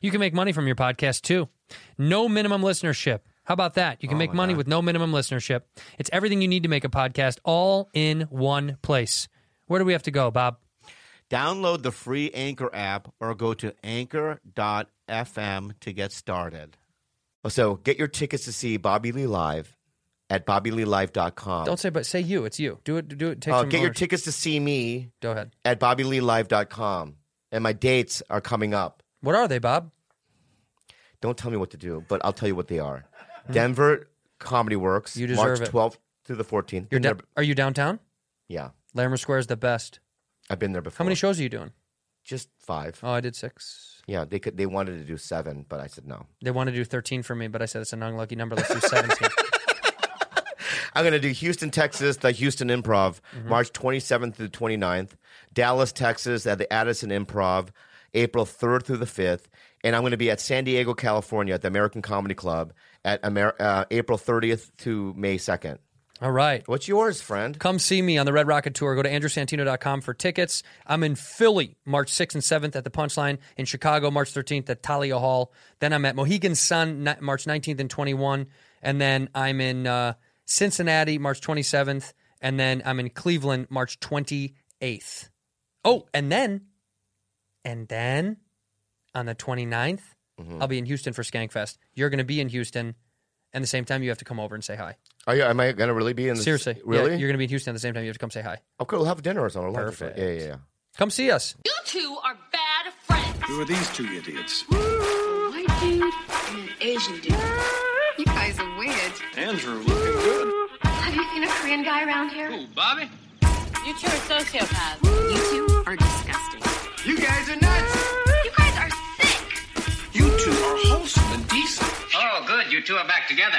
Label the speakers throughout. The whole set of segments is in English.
Speaker 1: You can make money from your podcast too. No minimum listenership. How about that?
Speaker 2: Oh,
Speaker 1: You can make money with no minimum listenership. It's everything you need to make a podcast all in one place. Where do we have to go, Bob?
Speaker 2: Download the free Anchor app or go to anchor.fm to get started. So get your tickets to see Bobby Lee Live at bobbyleelive.com.
Speaker 1: Don't say, but say you. It's you. Do it. Do it. Take
Speaker 2: uh,
Speaker 1: some
Speaker 2: get your
Speaker 1: ownership.
Speaker 2: tickets to see me
Speaker 1: Go ahead.
Speaker 2: at bobbyleelive.com. And my dates are coming up.
Speaker 1: What are they, Bob?
Speaker 2: Don't tell me what to do, but I'll tell you what they are. Denver Comedy Works,
Speaker 1: Hmm. You deserve
Speaker 2: March
Speaker 1: it.
Speaker 2: 12th through the 14th.
Speaker 1: You're
Speaker 2: Been
Speaker 1: da-
Speaker 2: there-
Speaker 1: are you downtown?
Speaker 2: yeah,
Speaker 1: Larimer Square is the best.
Speaker 2: I've been there
Speaker 1: How
Speaker 2: before.
Speaker 1: many shows are you doing?
Speaker 2: Just five.
Speaker 1: Oh, I did six.
Speaker 2: Yeah, they could. They wanted to do seven, but I said no.
Speaker 1: They wanted to do 13 for me, but I said it's an unlucky number. Let's do 17.
Speaker 2: I'm going to do Houston, Texas, the Houston Improv,
Speaker 1: Mm-hmm.
Speaker 2: March 27th through 29th. Dallas, Texas, at the Addison Improv, April 3rd through the 5th. And I'm going to be at San Diego, California, at the American Comedy Club, at Amer- uh, April 30th to May 2nd.
Speaker 1: all right.
Speaker 2: What's yours, friend?
Speaker 1: Come see me on the Red Rocket Tour. Go to andrewsantino.com for tickets. I'm in Philly March 6th and 7th at the Punchline, in Chicago March 13th at Talia Hall. Then I'm at Mohegan Sun ni- March 19th and 21. And then I'm in uh, Cincinnati March 27th. And then I'm in Cleveland March 28th. Oh, and then, and then on the 29th, I'll be in Houston for Skankfest. You're going to be in Houston. And the same time, you have to come over and say hi.
Speaker 2: Are you, am I going to really be in this?
Speaker 1: Seriously. Yeah,
Speaker 2: Really?
Speaker 1: you're going to be in Houston at the same time. You have to come say hi.
Speaker 2: okay, we'll have dinner or something. or lunch or something. Yeah, yeah, yeah.
Speaker 1: Come see us.
Speaker 3: You two are bad friends.
Speaker 4: Who are these two idiots?
Speaker 5: white dude and an Asian dude. You guys are weird.
Speaker 4: Andrew, looking good.
Speaker 5: Have you seen a Korean guy around here?
Speaker 4: Ooh, Bobby?
Speaker 3: You two are sociopaths.
Speaker 5: You two are disgusting.
Speaker 4: You guys are nuts!
Speaker 5: You guys are sick.
Speaker 4: You two are wholesome and decent.
Speaker 6: Oh, good. You two are back together.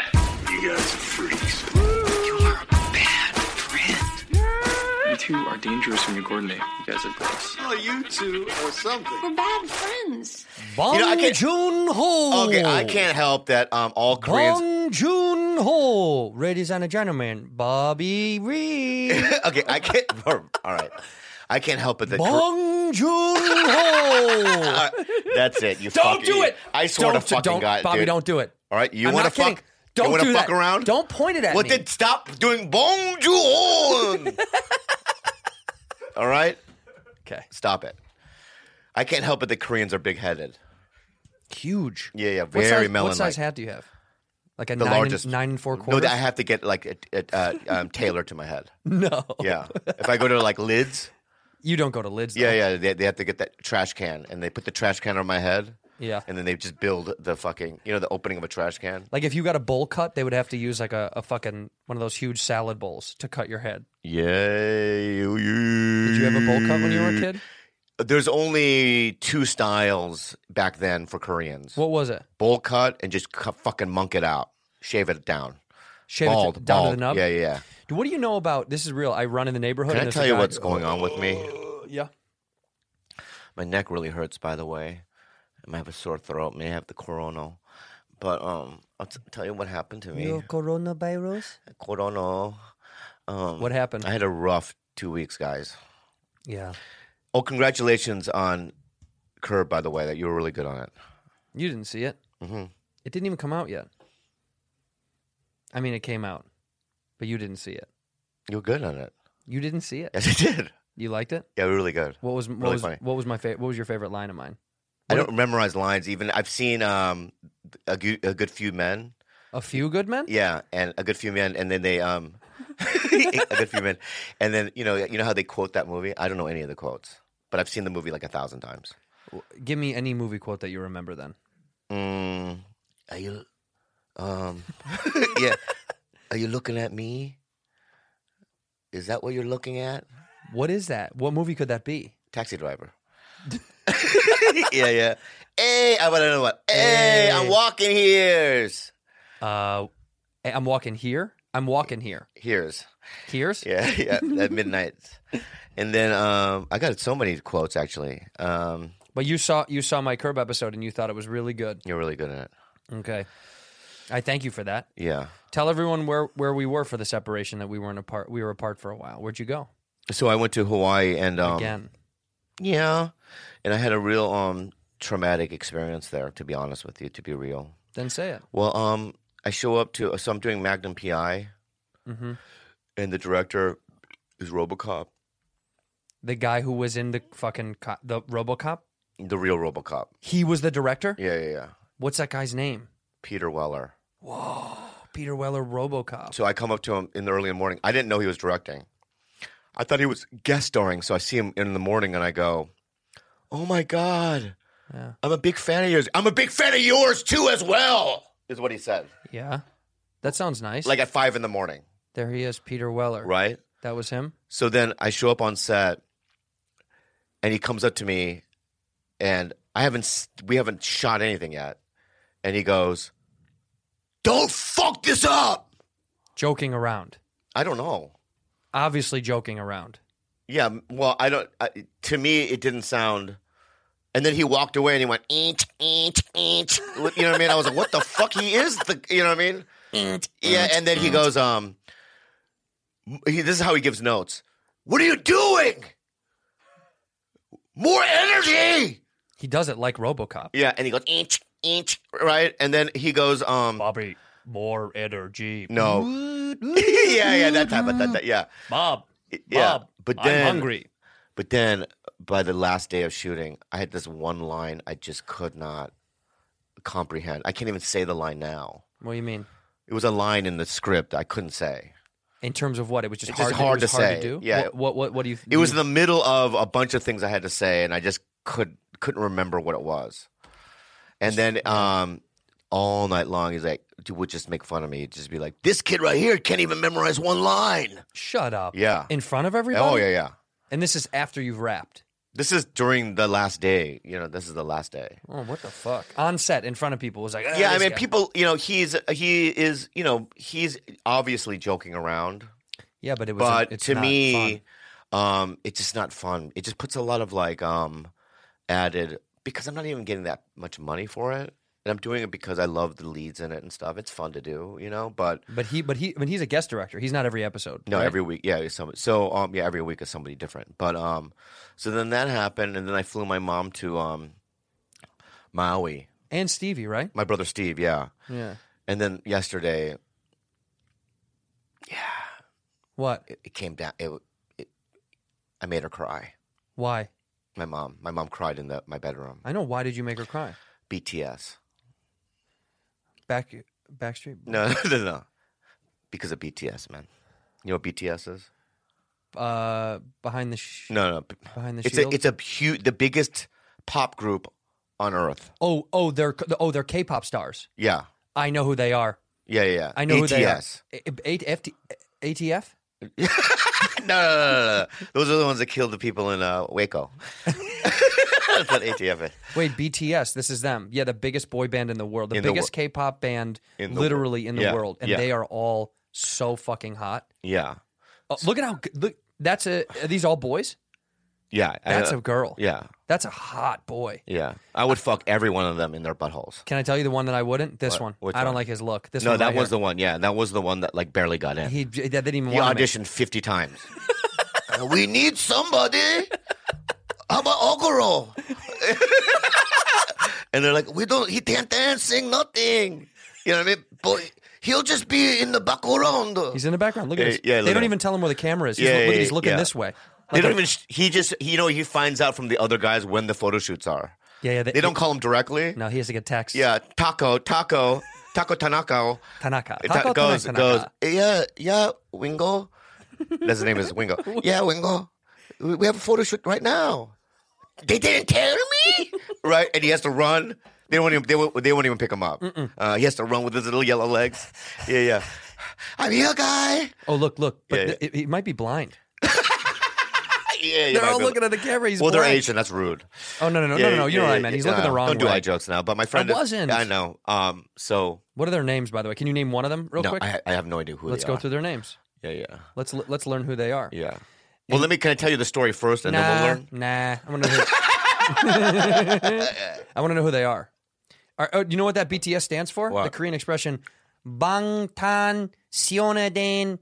Speaker 4: You guys are freaks. You are a bad friend. You two are dangerous when you coordinate. You guys are gross. Oh, you two or something.
Speaker 5: We're bad friends.
Speaker 1: Bong
Speaker 2: You know, I can't-
Speaker 1: Joon Ho.
Speaker 2: Okay, I can't help that um, all Koreans.
Speaker 1: Bong Joon Ho, ladies and gentlemen, Bobby Reed.
Speaker 2: okay, I can't. all right. I can't help it that Kor-
Speaker 1: Bong Joon Ho.
Speaker 2: That's it. You
Speaker 1: Don't
Speaker 2: fucking
Speaker 1: do
Speaker 2: idiot.
Speaker 1: it.
Speaker 2: I swear
Speaker 1: don't,
Speaker 2: to fucking
Speaker 1: don't,
Speaker 2: God,
Speaker 1: Bobby,
Speaker 2: dude.
Speaker 1: don't do it.
Speaker 2: All right, you
Speaker 1: I'm
Speaker 2: want to
Speaker 1: not kidding.
Speaker 2: fuck?
Speaker 1: Don't
Speaker 2: you wanna
Speaker 1: do
Speaker 2: fuck
Speaker 1: that.
Speaker 2: around?
Speaker 1: Don't point it at
Speaker 2: well,
Speaker 1: me.
Speaker 2: then stop doing bonjour. All right,
Speaker 1: Okay,
Speaker 2: stop it. I can't help it. The Koreans are big headed.
Speaker 1: huge.
Speaker 2: Yeah, yeah,
Speaker 1: what
Speaker 2: very
Speaker 1: size, What size
Speaker 2: melon-like.
Speaker 1: hat do you have? Like a
Speaker 2: The
Speaker 1: nine,
Speaker 2: largest,
Speaker 1: and, nine and four
Speaker 2: No,
Speaker 1: quarters.
Speaker 2: that I have to get like it, it, uh, um, tailored to my head.
Speaker 1: No.
Speaker 2: Yeah, if I go to like lids,
Speaker 1: you don't go to lids.
Speaker 2: yeah,
Speaker 1: though.
Speaker 2: yeah, they, they have to get that trash can, and they put the trash can on my head,
Speaker 1: Yeah.
Speaker 2: and then they just build the fucking, you know, the opening of a trash can.
Speaker 1: Like if you got a bowl cut, they would have to use like a, a fucking one of those huge salad bowls to cut your head.
Speaker 2: Yay! Did
Speaker 1: Did you have a bowl cut when you were a kid?
Speaker 2: There's only two styles back then for Koreans:
Speaker 1: What was it?
Speaker 2: bowl cut and just cut, fucking monk it out, shave it down,
Speaker 1: Shave
Speaker 2: bald,
Speaker 1: it down
Speaker 2: bald.
Speaker 1: to the nub.
Speaker 2: Yeah, yeah. yeah.
Speaker 1: Dude, What do you know about this? Is real. I run in the neighborhood.
Speaker 2: Can
Speaker 1: and
Speaker 2: I
Speaker 1: there's
Speaker 2: tell
Speaker 1: a
Speaker 2: you
Speaker 1: guy-
Speaker 2: what's going on with me?
Speaker 1: Yeah.
Speaker 2: My neck really hurts, by the way. I might have a sore throat, may have the coronal, but um, I'll t- tell you what happened to me.
Speaker 1: coronavirus.
Speaker 2: Coronal. Um,
Speaker 1: What happened?
Speaker 2: I had a rough two weeks, guys.
Speaker 1: yeah.
Speaker 2: Oh, congratulations on Curb, by the way. That you were really good on it.
Speaker 1: You didn't see it.
Speaker 2: Mhm.
Speaker 1: It didn't even come out yet. I mean, it came out, but you didn't see it.
Speaker 2: You were good on it.
Speaker 1: You didn't see it.
Speaker 2: Yes, I did.
Speaker 1: You liked it.
Speaker 2: Yeah, really good.
Speaker 1: What was what
Speaker 2: Really
Speaker 1: was
Speaker 2: funny.
Speaker 1: what was my favorite? What was your favorite line of mine?
Speaker 2: I don't memorize lines. Even I've seen um, a, gu- a good few men.
Speaker 1: A few good men.
Speaker 2: Yeah, and a good few men, and then they um, a good few men, and then you know you know how they quote that movie. I don't know any of the quotes, but I've seen the movie like a thousand times.
Speaker 1: Give me any movie quote that you remember. Then
Speaker 2: Mm, are you? Um, yeah. Are you looking at me? Is that what you're looking at?
Speaker 1: what is that? What movie could that be?
Speaker 2: Taxi driver. yeah, yeah. Hey, I want another one. Hey, I'm
Speaker 1: Hey.
Speaker 2: walking here's.
Speaker 1: Uh, hey, I'm walking here. I'm walking here.
Speaker 2: Here's.
Speaker 1: Here's
Speaker 2: Yeah, yeah. At midnight. And then um, I got so many quotes actually. Um,
Speaker 1: But you saw you saw my curb episode and you thought it was really good.
Speaker 2: you're really good at it.
Speaker 1: Okay. I thank you for that.
Speaker 2: Yeah.
Speaker 1: Tell everyone where, where we were for the separation that we weren't apart. We were apart for a while. Where'd you go?
Speaker 2: So I went to Hawaii and um,
Speaker 1: Again.
Speaker 2: yeah, and I had a real um traumatic experience there. To be honest with you, to be real.
Speaker 1: Then say it.
Speaker 2: Well, um, I show up to so I'm doing Magnum PI,
Speaker 1: Mhm.
Speaker 2: and the director is RoboCop,
Speaker 1: The guy who was in the fucking co- the RoboCop.
Speaker 2: the real RoboCop.
Speaker 1: He was the director.
Speaker 2: Yeah, yeah, yeah.
Speaker 1: What's that guy's name?
Speaker 2: Peter Weller.
Speaker 1: Peter Weller, RoboCop.
Speaker 2: So I come up to him in the early morning. I didn't know he was directing. I thought he was guest starring. So I see him in the morning, and I go, "Oh my god,
Speaker 1: Yeah.
Speaker 2: I'm a big fan of yours. I'm a big fan of yours too, as well." Is what he said.
Speaker 1: Yeah, that sounds nice.
Speaker 2: Like at five in the morning,
Speaker 1: there he is, Peter Weller.
Speaker 2: right?
Speaker 1: That was him.
Speaker 2: So then I show up on set, and he comes up to me, and I haven't s- we haven't shot anything yet, and he goes, "Don't fuck this up."
Speaker 1: Joking around.
Speaker 2: I don't know.
Speaker 1: Obviously joking around.
Speaker 2: Yeah, m- well, I don't. I, to me, it didn't sound. And then he walked away and he went inch, inch, inch. You know what I mean? I was like, "What the fuck?" He is the. You know what I mean? yeah, and then he goes, "Um, he, this is how he gives notes. What are you doing? More energy!"
Speaker 1: He does it like RoboCop.
Speaker 2: Yeah, and he goes inch, inch, right? And then he goes, "Um,
Speaker 1: Bobby, more energy.
Speaker 2: no." yeah, yeah, that type of that, that, yeah,
Speaker 1: Bob,
Speaker 2: yeah.
Speaker 1: Bob,
Speaker 2: But
Speaker 1: I'm
Speaker 2: then,
Speaker 1: hungry.
Speaker 2: But then uh, by the last day of shooting, I had this one line I just could not comprehend. I can't even say the line now.
Speaker 1: What do you mean?
Speaker 2: It was a line in the script I couldn't say.
Speaker 1: In terms of what? It was just,
Speaker 2: It's just
Speaker 1: hard,
Speaker 2: hard
Speaker 1: it was
Speaker 2: to
Speaker 1: hard
Speaker 2: say.
Speaker 1: to do.
Speaker 2: Yeah.
Speaker 1: What? What? What, what do you?
Speaker 2: It was in the middle of a bunch of things I had to say, and I just could couldn't remember what it was. And then um, all night long, he's like, dude, would just make fun of me. He'd just be like, this kid right here can't even memorize one line.
Speaker 1: shut up.
Speaker 2: Yeah.
Speaker 1: In front of everybody.
Speaker 2: Oh yeah, yeah.
Speaker 1: And this is after you've rapped.
Speaker 2: This is during the last day. You know, this is the last day.
Speaker 1: Oh, what the fuck? On set, in front of people, was like. "Ah,
Speaker 2: yeah, I
Speaker 1: this
Speaker 2: mean,
Speaker 1: guy."
Speaker 2: people, you know, he's he is, you know, he's obviously joking around,
Speaker 1: Yeah, but it was.
Speaker 2: but
Speaker 1: it's
Speaker 2: to
Speaker 1: not
Speaker 2: me, um, it's just not fun. It just puts a lot of like um added because I'm not even getting that much money for it, and I'm doing it because I love the leads in it and stuff. It's fun to do, you know, but.
Speaker 1: fun. But he, but he, I mean, he's a guest director. He's not every episode.
Speaker 2: No,
Speaker 1: right?
Speaker 2: every week, yeah. it's Some, so, um, yeah, every week is somebody different. But um, so then that happened, and then I flew my mom to um, Maui.
Speaker 1: And Stevie, right?
Speaker 2: My brother Steve, yeah.
Speaker 1: Yeah.
Speaker 2: And then yesterday,
Speaker 1: What?
Speaker 2: it, it came down. It, it, I made her cry.
Speaker 1: Why?
Speaker 2: My mom. My mom cried in the my bedroom.
Speaker 1: I know. Why did you make her cry?
Speaker 2: BTS.
Speaker 1: Back, Backstreet.
Speaker 2: No, no, no. Because of BTS, man. You know what BTS is?
Speaker 1: Uh, behind the. Sh-
Speaker 2: No, no. b-
Speaker 1: Behind the
Speaker 2: It's
Speaker 1: shield.
Speaker 2: a it's a huge, the biggest pop group on earth.
Speaker 1: oh, oh, they're oh, they're K-pop stars.
Speaker 2: Yeah,
Speaker 1: I know who they are.
Speaker 2: yeah, yeah. yeah.
Speaker 1: I know who they are.
Speaker 2: BTS.
Speaker 1: A- A- FT ATF.
Speaker 2: No, no, no, no, no. Those are the ones that killed the people in uh, Waco. That's what ATF is.
Speaker 1: Wait, BTS. This is them. Yeah, the biggest boy band in the world, the
Speaker 2: In the
Speaker 1: biggest K-pop band,
Speaker 2: In the
Speaker 1: literally
Speaker 2: world.
Speaker 1: in the
Speaker 2: Yeah,
Speaker 1: world, and
Speaker 2: yeah.
Speaker 1: they are all so fucking hot.
Speaker 2: Yeah,
Speaker 1: Oh, look at how g- look. That's a. Are these all boys?
Speaker 2: yeah. I-
Speaker 1: That's a girl.
Speaker 2: yeah,
Speaker 1: That's a hot boy.
Speaker 2: yeah. I would fuck every one of them in their buttholes.
Speaker 1: Can I tell you the one that I wouldn't? This
Speaker 2: What?
Speaker 1: one.
Speaker 2: Which
Speaker 1: I don't
Speaker 2: one?
Speaker 1: like his look. This
Speaker 2: No,
Speaker 1: one.
Speaker 2: that was the one. Yeah, that was the one that like barely got in.
Speaker 1: He, j- that didn't even
Speaker 2: He
Speaker 1: want
Speaker 2: auditioned 50 times. Uh, we need somebody. How about Ogoro? and they're like, we don't, he can't dance, sing nothing. You know what I mean? But he'll just be in the background.
Speaker 1: He's in the background. Look
Speaker 2: Yeah,
Speaker 1: at this.
Speaker 2: yeah,
Speaker 1: they
Speaker 2: look
Speaker 1: don't
Speaker 2: at
Speaker 1: even
Speaker 2: him.
Speaker 1: tell him where the camera is. He's,
Speaker 2: Yeah,
Speaker 1: look- look at-
Speaker 2: yeah,
Speaker 1: he's looking
Speaker 2: yeah.
Speaker 1: this way.
Speaker 2: they don't even, he just, you know, he finds out from the other guys when the photo shoots are.
Speaker 1: Yeah, yeah.
Speaker 2: They don't call him directly.
Speaker 1: No, he has to get text.
Speaker 2: Yeah, Taco, Taco, Taco Tanaka.
Speaker 1: Tanaka.
Speaker 2: It
Speaker 1: Taco
Speaker 2: goes,
Speaker 1: Tanaka.
Speaker 2: goes, yeah, yeah, Wingo. That's the name is Wingo. Yeah, Wingo. We we have a photo shoot right now. They didn't tell me, right? And he has to run. They won't even. They won't, they won't even pick him up. Uh, he has to run with his little yellow legs. Yeah, yeah. I'm here, guy.
Speaker 1: Oh, look, look. But
Speaker 2: Yeah, yeah.
Speaker 1: th- It, it might be blind.
Speaker 2: yeah,
Speaker 1: They're all looking at the camera. He's
Speaker 2: well, they're
Speaker 1: blank.
Speaker 2: Asian. That's rude.
Speaker 1: Oh no no no
Speaker 2: Yeah,
Speaker 1: no no! no. You know
Speaker 2: yeah,
Speaker 1: what I
Speaker 2: yeah,
Speaker 1: meant. He's
Speaker 2: yeah.
Speaker 1: looking the wrong
Speaker 2: Don't
Speaker 1: way.
Speaker 2: do eye jokes now. But my friend
Speaker 1: wasn't.
Speaker 2: I know. Um. So
Speaker 1: What are their names, by the way? Can you name one of them real
Speaker 2: no,
Speaker 1: quick?
Speaker 2: I, I have no idea who.
Speaker 1: Let's
Speaker 2: they
Speaker 1: go
Speaker 2: are.
Speaker 1: through their names.
Speaker 2: Yeah, yeah,
Speaker 1: Let's l- let's learn who they are.
Speaker 2: yeah. Well, let me. Can I tell you the story first, and then we'll
Speaker 1: nah,
Speaker 2: learn?
Speaker 1: nah. I want to know. Who, I want to know who they are. Are- oh, you know what that BTS stands for?
Speaker 2: What?
Speaker 1: The Korean expression, Bangtan Seonaden.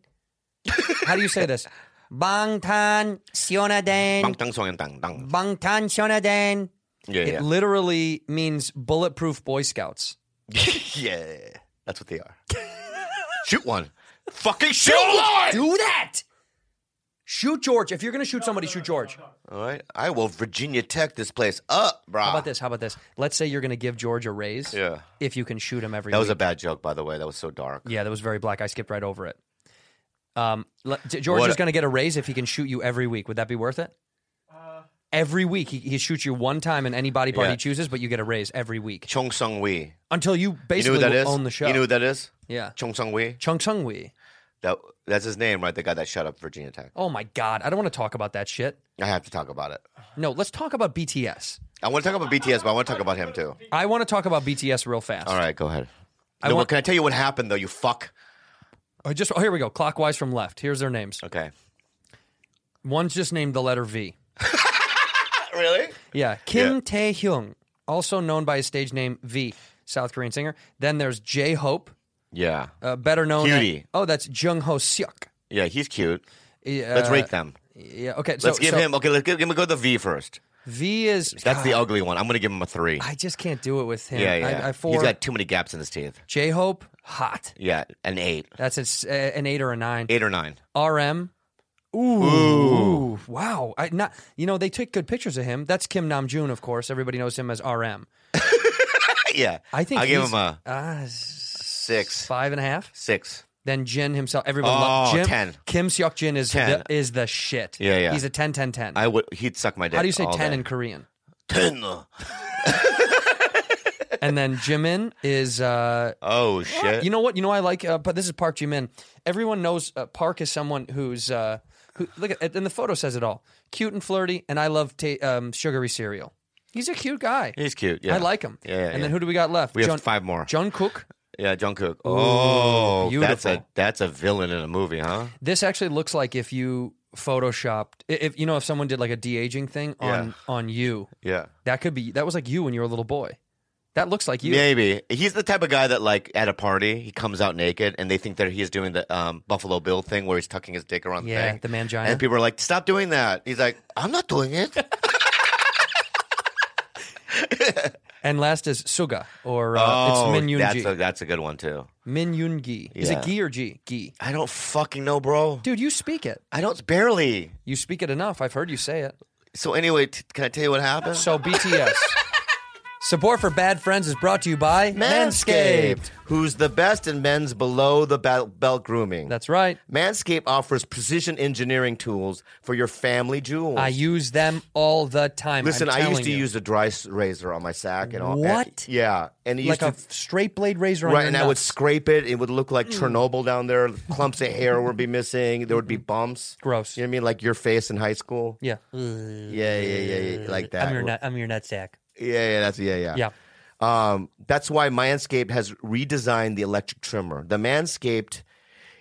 Speaker 1: How do you say this? Bangtan
Speaker 2: Bang
Speaker 1: Seonaden.
Speaker 2: tang song and tang tang.
Speaker 1: Bangtan Seonaden.
Speaker 2: Yeah,
Speaker 1: It
Speaker 2: yeah,
Speaker 1: literally means bulletproof Boy Scouts.
Speaker 2: yeah. That's what they are. shoot one. Fucking shoot one.
Speaker 1: Do that. Shoot George. If you're going to shoot somebody, shoot George.
Speaker 2: All right. I will Virginia Tech this place up, bro.
Speaker 1: How about this? How about this? Let's say you're going to give George a raise.
Speaker 2: Yeah.
Speaker 1: If you can shoot him every.
Speaker 2: That was a
Speaker 1: week.
Speaker 2: bad joke, by the way. That was so dark.
Speaker 1: Yeah, that was very black. I skipped right over it. Um, let- J- George
Speaker 2: What
Speaker 1: is
Speaker 2: a-
Speaker 1: going to get a raise if he can shoot you every week. Would that be worth it? Every week he, he shoots you one time in any body part
Speaker 2: Yeah.
Speaker 1: he chooses, but you get a raise every week
Speaker 2: Chung Sung Wei.
Speaker 1: until you
Speaker 2: You know
Speaker 1: basically
Speaker 2: who that
Speaker 1: will
Speaker 2: is?
Speaker 1: own the show.
Speaker 2: You know who that is?
Speaker 1: yeah,
Speaker 2: Chung Sung Wei.
Speaker 1: Chung Sung Wei.
Speaker 2: That that's his name, right? The guy that shut up Virginia Tech.
Speaker 1: Oh my god, I don't want to talk about that shit.
Speaker 2: I have to talk about it.
Speaker 1: No, let's talk about BTS.
Speaker 2: I want to talk about BTS, but I want to talk about him too.
Speaker 1: I want to talk about BTS real fast.
Speaker 2: All right, go ahead.
Speaker 1: I
Speaker 2: no,
Speaker 1: want-
Speaker 2: but can I tell you what happened though? You fuck.
Speaker 1: I just oh, here we go. Clockwise from left. Here's their names.
Speaker 2: Okay.
Speaker 1: One's just named the letter V.
Speaker 2: Really?
Speaker 1: Yeah, Kim Tae Hyung, also known by his stage name V, South Korean singer. Then there's J Hope,
Speaker 2: Yeah.
Speaker 1: uh, better known.
Speaker 2: Cutie.
Speaker 1: oh, that's Jung Ho Seok.
Speaker 2: Yeah, he's cute.
Speaker 1: Yeah, uh,
Speaker 2: Let's rate them.
Speaker 1: Yeah, okay. So,
Speaker 2: Let's give
Speaker 1: so
Speaker 2: him. Okay, let's give him. Go to the V first.
Speaker 1: V is
Speaker 2: That's the
Speaker 1: God,
Speaker 2: ugly one. I'm gonna give him a three.
Speaker 1: I just can't do it with him.
Speaker 2: yeah, yeah.
Speaker 1: I, I
Speaker 2: He's
Speaker 1: four.
Speaker 2: got too many gaps in his teeth.
Speaker 1: J Hope, hot.
Speaker 2: Yeah, an eight,
Speaker 1: That's a s- uh, an eight or a nine.
Speaker 2: eight or nine.
Speaker 1: RM. Ooh, wow! I not you know they took good pictures of him. That's Kim Namjoon, of course. Everybody knows him as RM.
Speaker 2: yeah.
Speaker 1: I think
Speaker 2: I give
Speaker 1: he's-
Speaker 2: him a
Speaker 1: Ah, s-
Speaker 2: six.
Speaker 1: five and a half.
Speaker 2: Six.
Speaker 1: Then Jin himself. Everyone loves
Speaker 2: Oh,
Speaker 1: Jin.
Speaker 2: 10.
Speaker 1: Kim Seok Jin is
Speaker 2: 10.
Speaker 1: the is the shit.
Speaker 2: Yeah, yeah.
Speaker 1: He's a 10 10 10.
Speaker 2: I would. He'd suck my dick.
Speaker 1: How do you say
Speaker 2: all
Speaker 1: 10
Speaker 2: day.
Speaker 1: in Korean?
Speaker 2: ten?
Speaker 1: And then Jimin is uh
Speaker 2: Oh shit.
Speaker 1: you know what? You know I like uh, but this is Park Jimin. Everyone knows uh, Park is someone who's uh who look at and the photo says it all. Cute and flirty and I love ta- um, sugary cereal. He's a cute guy.
Speaker 2: He's cute. Yeah.
Speaker 1: I like him.
Speaker 2: Yeah, yeah,
Speaker 1: and
Speaker 2: yeah.
Speaker 1: then who do we got left?
Speaker 2: We have five more.
Speaker 1: John Cook.
Speaker 2: yeah, Jungkook. Oh, that's a
Speaker 1: beautiful.
Speaker 2: that's a villain in a movie, huh?
Speaker 1: This actually looks like if you photoshopped i- if you know if someone did like a de-aging thing on
Speaker 2: Yeah.
Speaker 1: on you
Speaker 2: Yeah.
Speaker 1: That could be. That was like you when you were a little boy. That looks like you.
Speaker 2: Maybe he's the type of guy that, like, at a party, he comes out naked, and they think that he's doing the um, Buffalo Bill thing where he's tucking his dick around
Speaker 1: Yeah,
Speaker 2: the thing.
Speaker 1: the mangina.
Speaker 2: And people are like, "Stop doing that." He's like, "I'm not doing it."
Speaker 1: And last is Suga or uh,
Speaker 2: oh,
Speaker 1: it's Min Yoon
Speaker 2: that's a
Speaker 1: Gi.
Speaker 2: that's a good one too.
Speaker 1: Min Yoon Gi. Is
Speaker 2: Yeah.
Speaker 1: it Gi or G? Gi.
Speaker 2: I don't fucking know, bro.
Speaker 1: Dude, you speak it.
Speaker 2: I don't barely.
Speaker 1: You speak it enough. I've heard you say it.
Speaker 2: So anyway, t- can I tell you what happened?
Speaker 1: So BTS. Support for Bad Friends is brought to you by Manscaped.
Speaker 2: who's the best in men's below the bel- belt grooming?
Speaker 1: That's right.
Speaker 2: Manscaped offers precision engineering tools for your family jewels.
Speaker 1: I use them all the time.
Speaker 2: Listen,
Speaker 1: I'm
Speaker 2: I used
Speaker 1: telling
Speaker 2: to
Speaker 1: you.
Speaker 2: use a dry s- razor on my sack and all.
Speaker 1: What?
Speaker 2: and- yeah, and it
Speaker 1: like
Speaker 2: used
Speaker 1: a
Speaker 2: to.
Speaker 1: straight blade razor. on
Speaker 2: Right,
Speaker 1: your
Speaker 2: and I would
Speaker 1: nuts. Mm.
Speaker 2: scrape it. It would look like Chernobyl down there. Clumps of hair would be missing. There would be bumps.
Speaker 1: Mm-hmm. Gross.
Speaker 2: You know what I mean? Like your face in high school.
Speaker 1: Yeah.
Speaker 2: Yeah, yeah, yeah, yeah. Like that.
Speaker 1: I'm your nut. I'm your nut sack.
Speaker 2: Yeah, yeah, that's yeah, yeah.
Speaker 1: Yeah.
Speaker 2: Um, that's why Manscaped has redesigned the electric trimmer. The Manscaped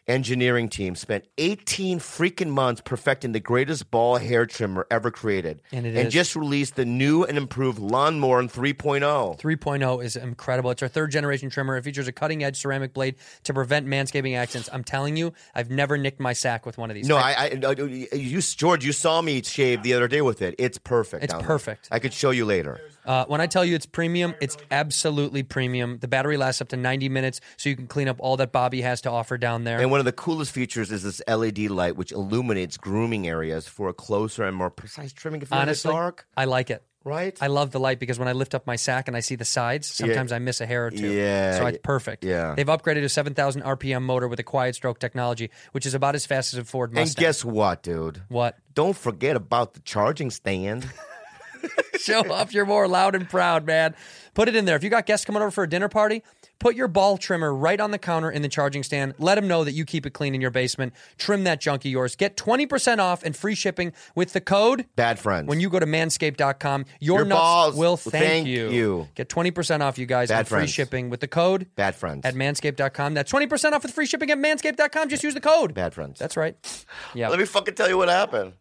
Speaker 2: engineering team spent 18 freaking months perfecting the greatest ball hair trimmer ever created.
Speaker 1: And it is.
Speaker 2: just released the new and improved Lawnmower oh. 3.0.
Speaker 1: 3.0 is incredible. It's our third generation trimmer. It features a cutting edge ceramic blade to prevent manscaping accidents. I'm telling you, I've never nicked my sack with one of these.
Speaker 2: No, I, I, I- you, George, you saw me shave the other day with it. It's perfect.
Speaker 1: It's
Speaker 2: down there.
Speaker 1: perfect.
Speaker 2: I could show you later.
Speaker 1: Uh, when I tell you it's premium, it's absolutely premium. The battery lasts up to 90 minutes, so you can clean up all that Bobby has to offer down there.
Speaker 2: And one of the coolest features is this LED light, which illuminates grooming areas for a closer and more precise trimming. If you're
Speaker 1: Honestly,
Speaker 2: in the dark,
Speaker 1: I like it.
Speaker 2: right?
Speaker 1: I love the light because when I lift up my sack and I see the sides, sometimes I miss a hair or two.
Speaker 2: Yeah.
Speaker 1: So it's perfect.
Speaker 2: Yeah.
Speaker 1: They've upgraded a 7,000 RPM motor with a quiet stroke technology, which is about as fast as a Ford Mustang.
Speaker 2: And guess what, dude?
Speaker 1: what?
Speaker 2: Don't forget about the charging stand.
Speaker 1: Show off your more loud and proud, man. Put it in there. If you got guests coming over for a dinner party, put your ball trimmer right on the counter in the charging stand. Let them know that you keep it clean in your basement. Trim that junk of yours. Get 20% off and free shipping with the code
Speaker 2: Bad friends.
Speaker 1: when you go to manscaped.com. Your,
Speaker 2: Your
Speaker 1: nuts
Speaker 2: balls
Speaker 1: will
Speaker 2: will
Speaker 1: thank,
Speaker 2: thank
Speaker 1: you.
Speaker 2: you.
Speaker 1: Get 20% off, you guys,
Speaker 2: Bad
Speaker 1: and free
Speaker 2: friends.
Speaker 1: shipping with the code
Speaker 2: bad friends.
Speaker 1: at manscaped.com. That's 20% off with free shipping at manscaped.com. Just use the code.
Speaker 2: bad friends.
Speaker 1: That's right. Yeah. Mm-hmm.
Speaker 2: Let me fucking tell you what happened.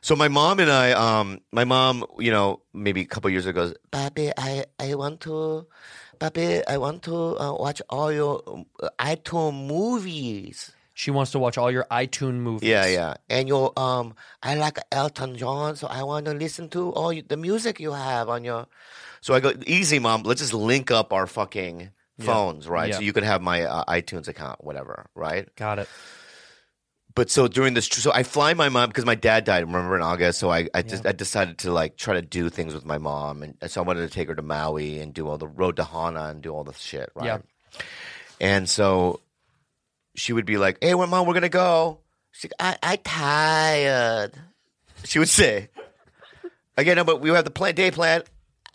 Speaker 2: So my mom and I, um, my mom, you know, maybe a couple years ago, goes, "Papi, I, I want to, Papi, I want to uh, watch all your um, iTunes movies."
Speaker 1: she wants to watch all your iTunes movies.
Speaker 2: Yeah, yeah. And your, um, I like Elton John, so I want to listen to all you, the music you have on your. So I go, easy, mom. Let's just link up our fucking phones, right? So
Speaker 1: Yeah.
Speaker 2: you could have my uh, iTunes account, whatever, right?
Speaker 1: Got it.
Speaker 2: but so during this, so I fly my mom because my dad died. Remember in August, so I I just I decided to like try to do things with my mom, and so I wanted to take her to Maui and do all the road to Hana and do all the shit, right?
Speaker 1: Yeah.
Speaker 2: And so she would be like, "Hey, well, mom, we're gonna go." She's like, "I I tired." She would say, "Again, no, but we have the plan, day plan."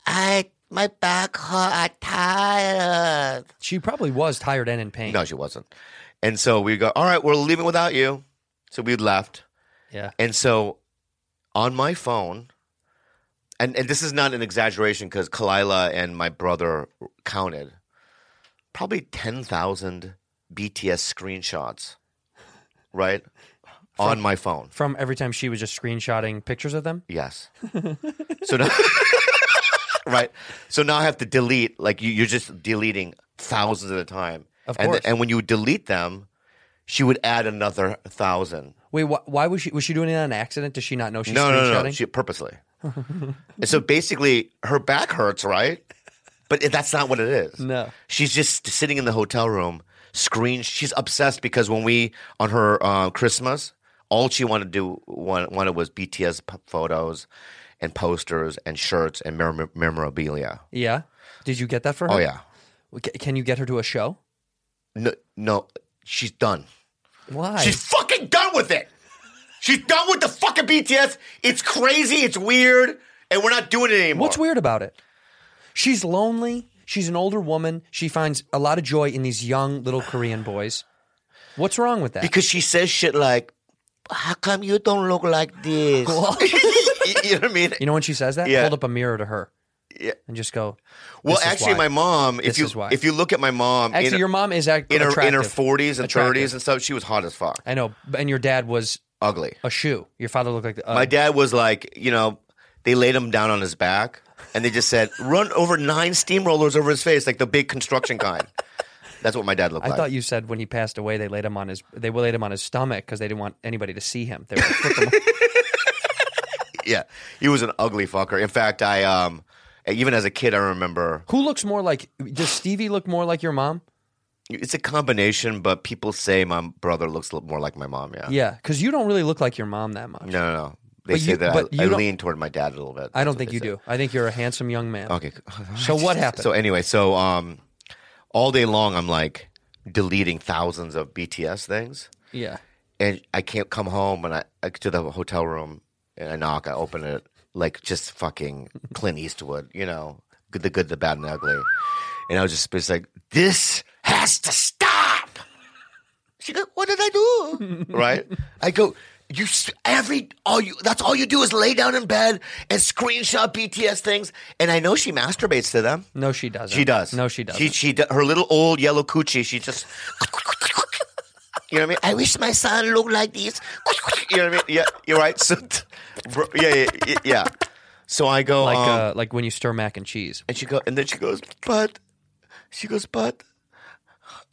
Speaker 2: I my back hurt. I tired.
Speaker 1: She probably was tired and in pain.
Speaker 2: No, she wasn't. And so we go, all right, we're leaving without you. So we left.
Speaker 1: Yeah.
Speaker 2: And so on my phone, and, and this is not an exaggeration because Kalila and my brother counted probably 10,000 BTS screenshots, right? on my phone.
Speaker 1: From every time she was just screenshotting pictures of them.
Speaker 2: Yes. so now, right. So now I have to delete. Like you, you're just deleting thousands at a time.
Speaker 1: Of
Speaker 2: and,
Speaker 1: course.
Speaker 2: and when you delete them, she would add another thousand.
Speaker 1: Wait, wh- why was she was she doing it on accident? Does she not know she's
Speaker 2: no, no,
Speaker 1: screenshotting?
Speaker 2: no, no. She purposely. and so basically, her back hurts, right? But it- that's not what it is.
Speaker 1: No.
Speaker 2: She's just sitting in the hotel room, screen. She's obsessed because when we on her uh, Christmas, all she wanted to do wanted, wanted was BTS p- photos, and posters, and shirts, and memor- memorabilia.
Speaker 1: yeah. Did you get that for her?
Speaker 2: Oh yeah.
Speaker 1: C- can you get her to a show?
Speaker 2: No, no, she's done.
Speaker 1: Why?
Speaker 2: She's fucking done with it. She's done with the fucking BTS. It's crazy. It's weird, and we're not doing it anymore.
Speaker 1: What's weird about it? She's lonely. She's an older woman. She finds a lot of joy in these young little Korean boys. What's wrong with that?
Speaker 2: because she says shit like, "How come you don't look like this?" you know what I mean?
Speaker 1: you know when she says that?
Speaker 2: Yeah.
Speaker 1: Hold up a mirror to her.
Speaker 2: Yeah.
Speaker 1: And just go.
Speaker 2: well,
Speaker 1: "This is
Speaker 2: actually,
Speaker 1: why."
Speaker 2: my mom. If
Speaker 1: This
Speaker 2: you
Speaker 1: is why.
Speaker 2: if you look at my mom,
Speaker 1: Actually,
Speaker 2: in,
Speaker 1: your mom is act-
Speaker 2: in her in her
Speaker 1: attractive.
Speaker 2: forties and
Speaker 1: Attractive.
Speaker 2: thirties and stuff, she was hot as fuck,
Speaker 1: I know, and your dad was
Speaker 2: ugly.
Speaker 1: a shoe. Your father looked like uh,
Speaker 2: My dad was like, you know, they laid him down on his back and they just said, "Run over nine steamrollers over his face," like the big construction kind. That's what my dad looked
Speaker 1: I
Speaker 2: like.
Speaker 1: thought you said when he passed away, they laid him on his they laid him on his stomach because they didn't want anybody to see him. They were like, "Flip him."
Speaker 2: yeah, he was an ugly fucker. In fact, I um, even as a kid, I remember
Speaker 1: Who looks more like? Does Stevie look more like your mom?
Speaker 2: It's a combination, but people say my brother looks a little more like my mom. Yeah.
Speaker 1: Yeah, because you don't really look like your mom that much.
Speaker 2: No, no, no. They
Speaker 1: But
Speaker 2: say
Speaker 1: you-
Speaker 2: that
Speaker 1: but
Speaker 2: I, I
Speaker 1: you don't-
Speaker 2: lean toward my dad a little bit.
Speaker 1: I don't
Speaker 2: That's what
Speaker 1: think
Speaker 2: they
Speaker 1: you
Speaker 2: say.
Speaker 1: do. I think you're a handsome young man.
Speaker 2: Okay.
Speaker 1: So what happened?
Speaker 2: So anyway, so um, all day long I'm like deleting thousands of BTS things,
Speaker 1: Yeah.
Speaker 2: and I can't come home, and I, I to the hotel room, and I knock, I open it, like just fucking Clint Eastwood, you know, good, the good, the bad, and the ugly, and I was just, just like, this has to stop. She goes, "What did I do?" right? I go, "You s- every all you that's all you do is lay down in bed and screenshot BTS things." And I know she masturbates to them.
Speaker 1: No, she doesn't.
Speaker 2: She does.
Speaker 1: No, she doesn't.
Speaker 2: She she do- her little old yellow coochie. She just. You know what I mean? I wish my son looked like this. You know what I mean? Yeah, you're right. So, bro, yeah, yeah, yeah, yeah. So I go
Speaker 1: like
Speaker 2: um,
Speaker 1: uh, like when you stir mac and cheese.
Speaker 2: and she go, and then she goes, but she goes, but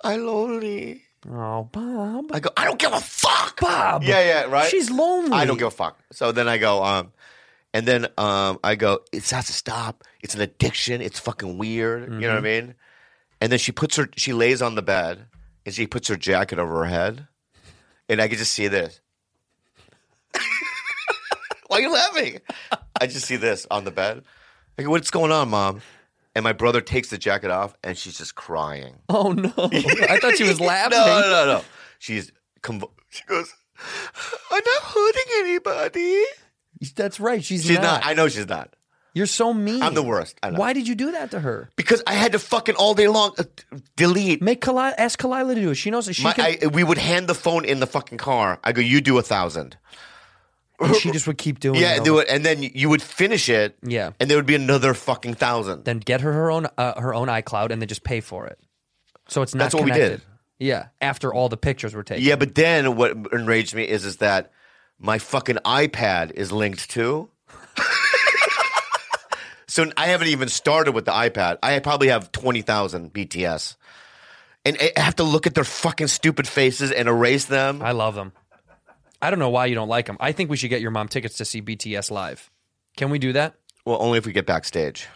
Speaker 2: I'm lonely.
Speaker 1: Oh, Bob.
Speaker 2: I go, I don't give a fuck,
Speaker 1: Bob.
Speaker 2: Yeah, yeah, right.
Speaker 1: She's lonely.
Speaker 2: I don't give a fuck. So then I go, um, and then um, I go, it has to stop. It's an addiction. It's fucking weird. You know what I mean? And then she puts her, she lays on the bed and she puts her jacket over her head, and I could just see this. Why are you laughing? I just see this on the bed. I go, what's going on, mom? And my brother takes the jacket off, and she's just crying.
Speaker 1: Oh no! I thought she was laughing.
Speaker 2: No, no, no, no. She's conv- she goes, I'm not hurting anybody.
Speaker 1: That's right. She's,
Speaker 2: She's not. I know she's not.
Speaker 1: You're so mean.
Speaker 2: I'm the worst. I know.
Speaker 1: Why did you do that to her?
Speaker 2: Because I had to fucking all day long uh, delete.
Speaker 1: Make Kalila, ask Kalila to do it. She knows that she
Speaker 2: My,
Speaker 1: can.
Speaker 2: I, we would hand the phone in the fucking car. I go, you do a thousand.
Speaker 1: and she just would keep doing.
Speaker 2: Yeah,
Speaker 1: it.
Speaker 2: do it, and then you would finish it.
Speaker 1: Yeah.
Speaker 2: and there would be another fucking thousand.
Speaker 1: Then get her her own uh, her own iCloud and then just pay for it. So it's not.
Speaker 2: That's what we
Speaker 1: connected.
Speaker 2: did.
Speaker 1: Yeah, after all the pictures were taken.
Speaker 2: yeah, but then what enraged me is is that my fucking iPad is linked too. so I haven't even started with the iPad. I probably have twenty thousand BTS, and I I have to look at their fucking stupid faces and erase them.
Speaker 1: I love them. I don't know why you don't like them. I think we should get your mom tickets to see BTS live. Can we do that?
Speaker 2: Well, only if we get backstage.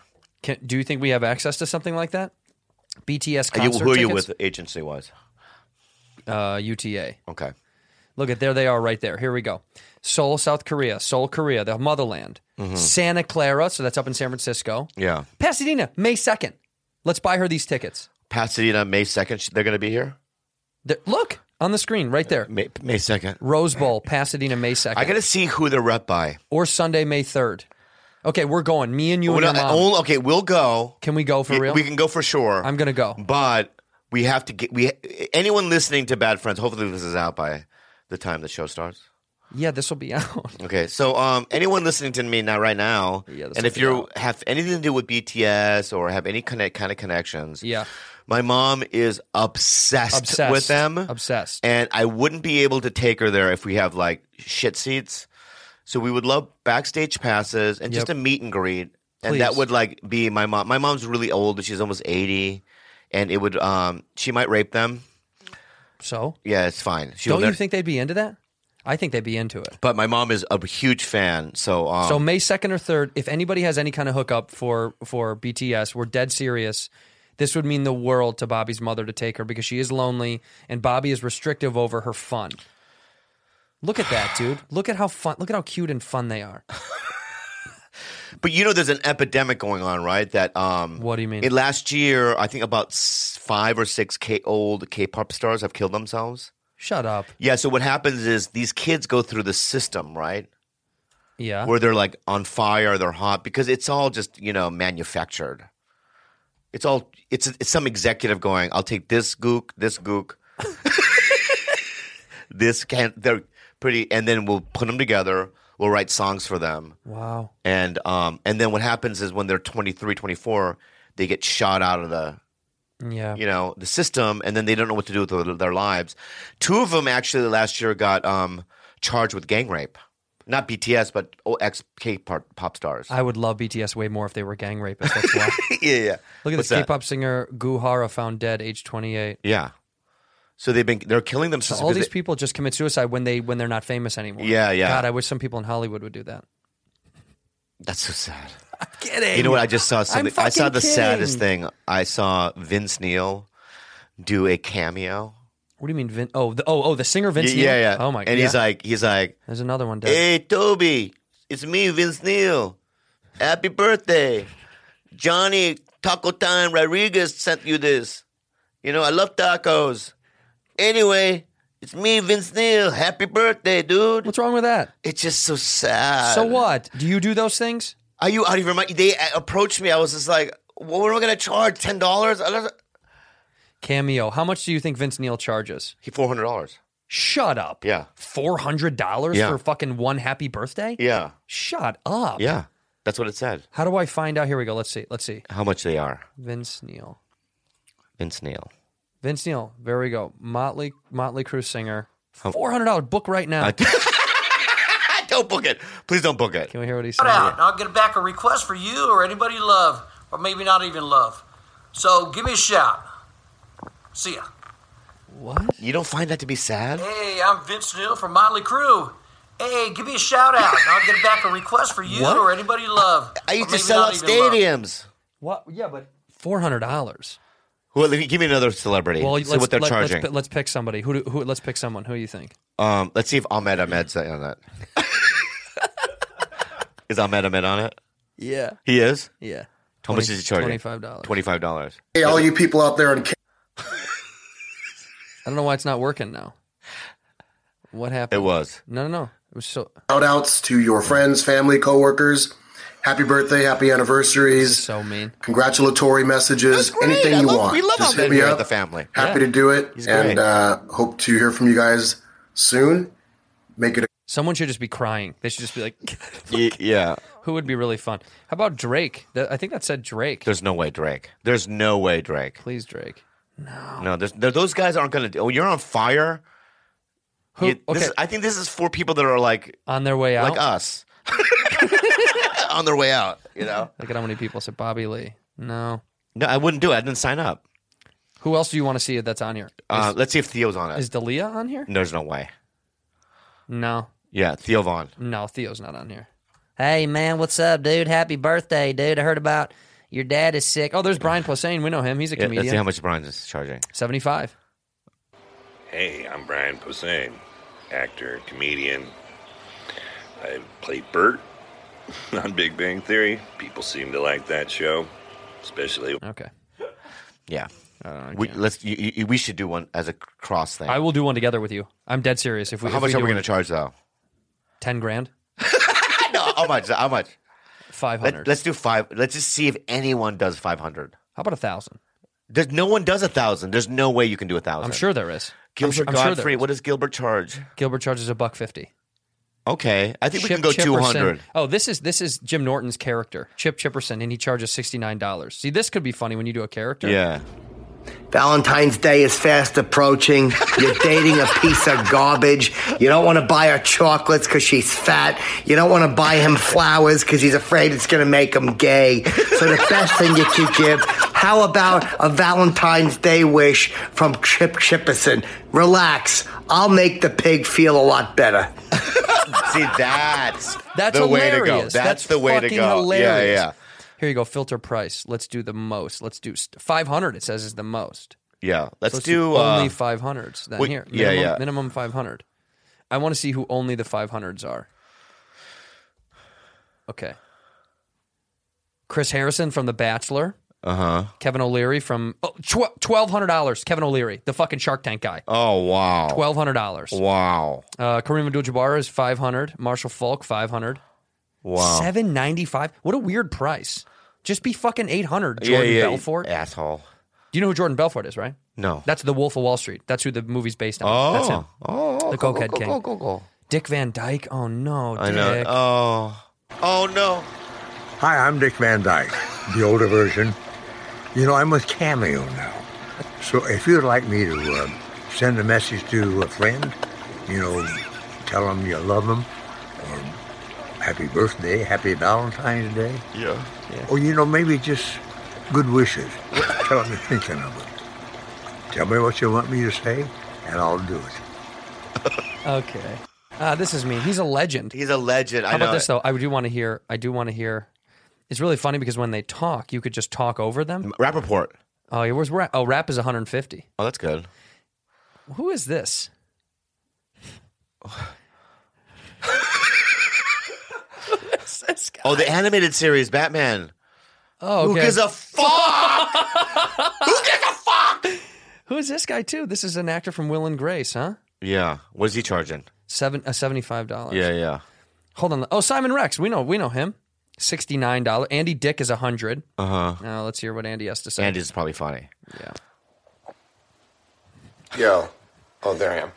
Speaker 1: Can, do you think we have access to something like that? BTS
Speaker 2: Are you-
Speaker 1: concert
Speaker 2: who are you
Speaker 1: tickets?
Speaker 2: with agency wise?
Speaker 1: Uh, UTA.
Speaker 2: Okay.
Speaker 1: Look at there they are right there. Here we go. Seoul, South Korea. Seoul, Korea, the motherland.
Speaker 2: Mm-hmm.
Speaker 1: Santa Clara, so that's up in San Francisco.
Speaker 2: Yeah.
Speaker 1: Pasadena, May 2nd. Let's buy her these tickets.
Speaker 2: Pasadena, May 2nd. sh- They're going to be here?
Speaker 1: There- look on the screen right there.
Speaker 2: May, May 2nd.
Speaker 1: Rose Bowl, Pasadena, May 2nd.
Speaker 2: I got to see who they're rep by.
Speaker 1: or Sunday, May 3rd. Okay, we're going. Me and you
Speaker 2: Well,
Speaker 1: and your
Speaker 2: no,
Speaker 1: mom.
Speaker 2: oh, okay, we'll go.
Speaker 1: Can we go for
Speaker 2: Y-
Speaker 1: real?
Speaker 2: We can go for sure.
Speaker 1: I'm going to go.
Speaker 2: But we have to get we anyone listening to Bad Friends. Hopefully, this is out by the time the show starts.
Speaker 1: Yeah, this will be out.
Speaker 2: Okay, so um, anyone listening to me now, right now,
Speaker 1: Yeah, this
Speaker 2: and
Speaker 1: will
Speaker 2: if
Speaker 1: be
Speaker 2: you
Speaker 1: out.
Speaker 2: have anything to do with BTS or have any connect, kind of connections,
Speaker 1: Yeah.
Speaker 2: my mom is obsessed,
Speaker 1: Obsessed
Speaker 2: with them,
Speaker 1: Obsessed.
Speaker 2: and I wouldn't be able to take her there if we have like shit seats. So we would love backstage passes and just a
Speaker 1: Yep.
Speaker 2: meet and greet, and that
Speaker 1: Please.
Speaker 2: would like be my mom. My mom's really old; she's almost eighty, and it would um she might rape them.
Speaker 1: so,
Speaker 2: Yeah, it's fine. She'll
Speaker 1: don't you
Speaker 2: never-
Speaker 1: think they'd be into that? I think they'd be into it.
Speaker 2: But my mom is a huge fan, so um,
Speaker 1: So May second or third, if anybody has any kind of hookup for for BTS, we're dead serious. This would mean the world to Bobby's mother to take her because she is lonely and Bobby is restrictive over her fun. Look at that, dude. Look at how fun look at how cute and fun they are.
Speaker 2: But you know, there's an epidemic going on, right? That um,
Speaker 1: What do you mean?
Speaker 2: It, last year, I think about s- five or six K old K-pop stars have killed themselves.
Speaker 1: Shut up.
Speaker 2: Yeah. So what happens is these kids go through the system, right?
Speaker 1: Yeah.
Speaker 2: Where they're like on fire, they're hot because it's all just you know manufactured. It's all it's it's some executive going. I'll take this gook, this gook, this can they're pretty, and then we'll put them together. We'll write songs for them.
Speaker 1: wow.
Speaker 2: and um and then what happens is when they're 23 24 they get shot out of the
Speaker 1: Yeah.
Speaker 2: you know the system and then they don't know what to do with their, their lives two of them actually last year got um charged with gang rape not bts but ex k pop pop stars
Speaker 1: I would love BTS way more if they were gang rapists. That's why.
Speaker 2: yeah yeah
Speaker 1: Look at this
Speaker 2: What's that?
Speaker 1: K-pop singer Guhara found dead, age 28.
Speaker 2: yeah so they've been they're killing themselves
Speaker 1: all
Speaker 2: because
Speaker 1: these
Speaker 2: they-
Speaker 1: people just commit suicide when they when they're not famous anymore.
Speaker 2: Yeah, yeah.
Speaker 1: God, I wish some people in Hollywood would do that.
Speaker 2: that's so sad
Speaker 1: Kidding.
Speaker 2: you know what i just saw
Speaker 1: I'm
Speaker 2: something i saw
Speaker 1: fucking
Speaker 2: the saddest
Speaker 1: kidding.
Speaker 2: thing i saw vince neil do a cameo
Speaker 1: What do you mean, Vin? Oh, the, oh, oh, the singer Vince.
Speaker 2: yeah
Speaker 1: Neil?
Speaker 2: yeah
Speaker 1: Oh my.
Speaker 2: and he's
Speaker 1: yeah.
Speaker 2: like he's like
Speaker 1: there's another one. Dead.
Speaker 2: Hey, Toby, it's me, Vince Neil. Happy birthday. Johnny Taco Time Rodriguez sent you this. You know, I love tacos. Anyway, it's me, Vince Neil. Happy birthday, dude.
Speaker 1: What's wrong with that?
Speaker 2: It's just so sad.
Speaker 1: So what? Do you do those things?
Speaker 2: Are you out of your mind? They uh, approached me. I was just like, what am I going to charge? $10?
Speaker 1: Cameo. How much do you think Vince Neil charges?
Speaker 2: He $400.
Speaker 1: Shut up.
Speaker 2: Yeah.
Speaker 1: Four hundred dollars
Speaker 2: Yeah.
Speaker 1: for fucking one happy birthday?
Speaker 2: Yeah.
Speaker 1: Shut up.
Speaker 2: Yeah. That's what it said.
Speaker 1: How do I find out? Here we go. Let's see. Let's see.
Speaker 2: How much they are.
Speaker 1: Vince Neil.
Speaker 2: Vince Neil.
Speaker 1: Vince Neil. There we go. Motley Motley Crue singer.
Speaker 2: Oh.
Speaker 1: Four hundred dollar book right now.
Speaker 2: don't book it. Please don't book it.
Speaker 1: Can we hear what he's
Speaker 7: Shout out,
Speaker 1: saying?
Speaker 7: and I'll get back a request for you or anybody you love, or maybe not even love. So give me a shout. See ya.
Speaker 1: What?
Speaker 2: You don't find that to be sad?
Speaker 7: Hey, I'm Vince Neil from Motley Crue. Hey, give me a shout out, and I'll get back a request for you
Speaker 1: What?
Speaker 7: or anybody you love.
Speaker 2: I
Speaker 7: or
Speaker 2: used to
Speaker 7: maybe
Speaker 2: sell
Speaker 7: not
Speaker 2: out
Speaker 7: even love.
Speaker 2: stadiums.
Speaker 1: What? Yeah, but four hundred dollars.
Speaker 2: Well, let me- give me another celebrity.
Speaker 1: Well,
Speaker 2: see
Speaker 1: let's,
Speaker 2: what they're
Speaker 1: let,
Speaker 2: charging.
Speaker 1: Let's, pi- let's pick somebody. Who? Do, who? Let's pick someone. Who do you think?
Speaker 2: um, let's see if Ahmed Ahmed's on that. is Ahmed Ahmed on it?
Speaker 1: Yeah.
Speaker 2: He is.
Speaker 1: Yeah.
Speaker 2: How much is he charging?
Speaker 1: Twenty-five dollars.
Speaker 2: Twenty-five dollars.
Speaker 8: Hey, all you people out there in Ca-
Speaker 1: I don't know why it's not working now. What
Speaker 2: It
Speaker 1: happened?
Speaker 2: was.
Speaker 1: No, no, no. It was so.
Speaker 8: shout outs to your friends, family, coworkers, happy birthday, happy anniversaries,
Speaker 1: So mean.
Speaker 8: congratulatory
Speaker 2: That's
Speaker 8: messages,
Speaker 2: great.
Speaker 8: anything
Speaker 2: I
Speaker 8: you
Speaker 2: love-
Speaker 8: want.
Speaker 2: we love
Speaker 8: Just
Speaker 2: how
Speaker 8: hit
Speaker 2: good
Speaker 8: me
Speaker 2: you're at
Speaker 8: up.
Speaker 2: the family.
Speaker 8: Happy to do it,
Speaker 2: great.
Speaker 8: and uh, hope to hear from you guys soon. Make it. A-
Speaker 1: Someone should just be crying. They should just be like,
Speaker 2: yeah.
Speaker 1: who would be really fun? How about Drake? That- I think that said Drake.
Speaker 2: There's no way, Drake. There's no way, Drake.
Speaker 1: Please, Drake.
Speaker 2: No, there's, there, those guys aren't going to. Oh, you're on fire.
Speaker 1: Who?
Speaker 2: You-
Speaker 1: okay.
Speaker 2: this is- I think this is for people that are like
Speaker 1: on their way out.
Speaker 2: like uh, us on their way out. You know.
Speaker 1: Look at how many people said Bobby Lee. No.
Speaker 2: No, I wouldn't do it. I didn't sign up.
Speaker 1: Who else do you want to see that's on here?
Speaker 2: Uh, let's see if Theo's on it.
Speaker 1: Is Dalia on here?
Speaker 2: there's no way.
Speaker 1: No.
Speaker 2: Yeah, Theo Vaughn.
Speaker 1: No, Theo's not on here.
Speaker 9: Hey man, what's up, dude? Happy birthday, dude. I heard about your dad is sick.
Speaker 1: Oh, there's Brian Posehn. We know him. He's a
Speaker 2: Yeah, let's see how
Speaker 1: comedian.
Speaker 2: much Brian is charging.
Speaker 1: 75.
Speaker 10: Hey, I'm Brian Posehn, actor, comedian. I played Bert on Big Bang Theory. People seem to like that show, especially
Speaker 1: Okay.
Speaker 2: Yeah. Uh, we, let's. You, you, we should do one as a cross thing.
Speaker 1: I will do one together with you. I'm dead serious. If we
Speaker 2: how
Speaker 1: if
Speaker 2: much
Speaker 1: we do
Speaker 2: are we
Speaker 1: one-
Speaker 2: going to charge though?
Speaker 1: 10 grand?
Speaker 2: no, how much? How much? Let,
Speaker 1: 500.
Speaker 2: let's do five. Let's just see if anyone does five hundred.
Speaker 1: how about a 1,000?
Speaker 2: There's no one does a thousand. There's no way you can do a thousand.
Speaker 1: I'm sure there is. I'm
Speaker 2: Gilbert
Speaker 1: sure- I'm sure there
Speaker 2: Godfrey.
Speaker 1: is.
Speaker 2: what does Gilbert charge?
Speaker 1: Gilbert charges a buck 50.
Speaker 2: Okay, I think we
Speaker 1: Chip
Speaker 2: can go
Speaker 1: Chipperson-
Speaker 2: two hundred.
Speaker 1: Oh, this is this is Jim Norton's character, Chip Chipperson, and he charges sixty nine dollars. See, this could be funny when you do a character.
Speaker 2: Yeah.
Speaker 11: Valentine's Day is fast approaching. You're dating a piece of garbage. You don't want to buy her chocolates because she's fat. You don't want to buy him flowers because he's afraid it's going to make him gay. So the best thing you could give, how about a Valentine's Day wish from Chip Chipperson? Relax. I'll make the pig feel a lot better.
Speaker 2: See, that's
Speaker 1: that's
Speaker 2: the
Speaker 1: hilarious.
Speaker 2: way to go. That's, the way to
Speaker 1: fucking
Speaker 2: go.
Speaker 1: Hilarious.
Speaker 2: Yeah,
Speaker 1: Here you go. Filter price. Let's do the most. Let's do five hundred. It says is the most.
Speaker 2: yeah, yeah. Let's,
Speaker 1: So let's
Speaker 2: do.
Speaker 1: only
Speaker 2: Uh,
Speaker 1: five hundreds. Then
Speaker 2: wait,
Speaker 1: here,
Speaker 2: yeah,
Speaker 1: minimum,
Speaker 2: yeah.
Speaker 1: minimum five hundred. I want to see who only the five hundreds are. Okay. Chris Harrison from The Bachelor.
Speaker 2: Uh-huh.
Speaker 1: Uh huh. Kevin O'Leary from oh, tw- twelve hundred dollars. Kevin O'Leary, the fucking Shark Tank guy.
Speaker 2: oh wow,
Speaker 1: Twelve hundred dollars.
Speaker 2: wow,
Speaker 1: Uh, Kareem Abdul-Jabbar is five hundred. Marshall Falk five hundred.
Speaker 2: wow.
Speaker 1: Seven ninety five. What a weird price. Just be fucking eight hundred.
Speaker 2: yeah,
Speaker 1: Jordan
Speaker 2: yeah, you
Speaker 1: Belfort.
Speaker 2: asshole.
Speaker 1: Do you know who Jordan Belfort is? Right.
Speaker 2: No.
Speaker 1: That's the Wolf of Wall Street. That's who the movie's based on.
Speaker 2: oh,
Speaker 1: That's him.
Speaker 2: oh,
Speaker 1: The
Speaker 2: go,
Speaker 1: cokehead
Speaker 2: go,
Speaker 1: king.
Speaker 2: Go, go, go.
Speaker 1: Dick Van Dyke. Oh no, Dick.
Speaker 2: I know. Oh, oh no.
Speaker 11: Hi, I'm Dick Van Dyke, the older version. You know, I'm with Cameo now. So if you'd like me to uh, send a message to a friend, you know, tell them you love them, or happy birthday, happy Valentine's Day,
Speaker 2: Yeah.
Speaker 11: or, you know, maybe just good wishes. tell them you're thinking of them. Tell me what you want me to say, and I'll do it.
Speaker 1: Okay. Ah, this is mean. He's a legend.
Speaker 2: He's a legend. Oh. I
Speaker 1: How
Speaker 2: know.
Speaker 1: about this
Speaker 2: it.
Speaker 1: though? I do want to hear. I do want to hear. It's really funny because when they talk, you could just talk over them.
Speaker 2: Rappaport.
Speaker 1: Oh, yeah, where's rap? Oh, rap is 150.
Speaker 2: Oh, that's good.
Speaker 1: Who is this? Who is this guy?
Speaker 2: Oh, the animated series Batman.
Speaker 1: Oh,
Speaker 2: Who
Speaker 1: okay.
Speaker 2: gives a fuck?
Speaker 1: Who is this guy too? This is an actor from Will and Grace, huh?
Speaker 2: yeah. What is he charging?
Speaker 1: Seven, uh, seventy-five dollars.
Speaker 2: Yeah, yeah.
Speaker 1: Hold on. Oh, Simon Rex. We know. We know him. Sixty-nine dollars. Andy Dick is a hundred.
Speaker 2: Uh huh.
Speaker 1: Now let's hear what Andy has to say.
Speaker 2: Andy's probably funny.
Speaker 1: Yeah.
Speaker 11: Yo. Oh, there I am.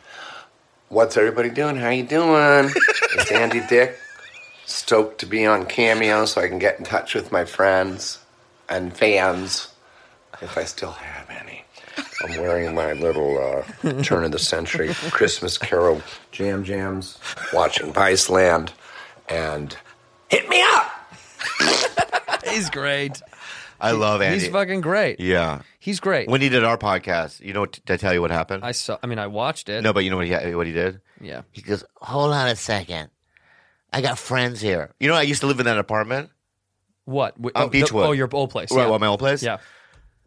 Speaker 11: What's everybody doing? How you doing? It's Andy Dick. Stoked to be on Cameo so I can get in touch with my friends and fans, if I still have any. I'm wearing my little uh, turn of the century Christmas Carol jam jams, watching Viceland, and hit me up!
Speaker 1: He's great.
Speaker 2: I love Andy.
Speaker 1: He's fucking great.
Speaker 2: yeah.
Speaker 1: He's great.
Speaker 2: When he did our podcast, you know, what- did I tell you what happened?
Speaker 1: I saw. I mean, I watched it.
Speaker 2: no, but you know what he what he did?
Speaker 1: Yeah.
Speaker 2: He goes, "Hold on a second, I got friends here." You know, I used to live in that apartment,
Speaker 1: What? W-
Speaker 2: On
Speaker 1: oh, the-
Speaker 2: Beechwood.
Speaker 1: Oh, your old place.
Speaker 2: right,
Speaker 1: yeah.
Speaker 2: well, my old place.
Speaker 1: yeah.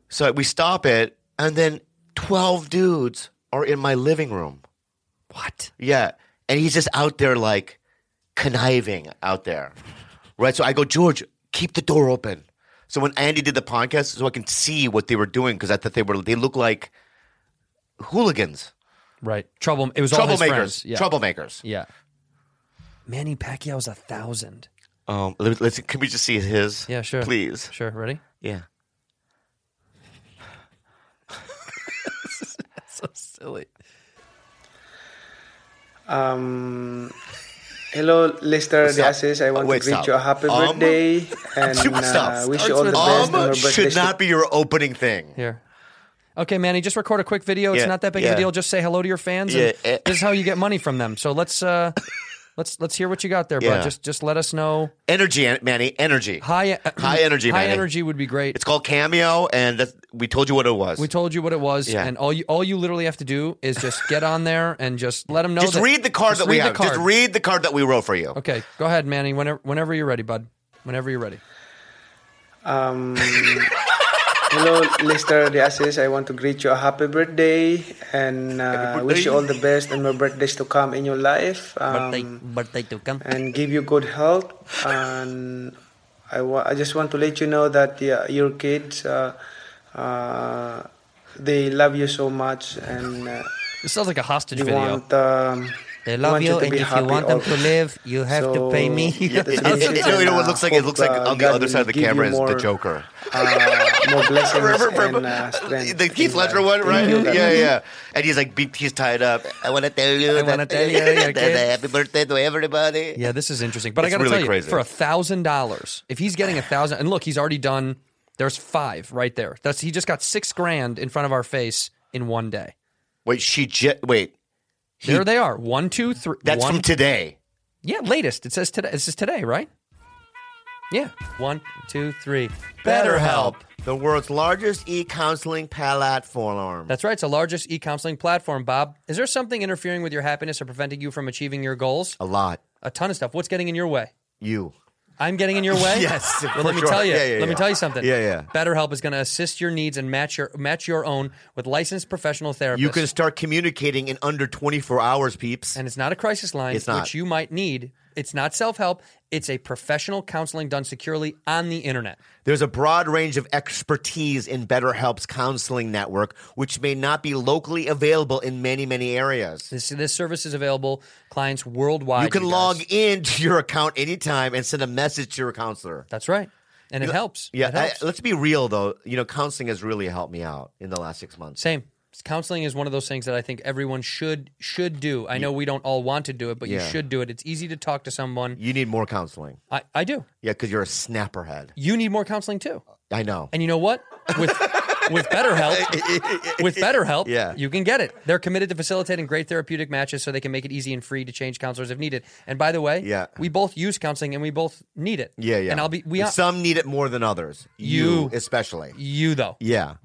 Speaker 2: So we stop it, and then twelve dudes are in my living room.
Speaker 1: What?
Speaker 2: Yeah, and he's just out there like conniving out there, right? So I go, George, keep the door open. So when Andy did the podcast, so I can see what they were doing because I thought they were they look like hooligans,
Speaker 1: Right. Trouble. It was all his
Speaker 2: troublemakers,
Speaker 1: friends. Yeah.
Speaker 2: troublemakers.
Speaker 1: Yeah. Manny Pacquiao's a thousand.
Speaker 2: Um, let, us Can we just see his?
Speaker 1: Yeah, sure.
Speaker 2: Please.
Speaker 1: Sure. Ready?
Speaker 2: Yeah.
Speaker 1: so silly.
Speaker 12: Um, hello, Lester
Speaker 2: Stop.
Speaker 12: Diasis. I want
Speaker 2: Wait,
Speaker 12: to greet
Speaker 2: stop.
Speaker 12: you a happy
Speaker 2: Um,
Speaker 12: birthday and uh,
Speaker 2: Stop.
Speaker 12: wish you all the best.
Speaker 2: Um
Speaker 12: and your birthday
Speaker 2: should not be your opening thing.
Speaker 1: Here. Okay, Manny, just record a quick video. It's
Speaker 2: Yeah,
Speaker 1: not that big of
Speaker 2: yeah.
Speaker 1: a deal. Just say hello to your fans. and
Speaker 2: Yeah, eh.
Speaker 1: This is how you get money from them. So let's uh, let's let's hear what you got there, bud.
Speaker 2: Yeah.
Speaker 1: Just just let us know.
Speaker 2: Energy, An- Manny. Energy.
Speaker 1: High e-,
Speaker 2: High energy.
Speaker 1: High
Speaker 2: Manny.
Speaker 1: energy would be great.
Speaker 2: It's called cameo, and that's, we told you what it was.
Speaker 1: We told you what it was,
Speaker 2: Yeah.
Speaker 1: and all you all you literally have to do is just get on there and just let them know.
Speaker 2: just
Speaker 1: that-
Speaker 2: read the card
Speaker 1: just
Speaker 2: that we
Speaker 1: read the
Speaker 2: have. Just
Speaker 1: card.
Speaker 2: read the card that we wrote for you.
Speaker 1: Okay, go ahead, Manny. Whenever whenever you're ready, bud. Whenever you're ready.
Speaker 12: Um, hello, Lester Diasis. I want to greet you a happy birthday and uh, wish you all the best and more birthdays to come in your life.
Speaker 9: Birthday,
Speaker 12: Um,
Speaker 9: birthday to come.
Speaker 12: and give you good health. And I, wa- I just want to let you know that yeah, your kids, uh, uh, they love you so much, and uh,
Speaker 1: This sounds like a hostage
Speaker 12: they
Speaker 1: video.
Speaker 12: want. Um,
Speaker 9: They love
Speaker 12: want
Speaker 9: you,
Speaker 12: to
Speaker 9: and if
Speaker 12: be
Speaker 9: you
Speaker 12: happy
Speaker 9: want them
Speaker 12: also.
Speaker 9: to live, you have to pay me.
Speaker 12: So, that's
Speaker 2: It-
Speaker 12: the
Speaker 2: it-
Speaker 12: message,
Speaker 2: it- no, you know what it
Speaker 12: and,
Speaker 2: looks
Speaker 12: uh,
Speaker 2: like? It looks like
Speaker 12: hope,
Speaker 2: on the
Speaker 12: uh,
Speaker 2: other side of the
Speaker 12: God will
Speaker 2: camera is
Speaker 12: give you
Speaker 2: the Joker.
Speaker 12: more, Uh, more blessings
Speaker 2: Remember-
Speaker 12: and uh, strength.
Speaker 2: The Keith Ledger one, right? Yeah, yeah. And he's like, beep, he's tied up. I want to tell you,
Speaker 1: I wanna
Speaker 2: that-
Speaker 1: tell you, yeah,
Speaker 2: that
Speaker 1: kid.
Speaker 2: happy birthday to everybody.
Speaker 1: Yeah, this is interesting. But I
Speaker 2: It's
Speaker 1: got to
Speaker 2: really
Speaker 1: tell you,
Speaker 2: crazy.
Speaker 1: for a thousand dollars, if he's getting a thousand, and look, he's already done. There's five right there. That's he just got six grand in front of our face in one day.
Speaker 2: Wait, she just wait. He-
Speaker 1: there they are. One, two, three.
Speaker 2: That's
Speaker 1: one-
Speaker 2: from today.
Speaker 1: Yeah, latest. It says today. This is today, right? Yeah. One, two, three. BetterHelp.
Speaker 2: the world's largest e-counseling platform.
Speaker 1: That's right. It's the largest e-counseling platform. Bob, is there something interfering with your happiness or preventing you from achieving your goals?
Speaker 2: a lot.
Speaker 1: A ton of stuff. What's getting in your way?
Speaker 2: You.
Speaker 1: I'm getting in your way.
Speaker 2: Yes,
Speaker 1: Well,
Speaker 2: for
Speaker 1: let me
Speaker 2: sure.
Speaker 1: tell you.
Speaker 2: Yeah, yeah,
Speaker 1: let me
Speaker 2: yeah.
Speaker 1: tell you something.
Speaker 2: Yeah, yeah.
Speaker 1: BetterHelp is going to assist your needs and match your match your own with licensed professional therapists.
Speaker 2: You can start communicating in under 24 hours, peeps.
Speaker 1: and it's not a crisis line,
Speaker 2: It's not.
Speaker 1: which you might need. It's not self help. It's a professional counseling done securely on the internet.
Speaker 2: There's a broad range of expertise in BetterHelp's counseling network, which may not be locally available in many, many areas.
Speaker 1: This this service is available clients worldwide.
Speaker 2: You can
Speaker 1: guys.
Speaker 2: log in to your account anytime and send a message to your counselor.
Speaker 1: That's right, and it
Speaker 2: You-
Speaker 1: helps.
Speaker 2: Yeah,
Speaker 1: It helps.
Speaker 2: I- let's be real though. You know, counseling has really helped me out in the last six months.
Speaker 1: Same. Counseling is one of those things that I think everyone should should do. I know we don't all want to do it, but you
Speaker 2: Yeah.
Speaker 1: should do it. It's easy to talk to someone.
Speaker 2: You need more counseling.
Speaker 1: I, I do.
Speaker 2: Yeah, because you're a snapperhead.
Speaker 1: You need more counseling too.
Speaker 2: I know.
Speaker 1: And you know what? With with BetterHelp, with BetterHelp,
Speaker 2: Yeah.
Speaker 1: you can get it. They're committed to facilitating great therapeutic matches so they can make it easy and free to change counselors if needed. And by the way,
Speaker 2: Yeah.
Speaker 1: we both use counseling and we both need it.
Speaker 2: Yeah, yeah.
Speaker 1: And I'll be we
Speaker 2: some need it more than others.
Speaker 1: You-
Speaker 2: especially.
Speaker 1: you though.
Speaker 2: Yeah.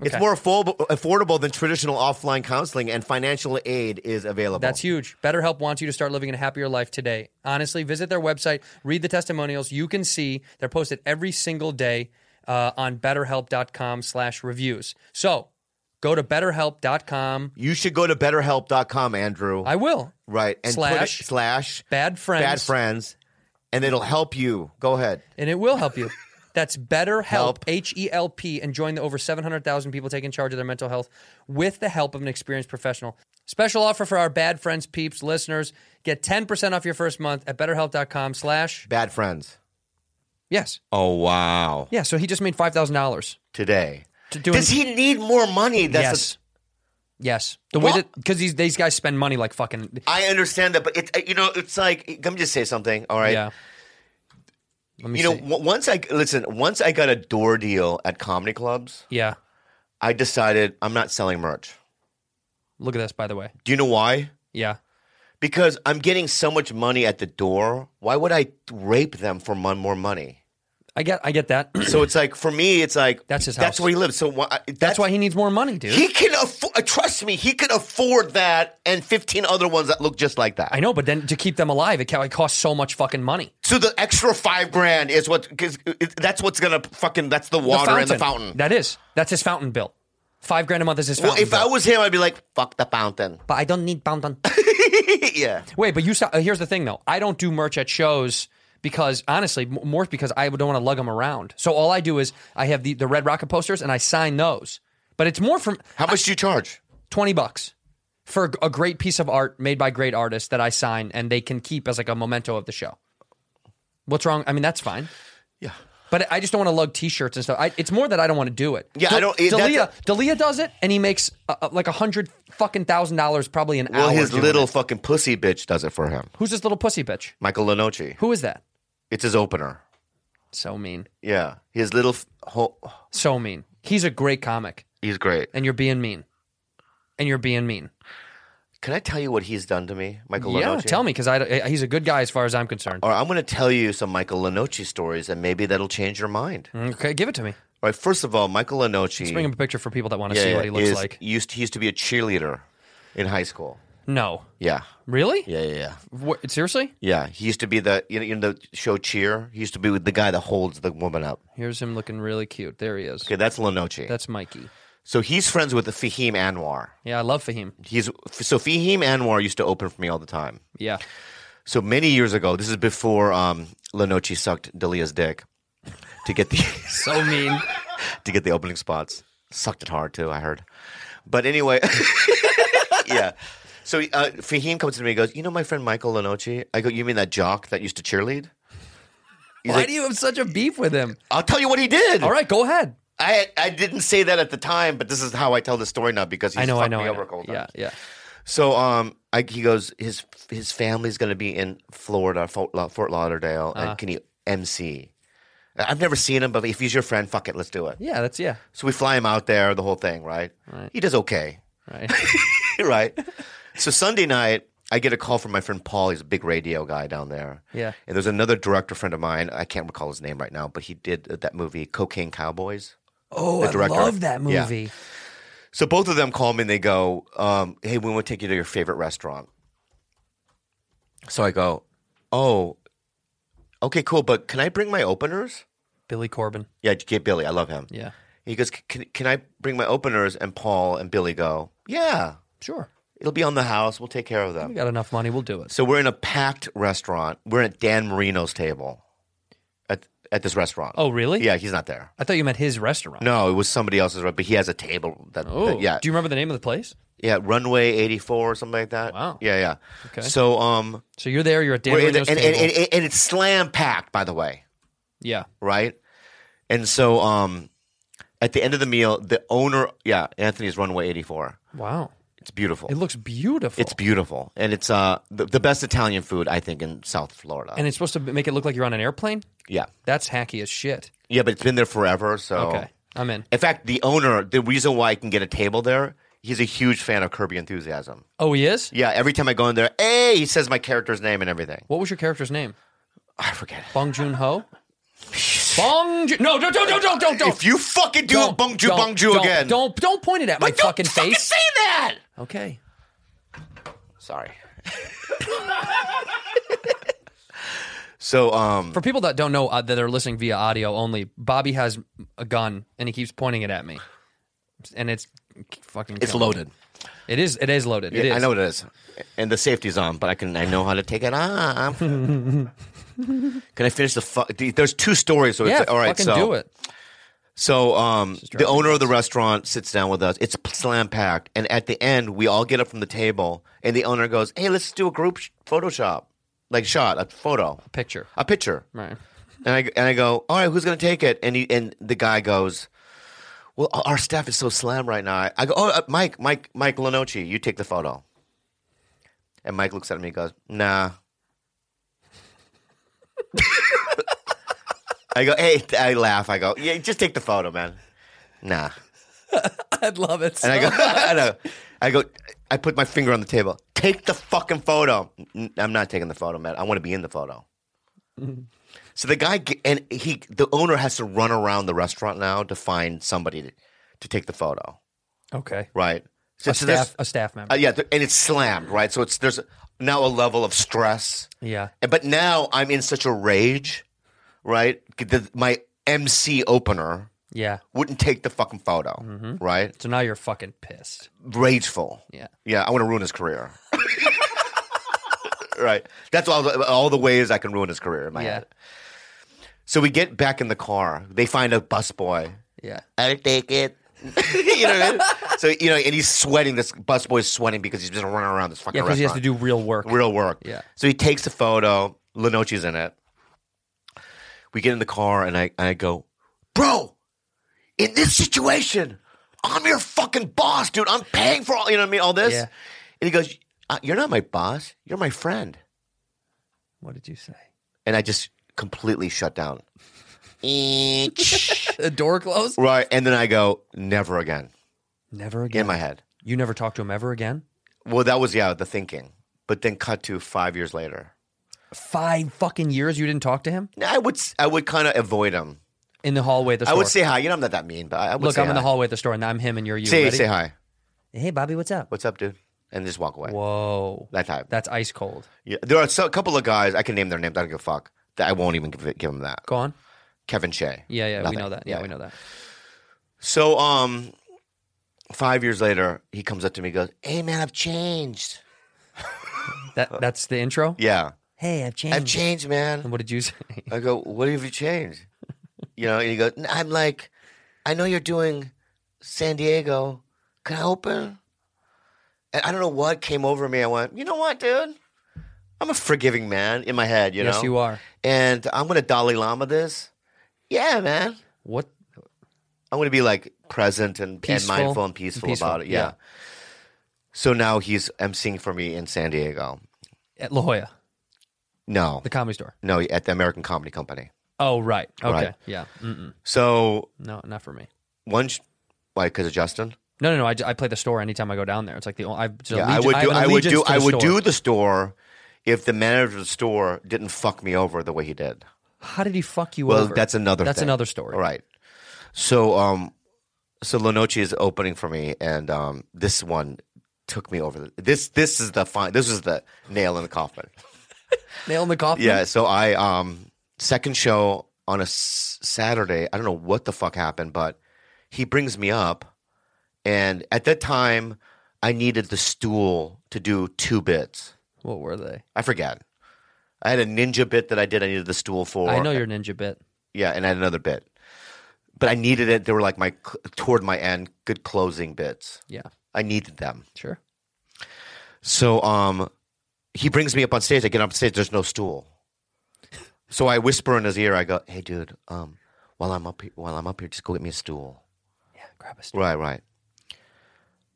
Speaker 2: It's
Speaker 1: Okay.
Speaker 2: more affordable, affordable than traditional offline counseling, and financial aid is available.
Speaker 1: That's huge. BetterHelp wants you to start living a happier life today. Honestly, visit their website, read the testimonials. You can see they're posted every single day uh, on betterhelp.com slash reviews. So go to betterhelp.com.
Speaker 2: You should go to betterhelp.com, Andrew.
Speaker 1: I will.
Speaker 2: right. And put it-
Speaker 1: Slash.
Speaker 2: slash
Speaker 1: Bad friends.
Speaker 2: bad friends, and it'll help you. Go ahead.
Speaker 1: And it will help you. That's BetterHelp,
Speaker 2: Help.
Speaker 1: H E L P, and join the over 700,000 people taking charge of their mental health with the help of an experienced professional. Special offer for our bad friends, peeps, listeners. Get 10% off your first month at betterhelp.com slash.
Speaker 2: Bad friends.
Speaker 1: Yes.
Speaker 2: Oh, wow.
Speaker 1: Yeah, so he just made five thousand dollars
Speaker 2: Today.
Speaker 1: to doing.
Speaker 2: Does he need more money? That's
Speaker 1: yes, yes. The way
Speaker 2: What?
Speaker 1: that because these these guys spend money like fucking.
Speaker 2: the- I understand that, but it, you know, it's like, let me just say something, all right?
Speaker 1: Yeah. Let me
Speaker 2: you know,
Speaker 1: see.
Speaker 2: w- once I, listen, once I got a door deal at comedy clubs,
Speaker 1: yeah.
Speaker 2: I decided I'm not selling merch.
Speaker 1: Look at this, by the way.
Speaker 2: Do you know why?
Speaker 1: Yeah.
Speaker 2: Because I'm getting so much money at the door. Why would I rape them for mon- more money?
Speaker 1: I get I get that.
Speaker 2: So it's like for me, it's like
Speaker 1: That's his house.
Speaker 2: That's where he lives. So why, that's,
Speaker 1: That's why he needs more money, dude.
Speaker 2: he can afford. Trust me, he can afford that and 15 other ones that look just like that.
Speaker 1: I know, but then to keep them alive, it, ca- it costs so much fucking money.
Speaker 2: So the extra five grand is what because that's what's gonna fucking that's the water and the fountain.
Speaker 1: That is. That's his fountain bill. Five grand a month is his
Speaker 2: well,
Speaker 1: fountain
Speaker 2: if
Speaker 1: bill.
Speaker 2: I was him, I'd be like, fuck the fountain.
Speaker 9: But I don't need pound on.
Speaker 2: yeah.
Speaker 1: Wait, but you saw. uh, Here's the thing, though. I don't do merch at shows because honestly, m- more because I don't want to lug them around. So all I do is I have the the Red Rocket posters and I sign those. But it's more from
Speaker 2: How much do you charge?
Speaker 1: twenty bucks for a great piece of art made by great artists that I sign and they can keep as like a memento of the show. What's wrong? I mean, that's fine.
Speaker 2: Yeah.
Speaker 1: But I just don't want to lug T-shirts and stuff. I, it's more that I don't want to do it.
Speaker 2: Yeah, I don't- it-
Speaker 1: Dalia,
Speaker 2: that's
Speaker 1: Dalia does it, and he makes uh, uh, like a hundred fucking thousand dollars probably an
Speaker 2: Well,
Speaker 1: hour.
Speaker 2: his
Speaker 1: doing
Speaker 2: little
Speaker 1: it.
Speaker 2: fucking pussy bitch does it for him.
Speaker 1: Who's this little pussy bitch?
Speaker 2: Michael Lenoci.
Speaker 1: Who is that?
Speaker 2: It's his opener.
Speaker 1: So mean.
Speaker 2: Yeah, his little. F- ho-
Speaker 1: So mean. He's a great comic,
Speaker 2: he's great.
Speaker 1: and you're being mean, and you're being mean.
Speaker 2: Can I tell you what he's done to me, Michael?
Speaker 1: yeah,
Speaker 2: Lenoci?
Speaker 1: tell me because I, I- he's a good guy as far as I'm concerned.
Speaker 2: Or I'm going to tell you some Michael Lenoci stories, and maybe that'll change your mind.
Speaker 1: Okay, give it to me.
Speaker 2: All right, first of all, Michael Lenoci.
Speaker 1: Mm. Let's bring him a picture for people that want to see what he looks
Speaker 2: is-
Speaker 1: like.
Speaker 2: Used he used to be a cheerleader in high school.
Speaker 1: No,
Speaker 2: Yeah,
Speaker 1: really?
Speaker 2: yeah, yeah, yeah.
Speaker 1: What, seriously?
Speaker 2: Yeah, he used to be the you know, you know the show Cheer. He used to be with the guy that holds the woman up.
Speaker 1: Here's him looking really cute. There he is.
Speaker 2: Okay, that's Lenoci.
Speaker 1: That's Mikey.
Speaker 2: so he's friends with the Fahim Anwar.
Speaker 1: Yeah, I love Fahim.
Speaker 2: He's so Fahim Anwar used to open for me all the time.
Speaker 1: Yeah.
Speaker 2: So many years ago, this is before um, Lenoci sucked Dalia's dick to get the
Speaker 1: So mean.
Speaker 2: to get the opening spots. Sucked it hard too, I heard. But anyway, yeah. So uh, Fahim comes to me and goes, "You know my friend Michael Lenoci?" I go, "You mean that jock that used to cheerlead?" He's
Speaker 1: Why
Speaker 2: like,
Speaker 1: do you have such a beef with him?
Speaker 2: I'll tell you what he did.
Speaker 1: All right, go ahead.
Speaker 2: I I didn't say that at the time, but this is how I tell the story now because he's
Speaker 1: I know,
Speaker 2: fucked
Speaker 1: I know.
Speaker 2: me
Speaker 1: I
Speaker 2: over
Speaker 1: know.
Speaker 2: a couple
Speaker 1: yeah,
Speaker 2: times.
Speaker 1: yeah.
Speaker 2: So um, I, he goes his his family's going to be in Florida, Fort, La- Fort Lauderdale,
Speaker 1: Uh-huh.
Speaker 2: and can you MC? I've never seen him, but if he's your friend, fuck it, let's do it.
Speaker 1: Yeah, that's yeah.
Speaker 2: So we fly him out there, the whole thing, right?
Speaker 1: Right.
Speaker 2: He does okay,
Speaker 1: Right.
Speaker 2: right? so Sunday night, I get a call from my friend Paul. He's a big radio guy down there.
Speaker 1: Yeah.
Speaker 2: And there's another director friend of mine. I can't recall his name right now, but he did that movie Cocaine Cowboys.
Speaker 1: Oh,
Speaker 2: The
Speaker 1: I
Speaker 2: director.
Speaker 1: love that
Speaker 2: Yeah.
Speaker 1: movie.
Speaker 2: So both of them call me and they go, um, "Hey, we want to take you to your favorite restaurant." So I go, "Oh, okay, cool, but can I bring my openers?"
Speaker 1: Billy Corbin.
Speaker 2: Yeah, get Billy. I love him.
Speaker 1: Yeah.
Speaker 2: He goes, "Can can I bring my openers?" And Paul and Billy go, "Yeah,
Speaker 1: Sure.
Speaker 2: it'll be on the house. We'll take care of
Speaker 1: We
Speaker 2: them."
Speaker 1: got enough money. We'll do it.
Speaker 2: So we're in a packed restaurant. We're at Dan Marino's table at at this restaurant.
Speaker 1: Oh, really?
Speaker 2: yeah, he's not there.
Speaker 1: I thought you meant his restaurant.
Speaker 2: No, it was somebody else's, but he has a table that, that-
Speaker 1: Oh,
Speaker 2: yeah.
Speaker 1: Do you remember the name of the place?
Speaker 2: Yeah, runway eighty four or something like that.
Speaker 1: Wow.
Speaker 2: Yeah, yeah.
Speaker 1: Okay.
Speaker 2: So um,
Speaker 1: So you're there. You're at Dan
Speaker 2: we're in the-
Speaker 1: Marino's
Speaker 2: and, and,
Speaker 1: table.
Speaker 2: and, and it's slam packed, by the way,
Speaker 1: yeah.
Speaker 2: right? And so um, at the end of the meal, the owner, yeah, Anthony's runway eighty four.
Speaker 1: Wow.
Speaker 2: It's beautiful.
Speaker 1: It looks beautiful.
Speaker 2: it's beautiful, and it's uh the, the best Italian food I think in South Florida.
Speaker 1: and it's supposed to make it look like you're on an airplane.
Speaker 2: yeah,
Speaker 1: That's hacky as shit.
Speaker 2: yeah, but it's been there forever. So
Speaker 1: Okay, I'm in.
Speaker 2: in fact, the owner, the reason why I can get a table there, he's a huge fan of Kirby Enthusiasm.
Speaker 1: Oh, he is.
Speaker 2: Yeah, every time I go in there, hey, he says my character's name and everything.
Speaker 1: What was your character's name?
Speaker 2: I forget it.
Speaker 1: Bong Joon Ho. Bong. Joon- no, don't, don't, don't, don't, don't, don't.
Speaker 2: If you fucking do a
Speaker 1: Don't,
Speaker 2: bung ju
Speaker 1: don't,
Speaker 2: bung ju
Speaker 1: don't,
Speaker 2: again,
Speaker 1: Don't don't point it at my
Speaker 2: But don't
Speaker 1: fucking
Speaker 2: fucking
Speaker 1: face.
Speaker 2: say that.
Speaker 1: Okay.
Speaker 2: Sorry. so um
Speaker 1: For people that don't know uh, that are listening via audio only, Bobby has a gun and he keeps pointing it at me, and it's fucking.
Speaker 2: it's
Speaker 1: killing
Speaker 2: loaded.
Speaker 1: me. It is. It is loaded. It
Speaker 2: Yeah,
Speaker 1: is.
Speaker 2: I know it is. And the safety's on, but I can I know how to take it off. can I finish the fuck there's two stories so
Speaker 1: Yeah.
Speaker 2: it's all right
Speaker 1: fucking
Speaker 2: so
Speaker 1: do it.
Speaker 2: so um the
Speaker 1: driving
Speaker 2: owner of the restaurant sits down with us. It's slam packed and at the end we all get up from the table and the owner goes, "Hey, let's do a group sh- photoshop." Like shot, a photo,
Speaker 1: Picture.
Speaker 2: a picture.
Speaker 1: Right.
Speaker 2: And I and I go, all right, who's gonna take it? And he, and the guy goes, well, our staff is so slam right now. I go, oh, uh, Mike, Mike, Mike Lenoci, you take the photo. And Mike looks at me and goes, nah. I go, hey, I laugh. I go, yeah, just take the photo, man. Nah.
Speaker 1: I'd love it.
Speaker 2: And I go,
Speaker 1: Oh,
Speaker 2: I know. I go, I put my finger on the table. Take the fucking photo. "N- I'm not taking the photo, man. I want to be in the photo.
Speaker 1: Mm-hmm.
Speaker 2: So the guy ge- and he, the owner has to run around the restaurant now to find somebody to, to take the photo,
Speaker 1: okay.
Speaker 2: right? So,
Speaker 1: A
Speaker 2: so there's-
Speaker 1: staff. A staff member.
Speaker 2: uh, yeah, th- and it's slammed, right? So it's there's now a level of stress,
Speaker 1: yeah.
Speaker 2: And- but now I'm in such a rage, right? The, my MC opener
Speaker 1: Yeah.
Speaker 2: wouldn't take the fucking photo, right?
Speaker 1: So now you're fucking pissed.
Speaker 2: Rageful.
Speaker 1: Mm-hmm. Yeah.
Speaker 2: Yeah, I want to ruin his career. right. That's all the, all the ways I can ruin his career in my
Speaker 1: Yeah.
Speaker 2: head. So we get back in the car. They find a busboy.
Speaker 1: Yeah.
Speaker 2: I'll take it. you know what I mean? So, you know, and he's sweating. This busboy's sweating because he's been running around this fucking
Speaker 1: Yeah, because he has to
Speaker 2: restaurant.
Speaker 1: do real work.
Speaker 2: real work.
Speaker 1: Yeah.
Speaker 2: So he takes the photo. Lenoci's in it. we get in the car and I, I go, bro, in this situation, I'm your fucking boss, dude. I'm paying for all, you know what I mean? All this.
Speaker 1: Yeah.
Speaker 2: And he goes, "Uh, you're not my boss. You're my friend.
Speaker 1: What did you say?
Speaker 2: And I just completely shut down. the
Speaker 1: door closed?
Speaker 2: Right. And then I go, never again.
Speaker 1: Never again.
Speaker 2: In my head.
Speaker 1: You never talked to him ever again?
Speaker 2: Well, that was, yeah, the thinking. But then cut to five years later.
Speaker 1: Five fucking years you didn't talk to him?
Speaker 2: I would I would kind of avoid him.
Speaker 1: In the hallway at the
Speaker 2: I
Speaker 1: store.
Speaker 2: would say hi. You know, I'm not that mean, but I, I would
Speaker 1: Look,
Speaker 2: say
Speaker 1: I'm in the
Speaker 2: hi.
Speaker 1: hallway at the store and I'm him and you're you.
Speaker 2: Say,
Speaker 1: Ready?
Speaker 2: say hi.
Speaker 9: Hey, Bobby, what's up?
Speaker 2: What's up, dude? And just walk away.
Speaker 1: Whoa.
Speaker 2: That type.
Speaker 1: That's ice cold.
Speaker 2: Yeah, there are so, a couple of guys. I can name their names. I don't give a fuck. That I won't even give, give them that.
Speaker 1: Go on.
Speaker 2: Kevin Shea.
Speaker 1: Yeah, yeah,
Speaker 2: Nothing.
Speaker 1: we know that. Yeah, we know that.
Speaker 2: So, um, five years later, he comes up to me, and goes, "Hey, man, I've changed."
Speaker 1: That that's the intro?
Speaker 2: Yeah.
Speaker 9: Hey, I've changed.
Speaker 2: I've changed, man.
Speaker 1: And what did you say?
Speaker 2: I go, "What have you changed?" You know, and he goes, "N- "I'm like, I know you're doing San Diego. Can I open?" And I don't know what came over me. I went, "You know what, dude? I'm a forgiving man in my head. You
Speaker 1: yes,
Speaker 2: know,
Speaker 1: you are.
Speaker 2: and I'm gonna Dalai Lama this. Yeah, man.
Speaker 1: What?
Speaker 2: I'm gonna be like present and, and
Speaker 1: Peaceful.
Speaker 2: mindful and peaceful,
Speaker 1: Peaceful,
Speaker 2: about it. Yeah.
Speaker 1: yeah.
Speaker 2: So now he's emceeing for me in San Diego.
Speaker 1: At La Jolla,
Speaker 2: No,
Speaker 1: the comedy store.
Speaker 2: no, at the American Comedy Company.
Speaker 1: Oh, right. Okay.
Speaker 2: Right.
Speaker 1: Yeah. Mm-mm.
Speaker 2: So
Speaker 1: No, not for me.
Speaker 2: one, sh- why? Because of Justin.
Speaker 1: No, no, no. I, j- I play the store anytime I go down there. It's like the only. I've,
Speaker 2: yeah, I would do. I, would do. I would do the store if the manager of the store didn't fuck me over the way he did.
Speaker 1: How did he fuck you
Speaker 2: well,
Speaker 1: over?
Speaker 2: that's another.
Speaker 1: That's
Speaker 2: thing.
Speaker 1: another story.
Speaker 2: All right. So, um, so La Noche is opening for me, and um, this one took me over. The, this this is the fine. This was the nail in the coffin.
Speaker 1: Nail in the coffin.
Speaker 2: Yeah. So I um second show on a s- Saturday. I don't know what the fuck happened, but he brings me up, and at that time, I needed the stool to do two bits.
Speaker 1: What were they?
Speaker 2: I forget. I had a ninja bit that I did. I needed the stool for.
Speaker 1: I know your ninja bit.
Speaker 2: Yeah, and I had another bit, but I needed it. They were like my toward my end, good closing bits.
Speaker 1: Yeah.
Speaker 2: I needed them.
Speaker 1: Sure.
Speaker 2: So um, he brings me up on stage. I get up on stage. There's no stool. So I whisper in his ear. I go, "Hey, dude, um, while I'm up here, while I'm up here, just go get me a stool."
Speaker 1: Yeah, grab a stool.
Speaker 2: Right, right.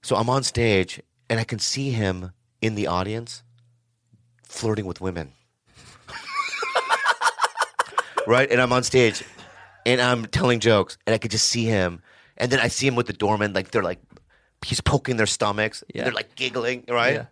Speaker 2: So I'm on stage, and I can see him in the audience flirting with women. right, and I'm on stage, and I'm telling jokes, and I could just see him, and then I see him with the doorman, like they're like, he's poking their stomachs, and
Speaker 1: Yeah.
Speaker 2: they're like giggling, right?
Speaker 1: Yeah.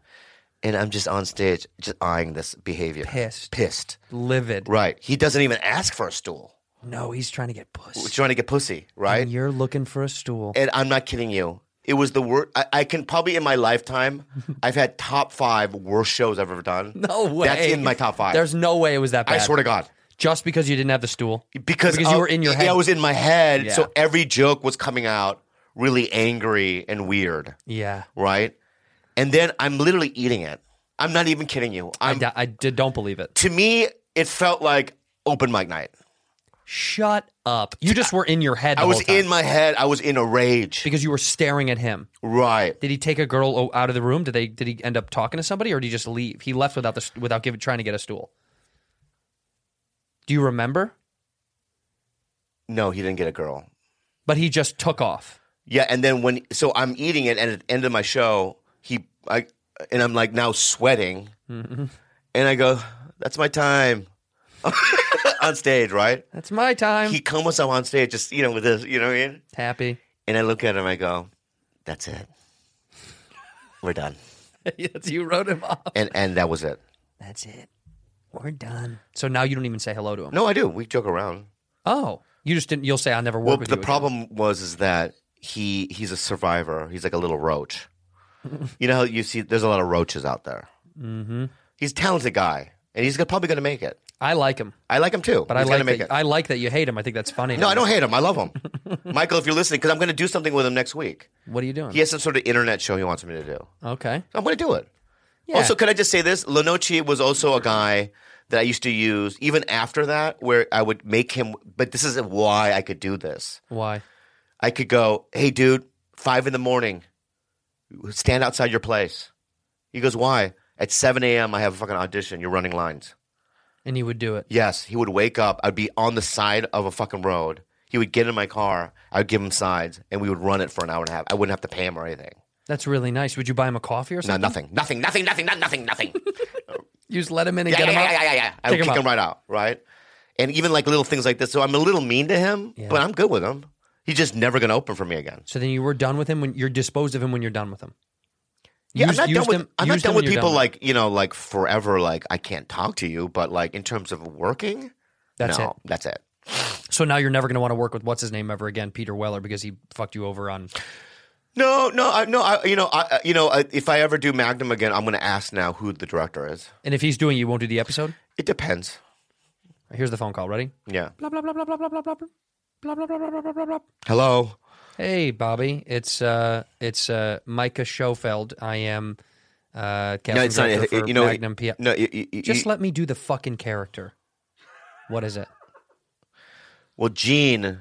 Speaker 2: And I'm just on stage, just eyeing this behavior,
Speaker 1: Pissed.
Speaker 2: pissed.
Speaker 1: Livid.
Speaker 2: Right, he doesn't even ask for a stool.
Speaker 1: No, he's trying to get pussy.
Speaker 2: We're trying to get pussy, right?
Speaker 1: And you're looking for a stool.
Speaker 2: and I'm not kidding you. It was the worst. I, I can probably in my lifetime, I've had top five worst shows I've ever done.
Speaker 1: no way.
Speaker 2: That's in my top five.
Speaker 1: There's no way it was that
Speaker 2: I
Speaker 1: bad.
Speaker 2: swear to God.
Speaker 1: Just because you didn't have the stool.
Speaker 2: Because,
Speaker 1: Because you
Speaker 2: of-
Speaker 1: were in your head.
Speaker 2: Yeah, I was in my head.
Speaker 1: Yeah.
Speaker 2: So every joke was coming out really angry and weird,
Speaker 1: Yeah.
Speaker 2: right? And then I'm literally eating it. I'm not even kidding you.
Speaker 1: I,
Speaker 2: I'm,
Speaker 1: d- I d- don't believe it.
Speaker 2: to me, it felt like open mic night.
Speaker 1: Shut up. You just were in your head. The
Speaker 2: I was
Speaker 1: whole time.
Speaker 2: in my head. I was in a rage.
Speaker 1: because you were staring at him.
Speaker 2: Right.
Speaker 1: Did he take a girl o- out of the room? Did they? Did he end up talking to somebody, or did he just leave? He left without the s- without giving trying to get a stool. Do you remember?
Speaker 2: No, he didn't get a girl.
Speaker 1: But he just took off.
Speaker 2: Yeah, and then when so I'm eating it, and at the end of my show, he I and I'm like now sweating, and I go, "That's my time." on stage, right?
Speaker 1: That's my time.
Speaker 2: He comes up on stage, just you know, with this, you know what I mean?
Speaker 1: Happy.
Speaker 2: And I look at him, I go, "That's it, we're done,"
Speaker 1: yes, you wrote him off.
Speaker 2: and and that was it.
Speaker 9: That's it. We're done.
Speaker 1: So now you don't even say hello to him.
Speaker 2: No, I do. We joke around.
Speaker 1: Oh, you just didn't. You'll say I'll never work
Speaker 2: Well,
Speaker 1: with
Speaker 2: the
Speaker 1: you again."
Speaker 2: problem was is that he he's a survivor. He's like a little roach. you know how you see? There's a lot of roaches out there.
Speaker 1: Mhm.
Speaker 2: He's a talented guy, and he's go- probably going to make it.
Speaker 1: I like him,
Speaker 2: I like him too,
Speaker 1: but
Speaker 2: He's
Speaker 1: I
Speaker 2: gonna
Speaker 1: like
Speaker 2: make
Speaker 1: that,
Speaker 2: it.
Speaker 1: I like that you hate him. I think that's funny.
Speaker 2: no, I don't hate him. I love him, Michael. If you're listening, because I'm going to do something with him next week.
Speaker 1: What are you doing?
Speaker 2: He has some sort of internet show he wants me to do.
Speaker 1: Okay.
Speaker 2: I'm going to do it.
Speaker 1: Yeah.
Speaker 2: Also, could I just say this? Lenoci was also a guy that I used to use even after that, where I would make him. But this is why I could do this.
Speaker 1: Why?
Speaker 2: I could go, hey, dude, five in the morning, stand outside your place. He goes, why? At 7 a.m., I have a fucking audition. You're running lines.
Speaker 1: and you would do it.
Speaker 2: Yes, he would wake up. I'd be on the side of a fucking road. He would get in my car. I would give him sides, and we would run it for an hour and a half. I wouldn't have to pay him or anything.
Speaker 1: That's really nice. Would you buy him a coffee or
Speaker 2: No,
Speaker 1: something?
Speaker 2: nothing, nothing, nothing, nothing, not nothing, nothing.
Speaker 1: You just let him in and
Speaker 2: yeah,
Speaker 1: get
Speaker 2: yeah,
Speaker 1: him
Speaker 2: yeah,
Speaker 1: out.
Speaker 2: yeah, yeah, yeah. I would
Speaker 1: Take
Speaker 2: kick
Speaker 1: him
Speaker 2: him,
Speaker 1: out.
Speaker 2: right out, right? And even like little things like this. So I'm a little mean to him, but I'm good with him. He's just never going to open for me again.
Speaker 1: So then you were done with him when you're disposed of him when you're done with him.
Speaker 2: Yeah,
Speaker 1: Used-
Speaker 2: I'm not
Speaker 1: used
Speaker 2: done with
Speaker 1: him-
Speaker 2: I'm not
Speaker 1: used
Speaker 2: done
Speaker 1: him
Speaker 2: with
Speaker 1: when you're
Speaker 2: people
Speaker 1: done
Speaker 2: like you know like forever. Like I can't talk to you, but like in terms of working,
Speaker 1: That's
Speaker 2: no,
Speaker 1: it.
Speaker 2: That's it.
Speaker 1: So now you're never going to want to work with what's his name ever again, Peter Weller, because he fucked you over on.
Speaker 2: No, no, I, no. I, you know, I, I- you know, I, if I ever do Magnum again, I'm going to ask now who the director is.
Speaker 1: And if he's doing, it, you won't do the episode.
Speaker 2: It depends.
Speaker 1: Here's the phone call. Ready?
Speaker 2: Yeah.
Speaker 1: Blah blah blah blah blah blah blah blah blah blah blah blah blah blah blah.
Speaker 2: Hello.
Speaker 1: Hey, Bobby. It's uh, it's uh, Micah Schofeld. I am uh, casting
Speaker 2: No, it's not.
Speaker 1: director
Speaker 2: it-
Speaker 1: for
Speaker 2: you know,
Speaker 1: Magnum P.
Speaker 2: no. You, you, you-
Speaker 1: Just let me do the fucking character. What is it?
Speaker 2: well, Gene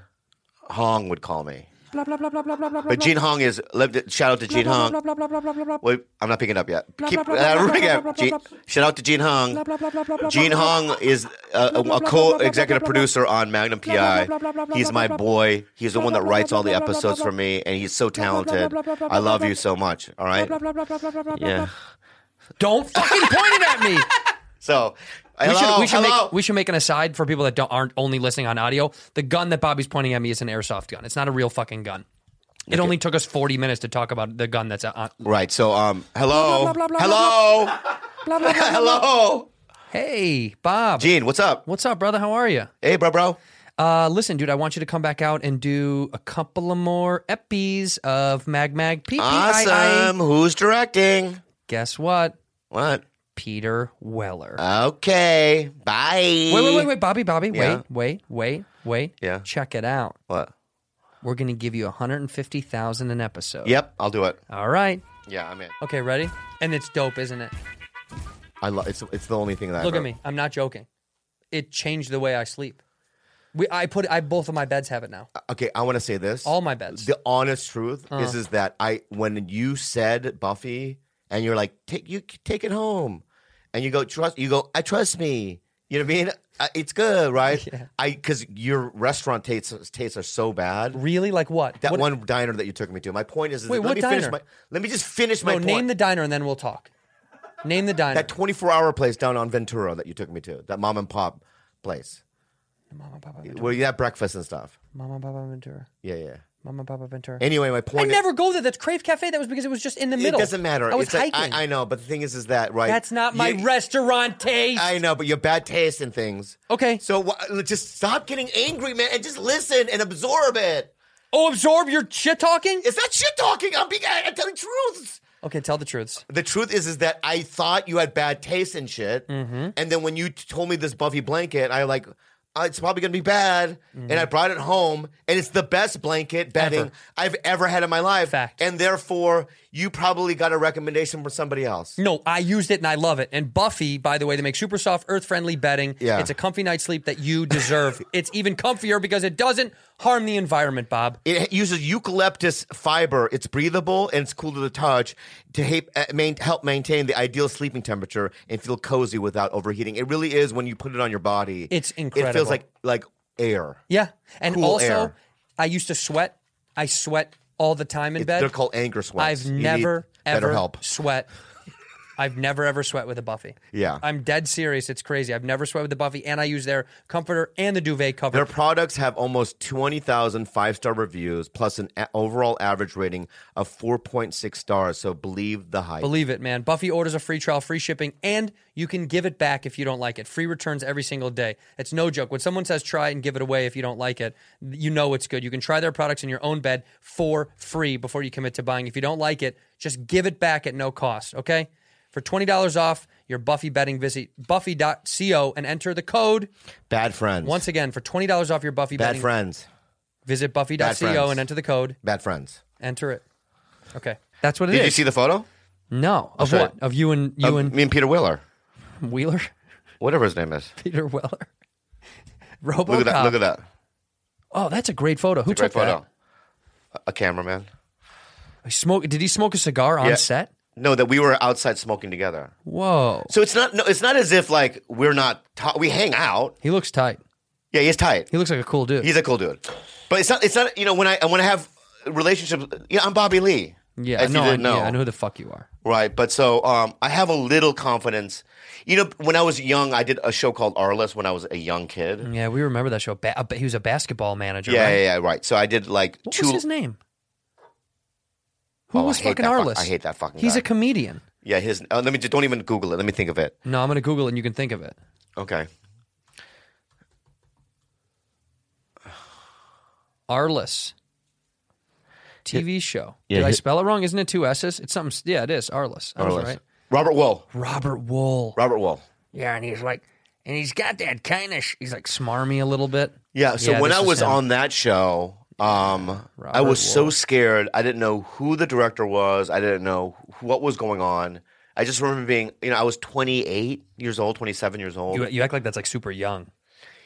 Speaker 2: Hong would call me,
Speaker 1: Blah blah blah blah blah blah blah.
Speaker 2: but Gene Hong is. let- Shout out to Gene
Speaker 1: blah, blah,
Speaker 2: Hong.
Speaker 1: blah, blah, blah, blah, blah, blah.
Speaker 2: Wait, I'm not picking up yet.
Speaker 1: Blah,
Speaker 2: Keep
Speaker 1: blah, blah, blah,
Speaker 2: uh,
Speaker 1: blah,
Speaker 2: ring
Speaker 1: blah,
Speaker 2: up.
Speaker 1: blah, blah,
Speaker 2: Gene-
Speaker 1: blah,
Speaker 2: Shout out to Gene Hong.
Speaker 1: Blah, blah, blah, blah, blah, blah,
Speaker 2: Gene
Speaker 1: blah, blah.
Speaker 2: Hong is a, a, a co-executive producer on Magnum PI. He's my boy. He's the one that writes all the episodes for me, and he's so talented. I love you so much. All right.
Speaker 1: Blah, blah, blah, blah, blah, blah, blah, blah,
Speaker 2: Yeah.
Speaker 1: blah. Don't fucking point it at me.
Speaker 2: So
Speaker 1: we should,
Speaker 2: hello,
Speaker 1: we, should
Speaker 2: hello.
Speaker 1: make, we should make an aside for people that don't, aren't only listening on audio. The gun that Bobby's pointing at me is an airsoft gun. It's not a real fucking gun. It only took us 40 minutes to talk about the gun that's uh, on.
Speaker 2: Right. So um,
Speaker 1: Blah,
Speaker 2: hello,
Speaker 1: blah, blah, blah,
Speaker 2: hello,
Speaker 1: Blah, blah, blah, blah, blah.
Speaker 2: hello.
Speaker 1: Hey, Bob.
Speaker 2: Gene, what's up?
Speaker 1: What's up, brother? How are you?
Speaker 2: Hey, bro, bro.
Speaker 1: Uh, listen, dude, I want you to come back out and do a couple of more episodes of Mag Mag Pee Pee. I- I-
Speaker 2: Awesome. Who's directing?
Speaker 1: Guess what?
Speaker 2: What?
Speaker 1: Peter Weller.
Speaker 2: Uh, Okay. Bye.
Speaker 1: Wait, wait, wait, wait, Bobby, Bobby,
Speaker 2: Yeah.
Speaker 1: wait, wait, wait, wait.
Speaker 2: Yeah.
Speaker 1: Check it out.
Speaker 2: What?
Speaker 1: We're gonna give you 150,000 an episode.
Speaker 2: Yep, I'll do it.
Speaker 1: All right.
Speaker 2: Yeah, I'm in.
Speaker 1: Okay, ready? And it's dope, isn't it?
Speaker 2: I love it's. It's the only thing that I
Speaker 1: Look at
Speaker 2: wrote.
Speaker 1: me. I'm not joking. It changed the way I sleep. We, I put, I both of my beds have it now.
Speaker 2: Okay, I want to say this.
Speaker 1: All my beds.
Speaker 2: the honest truth
Speaker 1: Uh.
Speaker 2: is, is that I when you said Buffy and you're like take you take it home, and you go trust you go I trust me. You know what I mean? I, it's good, right? I because your restaurant tastes tastes are so bad.
Speaker 1: Really? Like what?
Speaker 2: That
Speaker 1: What-
Speaker 2: one diner that you took me to. My point is, is
Speaker 1: Wait,
Speaker 2: let
Speaker 1: what
Speaker 2: me
Speaker 1: diner?
Speaker 2: finish my. Let me just finish my
Speaker 1: no,
Speaker 2: point.
Speaker 1: name the diner and then we'll talk. Name the diner.
Speaker 2: that 24 hour place down on Ventura that you took me to. That mom and pop place
Speaker 1: Mama Papa Ventura.
Speaker 2: where you had breakfast and stuff.
Speaker 1: Mama Papa Ventura.
Speaker 2: Yeah, yeah.
Speaker 1: Mama Papa Ventura.
Speaker 2: Anyway, my
Speaker 1: I
Speaker 2: point. is-
Speaker 1: never go there. That's Crave Cafe. That was because it was just in the middle.
Speaker 2: It doesn't matter.
Speaker 1: I was
Speaker 2: It's like-
Speaker 1: hiking.
Speaker 2: I, know, but the thing is, is that right?
Speaker 1: That's not my
Speaker 2: You-
Speaker 1: restaurant taste.
Speaker 2: I know, but your bad taste in things.
Speaker 1: okay.
Speaker 2: So wh- just stop getting angry, man, and just listen and absorb it.
Speaker 1: Oh, absorb your shit talking?
Speaker 2: It's not shit talking. I'm being. I- I'm telling truths.
Speaker 1: Okay, tell the truths.
Speaker 2: The truth is, is that I thought you had bad taste in shit,
Speaker 1: Mm-hmm.
Speaker 2: and then when you t- told me this Buffy blanket, I like. "Uh, It's probably gonna be bad, and I brought it home, and it's the best blanket bedding
Speaker 1: Mm-hmm. Ever.
Speaker 2: I've ever had in my life.
Speaker 1: Fact.
Speaker 2: And therefore, you probably got a recommendation from somebody else.
Speaker 1: No, I used it and I love it. And Buffy, by the way, they make super soft, earth friendly bedding.
Speaker 2: Yeah.
Speaker 1: It's a comfy night's sleep that you deserve. it's even comfier because it doesn't harm the environment, Bob.
Speaker 2: It uses eucalyptus fiber. It's breathable and it's cool to the touch to ha- uh, main- help maintain the ideal sleeping temperature and feel cozy without overheating. It really is when you put it on your body.
Speaker 1: It's
Speaker 2: It
Speaker 1: incredible.
Speaker 2: feels like like air.
Speaker 1: Yeah. And
Speaker 2: Cool
Speaker 1: also,
Speaker 2: air.
Speaker 1: I used to sweat. I sweat all the time in
Speaker 2: It-
Speaker 1: bed.
Speaker 2: they're called anger sweats.
Speaker 1: I've
Speaker 2: You need
Speaker 1: never
Speaker 2: better
Speaker 1: ever
Speaker 2: help.
Speaker 1: sweat. I've never ever sweat with a Buffy.
Speaker 2: Yeah.
Speaker 1: I'm dead serious. It's crazy. I've never sweat with the Buffy, and I use their comforter and the duvet cover.
Speaker 2: Their products have almost 20,000 five star reviews plus an a- overall average rating of 4.6 stars. So believe the hype.
Speaker 1: Believe it, man. Buffy orders a free trial, free shipping, and you can give it back if you don't like it. Free returns every single day. It's no joke. When someone says try it and give it away if you don't like it, you know it's good. You can try their products in your own bed for free before you commit to buying. If you don't like it, just give it back at no cost, okay? For $20 off your Buffy betting, visit buffy.co and enter the code.
Speaker 2: Bad friends.
Speaker 1: Once again, for $20 off your Buffy
Speaker 2: Bad
Speaker 1: betting,
Speaker 2: friends.
Speaker 1: visit
Speaker 2: Bad friends.
Speaker 1: buffy.co and enter the code.
Speaker 2: Bad friends.
Speaker 1: Enter it. Okay. That's what it is.
Speaker 2: Did you see the photo?
Speaker 1: No. Of
Speaker 2: show
Speaker 1: what?
Speaker 2: you.
Speaker 1: Of you and you
Speaker 2: Of
Speaker 1: and
Speaker 2: me and Peter Wheeler,
Speaker 1: Wheeler?
Speaker 2: whatever his name is.
Speaker 1: Peter Weller. RoboCop.
Speaker 2: Look at that. Look at that.
Speaker 1: Oh, that's a great photo. Who
Speaker 2: Great
Speaker 1: took
Speaker 2: photo. A- A cameraman.
Speaker 1: that? He smoke, did he smoke a cigar on
Speaker 2: Yeah.
Speaker 1: set?
Speaker 2: No, that we were outside smoking together.
Speaker 1: Whoa.
Speaker 2: So it's not no, it's not as if like we're not ta- we hang out.
Speaker 1: He looks tight.
Speaker 2: Yeah, he's tight.
Speaker 1: He looks like a cool dude.
Speaker 2: He's a cool dude. But it's not it's not you know when I when I have relationships. You know, I'm Bobby Lee.
Speaker 1: Yeah,
Speaker 2: If you
Speaker 1: no, I
Speaker 2: didn't
Speaker 1: know.
Speaker 2: know.
Speaker 1: I know who the fuck you are.
Speaker 2: Right, but so um, I have a little confidence. You know, when I was young, I did a show called Arliss when I was a young kid.
Speaker 1: Yeah, we remember that show. Ba- uh, he was a basketball manager.
Speaker 2: Yeah,
Speaker 1: right?
Speaker 2: yeah, yeah, right. So I did like
Speaker 1: What
Speaker 2: two.
Speaker 1: was his name? Who
Speaker 2: Oh, I
Speaker 1: was
Speaker 2: hate
Speaker 1: fucking
Speaker 2: that fuck-
Speaker 1: Arliss?
Speaker 2: I hate that fucking
Speaker 1: He's
Speaker 2: guy.
Speaker 1: a comedian.
Speaker 2: Yeah, his. Uh, let me don't even Google it. Let me think of it.
Speaker 1: No, I'm gonna Google it and you can think of it.
Speaker 2: Okay.
Speaker 1: Arliss. TV show.
Speaker 2: yeah,
Speaker 1: Did I
Speaker 2: hi-
Speaker 1: spell it wrong? Isn't it two S's? It's something. s- Yeah, it is. Arliss. I was
Speaker 2: Arliss.
Speaker 1: right.
Speaker 2: Robert Wool.
Speaker 1: Robert Wool.
Speaker 2: Robert Wool.
Speaker 9: Yeah, and he's like, and he's got that kind of. Sh-
Speaker 1: He's like smarmy a little bit.
Speaker 2: Yeah. So when
Speaker 1: this
Speaker 2: I
Speaker 1: is
Speaker 2: was
Speaker 1: him.
Speaker 2: on that show, um, I
Speaker 1: Robert
Speaker 2: was so
Speaker 1: Wool.
Speaker 2: scared. I didn't know who the director was. I didn't know wh- what was going on. I just remember being, you know, I was 28 years old, 27 years old.
Speaker 1: you, uh, you act like that's like super young.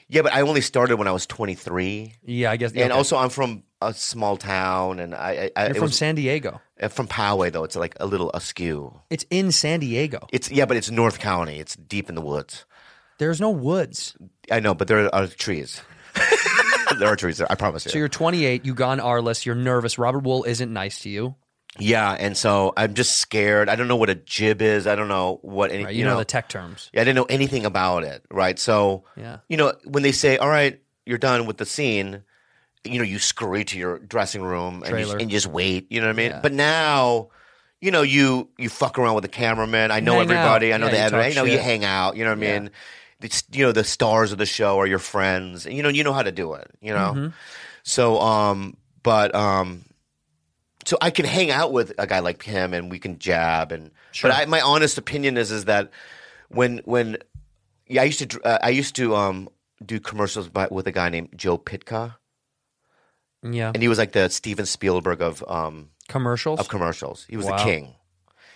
Speaker 2: yeah, but I only started when I was 23.
Speaker 1: Yeah, I guess.
Speaker 2: And
Speaker 1: okay.
Speaker 2: also, I'm from a small town, and I, I, I
Speaker 1: you're
Speaker 2: it
Speaker 1: from
Speaker 2: was,
Speaker 1: San Diego.
Speaker 2: uh, from Poway though. It's like a little askew.
Speaker 1: It's in San Diego.
Speaker 2: It's yeah, but it's North County. It's deep in the woods.
Speaker 1: There's no woods.
Speaker 2: I know, but there are trees. there are trees there. I promise you.
Speaker 1: So you're 28. You gone Arliss. You're nervous. Robert Wool isn't nice to you.
Speaker 2: yeah, and so I'm just scared. I don't know what a jib is. I don't know what any,
Speaker 1: Right?
Speaker 2: you,
Speaker 1: You, know, the tech terms.
Speaker 2: Yeah, I didn't know anything about it. Right. So
Speaker 1: Yeah.
Speaker 2: you know when they say, "All right, you're done with the scene," you know, you scurry to your dressing room and you,
Speaker 1: Trailer.
Speaker 2: and you just wait. You know what I mean?
Speaker 1: Yeah.
Speaker 2: But now. You know, you you fuck around with the cameraman. I know
Speaker 1: Hang out.
Speaker 2: everybody. I know
Speaker 1: Yeah,
Speaker 2: the
Speaker 1: you
Speaker 2: editor.
Speaker 1: talk
Speaker 2: You know, you
Speaker 1: shit.
Speaker 2: hang out. You know what I
Speaker 1: Yeah.
Speaker 2: mean? It's, you know, the stars of the show are your friends. You know, you know how to do it. You know,
Speaker 1: Mhm.
Speaker 2: so, um, but um, so I can hang out with a guy like him, and we can jab. And
Speaker 1: Sure.
Speaker 2: but I, my honest opinion is is that when when yeah, I used to dr- uh, I used to um do commercials by, with a guy named Joe Pitka,
Speaker 1: Yeah.
Speaker 2: and he was like the Steven Spielberg of um
Speaker 1: Commercials.
Speaker 2: of commercials. He was
Speaker 1: Wow.
Speaker 2: the king.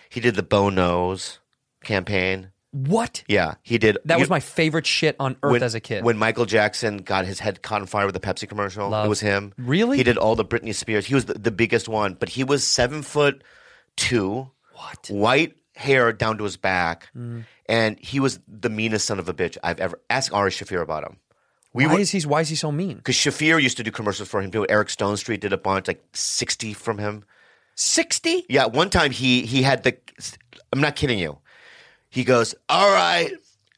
Speaker 2: He did the Bow Nose campaign.
Speaker 1: what?
Speaker 2: Yeah, he did.
Speaker 1: That
Speaker 2: you-
Speaker 1: was my favorite shit on earth
Speaker 2: when,
Speaker 1: as a kid.
Speaker 2: When Michael Jackson got his head caught on fire with the Pepsi commercial,
Speaker 1: Love.
Speaker 2: it was him.
Speaker 1: Really?
Speaker 2: He did all the Britney Spears. He was the, the biggest one, but he was seven foot two,
Speaker 1: what?
Speaker 2: white hair down to his back,
Speaker 1: Mm.
Speaker 2: and he was the meanest son of a bitch I've ever. Ask Ari Shafir about him. We
Speaker 1: why
Speaker 2: were
Speaker 1: is he? Why is he so mean?
Speaker 2: because Shafir used to do commercials for him too. Eric Stone Street did a bunch, like sixty from him.
Speaker 1: Sixty?
Speaker 2: Yeah, one time he he had the. I'm not kidding you. He goes, "All right,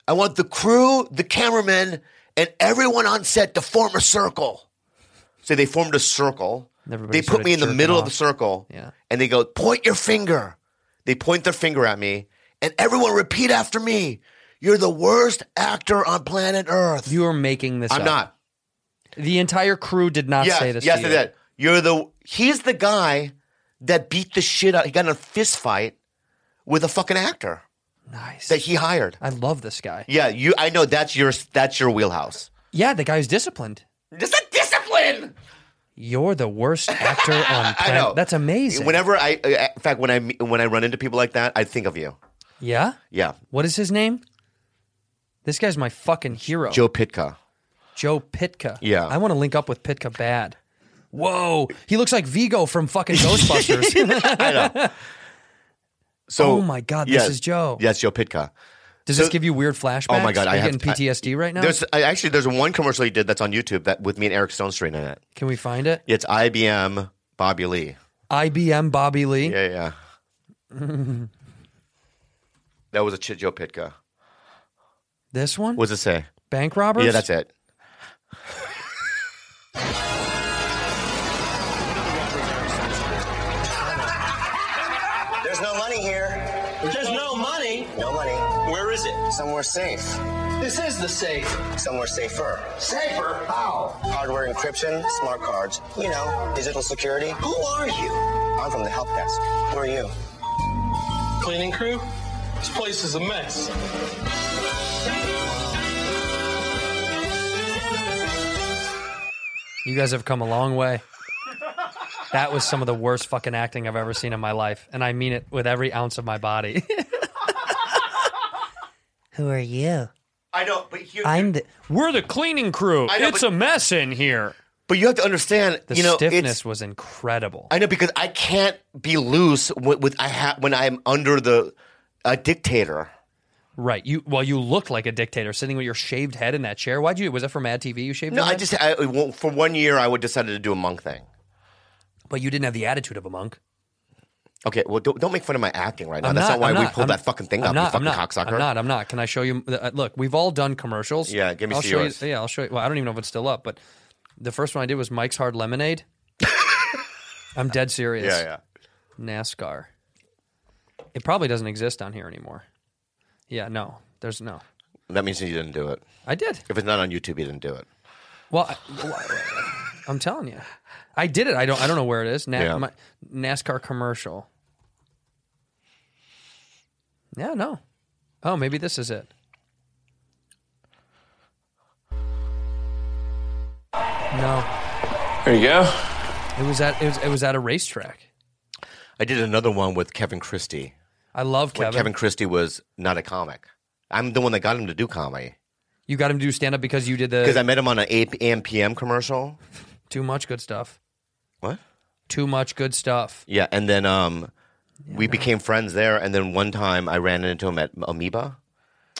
Speaker 2: I want the crew, the cameramen, and everyone on set to form a circle." So they formed a circle.
Speaker 1: Everybody
Speaker 2: they put
Speaker 1: started
Speaker 2: me in the
Speaker 1: jerking
Speaker 2: middle of
Speaker 1: off.
Speaker 2: the circle,
Speaker 1: Yeah.
Speaker 2: and they go, "Point your finger." They point their finger at me, and everyone repeat after me. You're the worst actor on planet Earth.
Speaker 1: You are making this.
Speaker 2: I'm
Speaker 1: up.
Speaker 2: not.
Speaker 1: The entire crew did not
Speaker 2: yes,
Speaker 1: say this.
Speaker 2: yes,
Speaker 1: to
Speaker 2: they
Speaker 1: you.
Speaker 2: did. You're the. He's the guy that beat the shit out. He got in a fist fight with a fucking actor
Speaker 1: Nice.
Speaker 2: that he hired.
Speaker 1: I love this guy.
Speaker 2: Yeah, you. I know that's your that's your wheelhouse.
Speaker 1: Yeah, the guy who's disciplined.
Speaker 2: That's not discipline.
Speaker 1: You're the worst actor on planet.
Speaker 2: I know.
Speaker 1: That's amazing.
Speaker 2: Whenever I, I- in fact, when I me- when I run into people like that, I think of you.
Speaker 1: yeah.
Speaker 2: Yeah,
Speaker 1: What is his name? This guy's my fucking hero.
Speaker 2: Joe Pitka.
Speaker 1: Joe Pitka.
Speaker 2: Yeah.
Speaker 1: I want to link up with Pitka bad. Whoa. He looks like Vigo from fucking Ghostbusters.
Speaker 2: So,
Speaker 1: Oh my God, this is Joe.
Speaker 2: Yes, Joe Pitka.
Speaker 1: Does this
Speaker 2: So-
Speaker 1: give you weird flashbacks?
Speaker 2: Oh my God,
Speaker 1: Are
Speaker 2: I
Speaker 1: you
Speaker 2: have
Speaker 1: getting
Speaker 2: to- I-
Speaker 1: PTSD right now?
Speaker 2: There's I, actually there's one commercial he did that's on YouTube that with me and Eric Stonestreet in it.
Speaker 1: Can we find it?
Speaker 2: It's IBM Bobby Lee.
Speaker 1: IBM Bobby Lee.
Speaker 2: Yeah, yeah. that was a chit Joe Pitka.
Speaker 1: This one?
Speaker 2: What's it say?
Speaker 1: Bank robbers?
Speaker 2: Yeah, that's it.
Speaker 13: There's no money here. There's no money. No money. Where is it? Somewhere safe. This is the safe. Somewhere safer. Safer? How? Hardware encryption, smart cards, you know, digital security. Who are you? I'm from the help desk. Who are you?
Speaker 14: Cleaning crew? This place is a mess.
Speaker 1: You guys have come a long way. That was some of the worst fucking acting I've ever seen in my life. And I mean it with every ounce of my body.
Speaker 9: Who are you?
Speaker 2: I know, but here,
Speaker 9: I'm the.
Speaker 1: We're the cleaning crew.
Speaker 2: I know,
Speaker 1: it's
Speaker 2: but-
Speaker 1: a mess in here.
Speaker 2: But you have to understand,
Speaker 1: The
Speaker 2: you know,
Speaker 1: stiffness
Speaker 2: it's,
Speaker 1: was incredible.
Speaker 2: I know because I can't be loose with, with I ha- when I'm under the a dictator.
Speaker 1: Right. You well, you looked like a dictator sitting with your shaved head in that chair. Why'd you? Was that for Mad TV? You shaved?
Speaker 2: No,
Speaker 1: your
Speaker 2: I
Speaker 1: head?
Speaker 2: just I, well, for one year I would decided to do a monk thing.
Speaker 1: But you didn't have the attitude of a monk.
Speaker 2: Okay, well, don't, don't make fun of my acting right now.
Speaker 1: I'm
Speaker 2: That's not, why
Speaker 1: I'm
Speaker 2: we pulled
Speaker 1: I'm-
Speaker 2: that fucking thing
Speaker 1: I'm
Speaker 2: up.
Speaker 1: Not,
Speaker 2: you fucking
Speaker 1: I'm not,
Speaker 2: cocksucker.
Speaker 1: I'm not. I'm not. Can I show you? Uh, look, we've all done commercials.
Speaker 2: Yeah, give me
Speaker 1: I'll
Speaker 2: some
Speaker 1: show
Speaker 2: yours.
Speaker 1: You, yeah, I'll show you. Well, I don't even know if it's still up, but the first one I did was Mike's Hard Lemonade. I'm dead serious.
Speaker 2: Yeah,
Speaker 1: yeah. NASCAR. It probably doesn't exist on here anymore. Yeah, no. There's no.
Speaker 2: That means you didn't do it.
Speaker 1: I did.
Speaker 2: If it's not on YouTube, you didn't do it.
Speaker 1: Well, I, am telling you, I did it. I don't. I don't know where it is. Na-
Speaker 2: Yeah.
Speaker 1: my- NASCAR commercial. Yeah, no. Oh, maybe this is it. No,
Speaker 2: There you go.
Speaker 1: it was at it was, it was at a racetrack.
Speaker 2: I did another one with Kevin Christie.
Speaker 1: I love
Speaker 2: When
Speaker 1: Kevin.
Speaker 2: Kevin Christie was not a comic. I'm the one that got him to do comedy
Speaker 1: You got him to do stand up because you did the
Speaker 2: because I met him on an 8 a.m. PM commercial.
Speaker 1: too much good stuff.
Speaker 2: What?
Speaker 1: Too much good stuff.
Speaker 2: Yeah, and then um, we became friends there. And then one time I ran into him at Amoeba,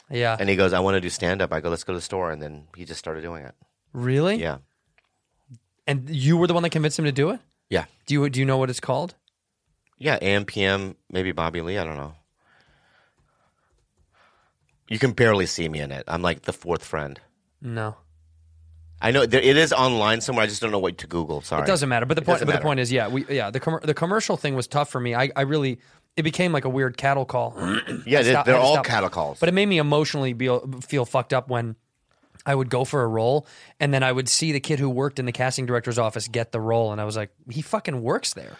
Speaker 1: Yeah.
Speaker 2: and he goes, "I want to do stand up." I go, "Let's go to the store," and then he just started doing it.
Speaker 1: really?
Speaker 2: Yeah,
Speaker 1: And you were the one that convinced him to do it.
Speaker 2: yeah,
Speaker 1: Do you do you know what it's called?
Speaker 2: yeah. AM PM, maybe Bobby Lee. I don't know. You can barely see me in it. I'm like the fourth friend.
Speaker 1: No.
Speaker 2: I know there, it is online somewhere. I just don't know what to Google. Sorry,
Speaker 1: It doesn't matter. But the
Speaker 2: It
Speaker 1: point,
Speaker 2: doesn't
Speaker 1: but the
Speaker 2: matter.
Speaker 1: point is, yeah, we, yeah, the com- the commercial thing was tough for me. I, I really, it became like a weird cattle call.
Speaker 2: Yeah,
Speaker 1: I
Speaker 2: they-
Speaker 1: stopped-
Speaker 2: they're
Speaker 1: I
Speaker 2: all
Speaker 1: stopped.
Speaker 2: cattle calls.
Speaker 1: But it made me emotionally be, feel fucked up when I would go for a role and then I would see the kid who worked in the casting director's office get the role, and I was like, he fucking works there,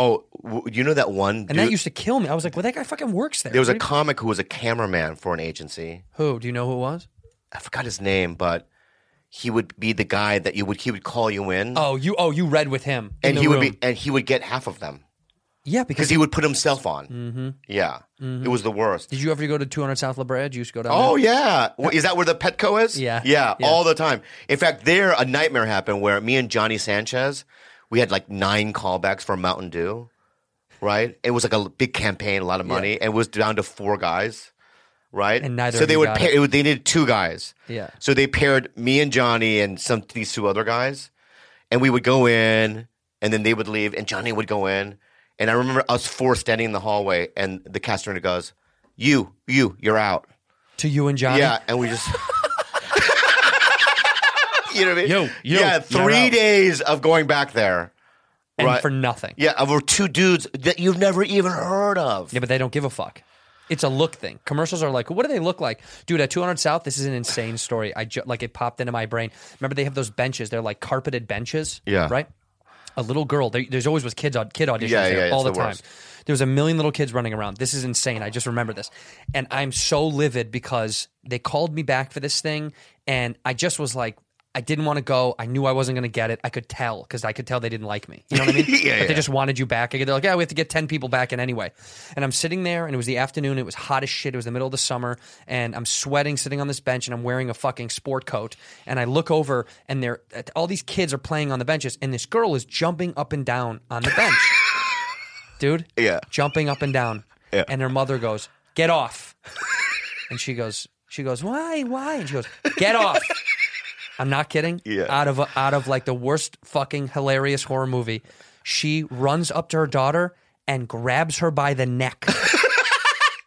Speaker 2: Oh, w- you know that one?
Speaker 1: and that used to kill me. I was like, well, that guy fucking works there.
Speaker 2: there was a
Speaker 1: What do you-
Speaker 2: comic who was a cameraman for an agency.
Speaker 1: who? Do you know who it was?
Speaker 2: I forgot his name, but he would be the guy that you would he would call you in,
Speaker 1: Oh, you oh you read with him, in
Speaker 2: and
Speaker 1: the
Speaker 2: he would
Speaker 1: room.
Speaker 2: be and he would get half of them
Speaker 1: yeah
Speaker 2: because
Speaker 1: because
Speaker 2: he would put himself on.
Speaker 1: hmm
Speaker 2: Yeah,
Speaker 1: Mhm.
Speaker 2: it was the worst.
Speaker 1: Did you ever go to 200 South La Brea? Did you used to go down
Speaker 2: Oh
Speaker 1: there?
Speaker 2: yeah, Wh- is that where the Petco is?
Speaker 1: Yeah.
Speaker 2: yeah,
Speaker 1: Yeah.
Speaker 2: all the time. In fact, there a nightmare happened where me and Johnny Sanchez, we had like nine callbacks for Mountain Dew, right? It was like a big campaign, a lot of money, and it was down to four guys, right?
Speaker 1: And neither
Speaker 2: so
Speaker 1: of
Speaker 2: they
Speaker 1: you
Speaker 2: would
Speaker 1: got
Speaker 2: pair,
Speaker 1: it.
Speaker 2: it was- they needed two guys.
Speaker 1: Yeah.
Speaker 2: So they paired me and Johnny and some these two other guys, and we would go in, and then they would leave, and Johnny would go in, and I remember us four standing in the hallway, and the caster goes, "You, you, you're out."
Speaker 1: To you and Johnny?
Speaker 2: Yeah, and we just. You know what I mean?
Speaker 1: Yo, yo,
Speaker 2: yeah,
Speaker 1: you're
Speaker 2: three
Speaker 1: out.
Speaker 2: days of going back there.
Speaker 1: and
Speaker 2: right.
Speaker 1: for nothing.
Speaker 2: Yeah, over two dudes that you've never even heard of.
Speaker 1: Yeah, but they don't give a fuck. It's a look thing. Commercials are like, what do they look like, dude? At 200 South, this is an insane story. I ju- like it popped into my brain. Remember, they have those benches. They're like carpeted benches.
Speaker 2: Yeah.
Speaker 1: Right. A little girl. There, there's always was kids on kid auditions
Speaker 2: Yeah,
Speaker 1: there
Speaker 2: yeah, it's
Speaker 1: all the,
Speaker 2: the
Speaker 1: time.
Speaker 2: worst.
Speaker 1: There was a million little kids running around. This is insane. I just remember this, and I'm so livid because they called me back for this thing, and I just was like. I didn't want to go. I knew I wasn't going to get it. I could tell because I could tell they didn't like me. You know what I mean?
Speaker 2: Yeah,
Speaker 1: but they
Speaker 2: yeah.
Speaker 1: just wanted you back. They're like, yeah, we have to get 10 people back in anyway. And I'm sitting there, and it was the afternoon. It was hot as shit. It was the middle of the summer, and I'm sweating, sitting on this bench, and I'm wearing a fucking sport coat. And I look over, and they're, all these kids are playing on the benches, and this girl is jumping up and down on the bench. Dude?
Speaker 2: Yeah.
Speaker 1: Jumping up and down.
Speaker 2: Yeah.
Speaker 1: And her mother goes, get off. and she goes, she goes, why, why? And she goes, get off. I'm not kidding.
Speaker 2: Yeah.
Speaker 1: Out of out of like the worst fucking hilarious horror movie, she runs up to her daughter and grabs her by the neck.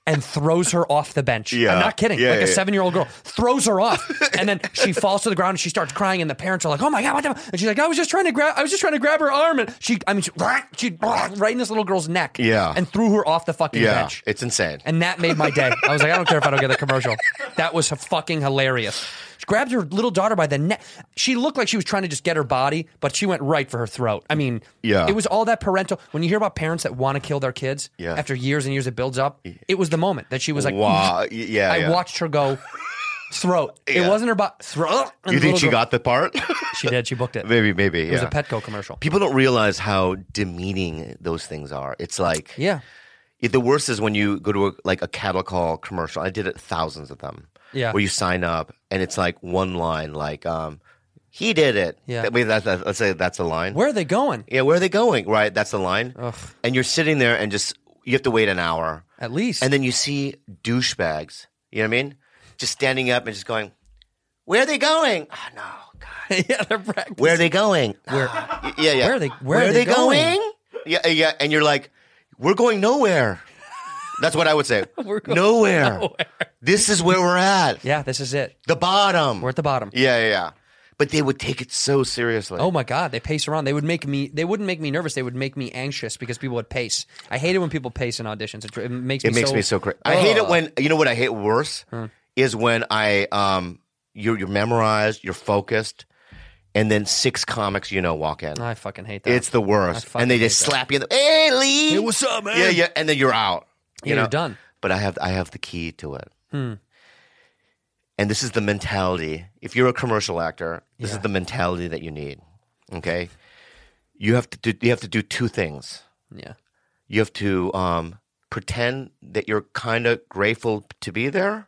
Speaker 1: And throws her off the bench.
Speaker 2: Yeah.
Speaker 1: I'm not kidding.
Speaker 2: Yeah,
Speaker 1: like
Speaker 2: yeah,
Speaker 1: a
Speaker 2: yeah.
Speaker 1: seven year old girl throws her off, and then she falls to the ground and she starts crying. And the parents are like, "Oh my god, what the?" And she's like, "I was just trying to grab. I was just trying to grab her arm." And she, I mean, she, she right in this little girl's neck.
Speaker 2: Yeah.
Speaker 1: And threw her off the fucking
Speaker 2: yeah,
Speaker 1: bench.
Speaker 2: it's insane.
Speaker 1: And that made my day. I was like, I don't care if I don't get the commercial. That was fucking hilarious. She grabbed her little daughter by the neck. She looked like she was trying to just get her body, but she went right for her throat. I mean,
Speaker 2: Yeah.
Speaker 1: it was all that parental. When you hear about parents that want to kill their kids,
Speaker 2: Yeah.
Speaker 1: after years and years it builds up, it was the moment that she was like,
Speaker 2: Wow, yeah,
Speaker 1: I
Speaker 2: yeah.
Speaker 1: watched her go throat. It
Speaker 2: Yeah.
Speaker 1: wasn't her body. Throat. And
Speaker 2: you
Speaker 1: the little
Speaker 2: think she
Speaker 1: girl-
Speaker 2: got the part?
Speaker 1: She did. She booked it.
Speaker 2: maybe, maybe.
Speaker 1: It
Speaker 2: yeah.
Speaker 1: was a Petco commercial.
Speaker 2: People don't realize how demeaning those things are. It's like
Speaker 1: Yeah.
Speaker 2: It- the worst is when you go to a, like a cattle call commercial. I did it thousands of them.
Speaker 1: Yeah.
Speaker 2: Where you sign up and it's like one line like um He did it. Yeah. I mean, that, that, let's say that's the line.
Speaker 1: Where Oh. are they going?
Speaker 2: Yeah, where are they going? Right, that's the line. And you're sitting there and just, you have to wait an hour.
Speaker 1: At least.
Speaker 2: And then you see douchebags, you know what I mean? Just standing up and just going, where are they going? Oh, no, God.
Speaker 1: yeah, they're practicing.
Speaker 2: Where are they going?
Speaker 1: Where?
Speaker 2: yeah, yeah.
Speaker 1: Where are they? Where, are they, going?
Speaker 2: Yeah, yeah. And you're like, we're going nowhere. That's what I would say.
Speaker 1: going
Speaker 2: nowhere. This is where we're at.
Speaker 1: Yeah, this is it.
Speaker 2: The bottom.
Speaker 1: We're at the bottom.
Speaker 2: Yeah, yeah, yeah. But they would take it so seriously.
Speaker 1: Oh my God, they pace around. They would make me. They wouldn't make me nervous. They would make me anxious because people would pace. I hate it when people pace in auditions. It, dr- it makes me.
Speaker 2: It makes
Speaker 1: so,
Speaker 2: me so crazy. I hate it
Speaker 1: Ugh. Hmm.
Speaker 2: when you know what I hate worse is when I um you're you're memorized, you're focused, and then six comics you know walk in.
Speaker 1: I fucking hate that.
Speaker 2: It's the worst, and they just slap you in the hey Lee, hey what's up man? Yeah, yeah, and then you're out. You
Speaker 1: Yeah,
Speaker 2: know?
Speaker 1: you're done.
Speaker 2: But I have I have the key to it,
Speaker 1: Hmm.
Speaker 2: and this is the mentality. If you're a commercial actor, this
Speaker 1: Yeah.
Speaker 2: is the mentality that you need. Okay, you have to do, you have to do two things.
Speaker 1: Yeah.
Speaker 2: You have to um, pretend that you're kind of grateful to be there.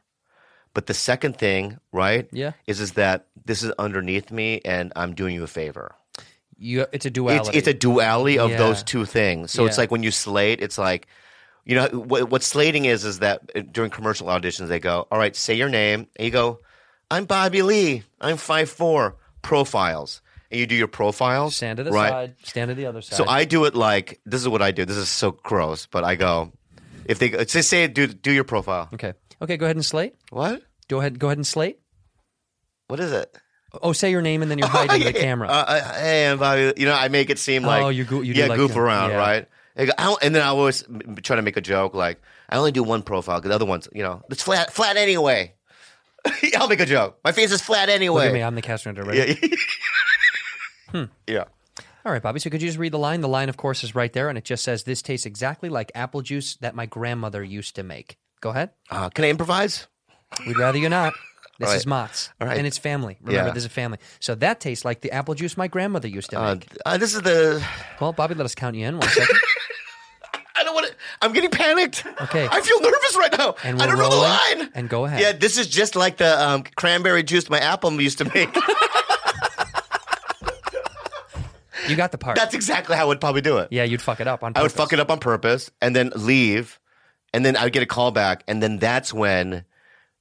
Speaker 2: But the second thing, right?
Speaker 1: Yeah.
Speaker 2: Is is that this is underneath me and I'm doing you a favor.
Speaker 1: You. It's a
Speaker 2: It's,
Speaker 1: duality.
Speaker 2: it's a duality of
Speaker 1: Yeah.
Speaker 2: those two things. So it's
Speaker 1: Yeah.
Speaker 2: like when you slate, it's like, you know, what, what slating is, is that uh, during commercial auditions, they go, all right, say your name. And you go, I'm Bobby Lee. I'm 5'4. Profiles. And you do your profiles.
Speaker 1: Stand to the
Speaker 2: right?
Speaker 1: side. Stand to the other side.
Speaker 2: So I do it like this is what I do. This is so gross, but I go if they say say do do your profile.
Speaker 1: Okay. Okay. Go ahead and slate.
Speaker 2: What?
Speaker 1: Go ahead. Go ahead and slate.
Speaker 2: What is it?
Speaker 1: Oh, say your name and then you're hiding the camera.
Speaker 2: Uh, uh, hey, I'm Bobby. You know, I make it seem like
Speaker 1: Oh, you go- you do
Speaker 2: yeah
Speaker 1: like
Speaker 2: goof
Speaker 1: the-
Speaker 2: around,
Speaker 1: yeah.
Speaker 2: right? I go, I don't- and then I always m- try to make a joke like I only do one profile because the other ones, you know, it's flat flat anyway. I'll make a joke. My face is flat anyway.
Speaker 1: Look at me. I'm the cast director. Right?
Speaker 2: yeah. yeah.
Speaker 1: All right, Bobby. So could you just read the line? The line, of course, is right there, and it just says, "This tastes exactly like apple juice that my grandmother used to make." Go ahead.
Speaker 2: Uh, can I improvise?
Speaker 1: We'd rather you not. This
Speaker 2: All
Speaker 1: is
Speaker 2: right.
Speaker 1: Mott's,
Speaker 2: All right.
Speaker 1: and it's family. Remember,
Speaker 2: Yeah.
Speaker 1: this is family. So that tastes like the apple juice my grandmother used to
Speaker 2: Uh,
Speaker 1: make.
Speaker 2: uh, this is the.
Speaker 1: Well, Bobby, let us count you in one second.
Speaker 2: I don't want to. I'm getting panicked.
Speaker 1: Okay.
Speaker 2: I feel nervous right now.
Speaker 1: And
Speaker 2: I
Speaker 1: we're
Speaker 2: don't know
Speaker 1: rolling.
Speaker 2: the line.
Speaker 1: And go ahead.
Speaker 2: Yeah, this is just like the um, cranberry juice my apple used to make.
Speaker 1: You got the part.
Speaker 2: That's exactly how I would probably do it.
Speaker 1: yeah, you'd fuck it up on. Purpose.
Speaker 2: I would fuck it up on purpose and then leave, and then I would get a call back, and then that's when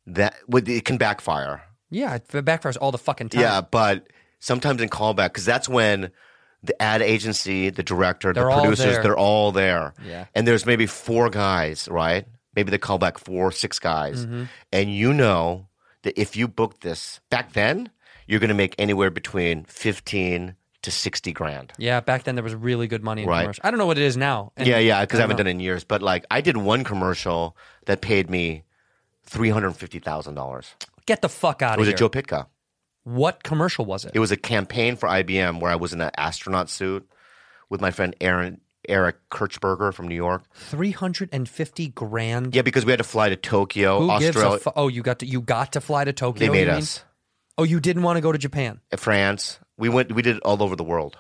Speaker 2: that would it can backfire.
Speaker 1: Yeah, it backfires all the fucking time.
Speaker 2: Yeah, but sometimes in callback because that's when the ad agency, the director,
Speaker 1: They're
Speaker 2: the
Speaker 1: all
Speaker 2: producers,
Speaker 1: there.
Speaker 2: they're all there.
Speaker 1: Yeah.
Speaker 2: and there's maybe four guys, right? Maybe they call back four, six guys,
Speaker 1: Mhm.
Speaker 2: and you know that if you book this back then, you're going to make anywhere between fifteen to sixty grand.
Speaker 1: Yeah, back then there was really good money in
Speaker 2: Right.
Speaker 1: commercial. I don't know what it is now.
Speaker 2: yeah, yeah, because I haven't
Speaker 1: done it.
Speaker 2: done it in years. But like, I did one commercial that paid me three hundred fifty thousand dollars.
Speaker 1: Get the fuck out
Speaker 2: It
Speaker 1: of
Speaker 2: was
Speaker 1: here.
Speaker 2: a Joe Pitka.
Speaker 1: What commercial was it?
Speaker 2: It was a campaign for IBM where I was in an astronaut suit with my friend Aaron Eric Kirchberger from New York.
Speaker 1: 350 grand.
Speaker 2: Yeah, because we had to fly to Tokyo,
Speaker 1: Who gives
Speaker 2: Australia,
Speaker 1: a fu- Oh, you got to you got to fly to Tokyo.
Speaker 2: They made
Speaker 1: you mean?
Speaker 2: us. Uh,
Speaker 1: Oh, you didn't want to go to Japan.
Speaker 2: France. We went. We did it all over the world.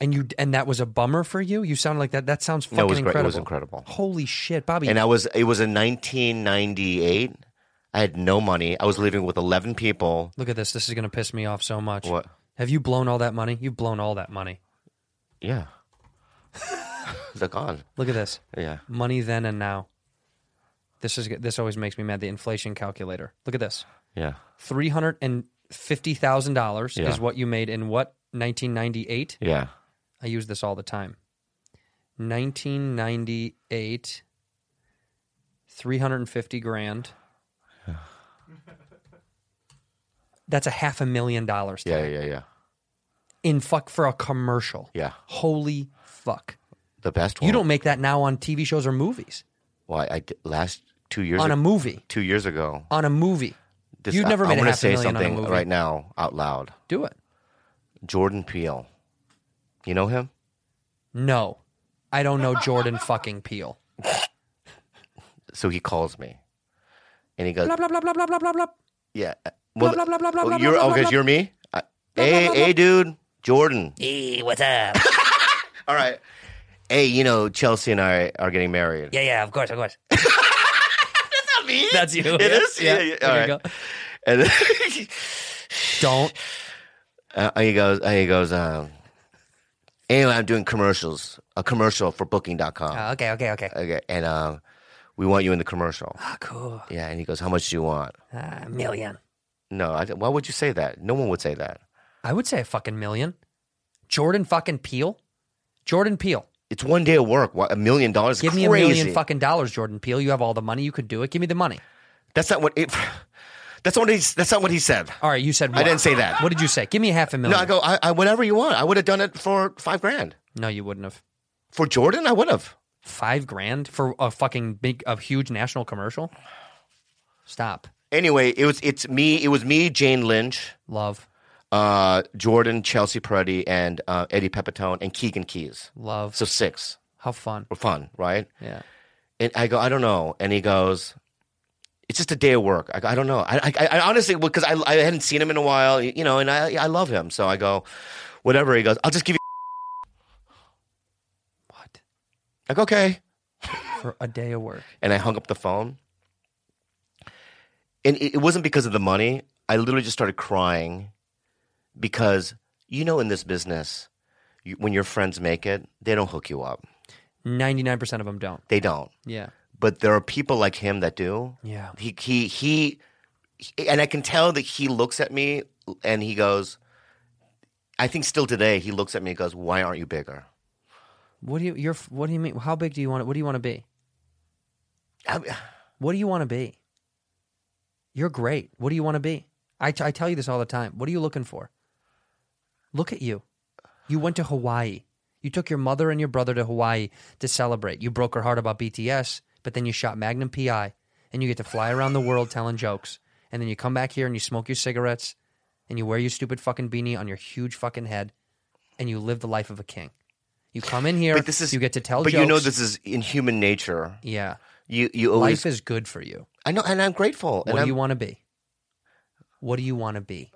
Speaker 1: And you and that was a bummer for you? You sound like that that sounds fucking
Speaker 2: No, it was great.
Speaker 1: incredible.
Speaker 2: It was incredible.
Speaker 1: Holy shit, Bobby.
Speaker 2: And I was. It was in 1998. I had no money. I was living with 11 people.
Speaker 1: Look at this. This is going to piss me off so much.
Speaker 2: What?
Speaker 1: Have you blown all that money? You've blown all that money.
Speaker 2: Yeah. They're gone.
Speaker 1: Look at this.
Speaker 2: Yeah.
Speaker 1: Money then and now. This is this always makes me mad. The inflation calculator. Look at this.
Speaker 2: Yeah.
Speaker 1: Three hundred and fifty thousand dollars
Speaker 2: Yeah.
Speaker 1: is what you made in what nineteen ninety eight.
Speaker 2: Yeah.
Speaker 1: I use this all the time. Nineteen ninety eight. Three hundred and fifty grand. That's a half a million dollars
Speaker 2: Yeah. Yeah. Yeah.
Speaker 1: in fuck for a commercial.
Speaker 2: Yeah.
Speaker 1: Holy fuck.
Speaker 2: The best one.
Speaker 1: You don't make that now on TV shows or movies.
Speaker 2: Why I did, last two years
Speaker 1: on a
Speaker 2: ag-
Speaker 1: movie.
Speaker 2: Two years ago.
Speaker 1: On a movie.
Speaker 2: This-
Speaker 1: You'd never
Speaker 2: I,
Speaker 1: made
Speaker 2: I
Speaker 1: a
Speaker 2: want to
Speaker 1: half a
Speaker 2: say
Speaker 1: million
Speaker 2: something
Speaker 1: on a movie.
Speaker 2: right now out loud.
Speaker 1: Do it.
Speaker 2: Jordan Peele. You know him?
Speaker 1: No. I don't know Jordan fucking Peele.
Speaker 2: So he calls me, and he goes,
Speaker 1: Blah blah blah blah blah blah blah blah.
Speaker 2: "Yeah, uh,
Speaker 1: Blah,
Speaker 2: well,
Speaker 1: blah, blah, blah, blah,
Speaker 2: oh,
Speaker 1: blah,
Speaker 2: you're
Speaker 1: blah,
Speaker 2: oh,
Speaker 1: blah,
Speaker 2: 'cause
Speaker 1: blah.
Speaker 2: you're me. I, hey, hey, dude, Jordan.
Speaker 9: Hey, what's up?
Speaker 2: All right. Hey, you know Chelsea and I are getting married.
Speaker 9: yeah, yeah, of course, of course.
Speaker 1: That's you.
Speaker 2: It is.
Speaker 1: Yeah.
Speaker 2: Yeah. yeah,
Speaker 1: There
Speaker 2: all
Speaker 1: you
Speaker 2: right. And then-
Speaker 1: Don't
Speaker 2: Uh, he goes, uh, he goes, um, anyway, I'm doing commercials, a commercial for booking.com.
Speaker 9: Oh, okay, okay, okay.
Speaker 2: Okay. And um, we want you in the commercial.
Speaker 1: Uh,
Speaker 2: Ah,
Speaker 9: cool.
Speaker 2: Yeah. And he goes, how much do you want?
Speaker 9: Ah, a million.
Speaker 2: No, I, why would you say that? No one would say that.
Speaker 1: I would say a fucking million. Jordan fucking Peele. Jordan Peele.
Speaker 2: It's one day of work. What, a million dollars? is
Speaker 1: Give me a
Speaker 2: crazy.
Speaker 1: million fucking dollars, Jordan Peele. You have all the money. You could do it. Give me the money.
Speaker 2: That's not what it. That's not what he's. That's not what he said.
Speaker 1: All right, you said.
Speaker 2: I didn't say that.
Speaker 1: What did you say? Give me a half a million.
Speaker 2: No, I go, I, I whatever you want. I would have done it for five grand.
Speaker 1: No, you wouldn't have.
Speaker 2: For Jordan, I would have.
Speaker 1: Five grand for a fucking big, a huge national commercial. Stop.
Speaker 2: Anyway, it was it's me. It was me, Jane Lynch,
Speaker 1: Love.
Speaker 2: uh, Jordan, Chelsea Peretti, and uh, Eddie Pepitone, and Keegan Keys.
Speaker 1: Love.
Speaker 2: So six
Speaker 1: How fun.
Speaker 2: were fun, right?
Speaker 1: Yeah.
Speaker 2: And I go, I don't know. And he goes, It's just a day of work. I, go, I don't know. I, I, I honestly, because I, I hadn't seen him in a while, you know, and I, I love him. So I go, whatever. He goes, I'll just give you.
Speaker 1: What?
Speaker 2: I go, okay.
Speaker 1: For a day of work.
Speaker 2: and I hung up the phone. And it, it wasn't because of the money. I literally just started crying because you know, in this business, you, when your friends make it, they don't hook you up.
Speaker 1: Ninety nine percent of them don't.
Speaker 2: They don't.
Speaker 1: Yeah.
Speaker 2: But there are people like him that do.
Speaker 1: Yeah.
Speaker 2: He he he, he- and I can tell that he looks at me and he goes. I think still today he looks at me and goes, "Why aren't you bigger?"
Speaker 1: What do you? You're. What do you mean? How big do you want? it? What do you want to be?
Speaker 2: I,
Speaker 1: What do you want to be? You're great. What do you want to be? I, t- I tell you this all the time. What are you looking for? Look at you. You went to Hawaii. You took your mother and your brother to Hawaii to celebrate. You broke her heart about BTS, but then you shot Magnum PI and you get to fly around the world telling jokes. And then you come back here and you smoke your cigarettes and you wear your stupid fucking beanie on your huge fucking head and you live the life of a king. You come in here,
Speaker 2: But this is-
Speaker 1: you get to tell
Speaker 2: but
Speaker 1: jokes.
Speaker 2: you know this is in human nature.
Speaker 1: Yeah.
Speaker 2: You you always
Speaker 1: Life is good for you.
Speaker 2: I know, and I'm grateful.
Speaker 1: What
Speaker 2: and
Speaker 1: do
Speaker 2: I'm
Speaker 1: you want to be? What do you want to be?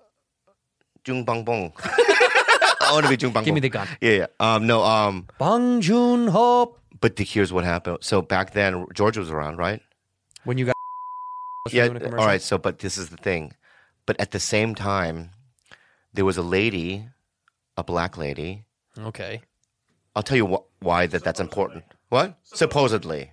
Speaker 2: Jung Bong Bong. I want to be Jung Bong.
Speaker 1: Give me
Speaker 2: Bong.
Speaker 1: the gun.
Speaker 2: Yeah, yeah. Um, no. Um,
Speaker 1: Bong Joon Ho.
Speaker 2: but the, here's what happened. So back then, George was around, right?
Speaker 1: When you got
Speaker 2: yeah.
Speaker 1: doing a commercial?
Speaker 2: All right. So, but this is the thing. But at the same time, there was a lady, a black lady.
Speaker 1: okay,
Speaker 2: I'll tell you wh- why that that's important. What? Supposedly,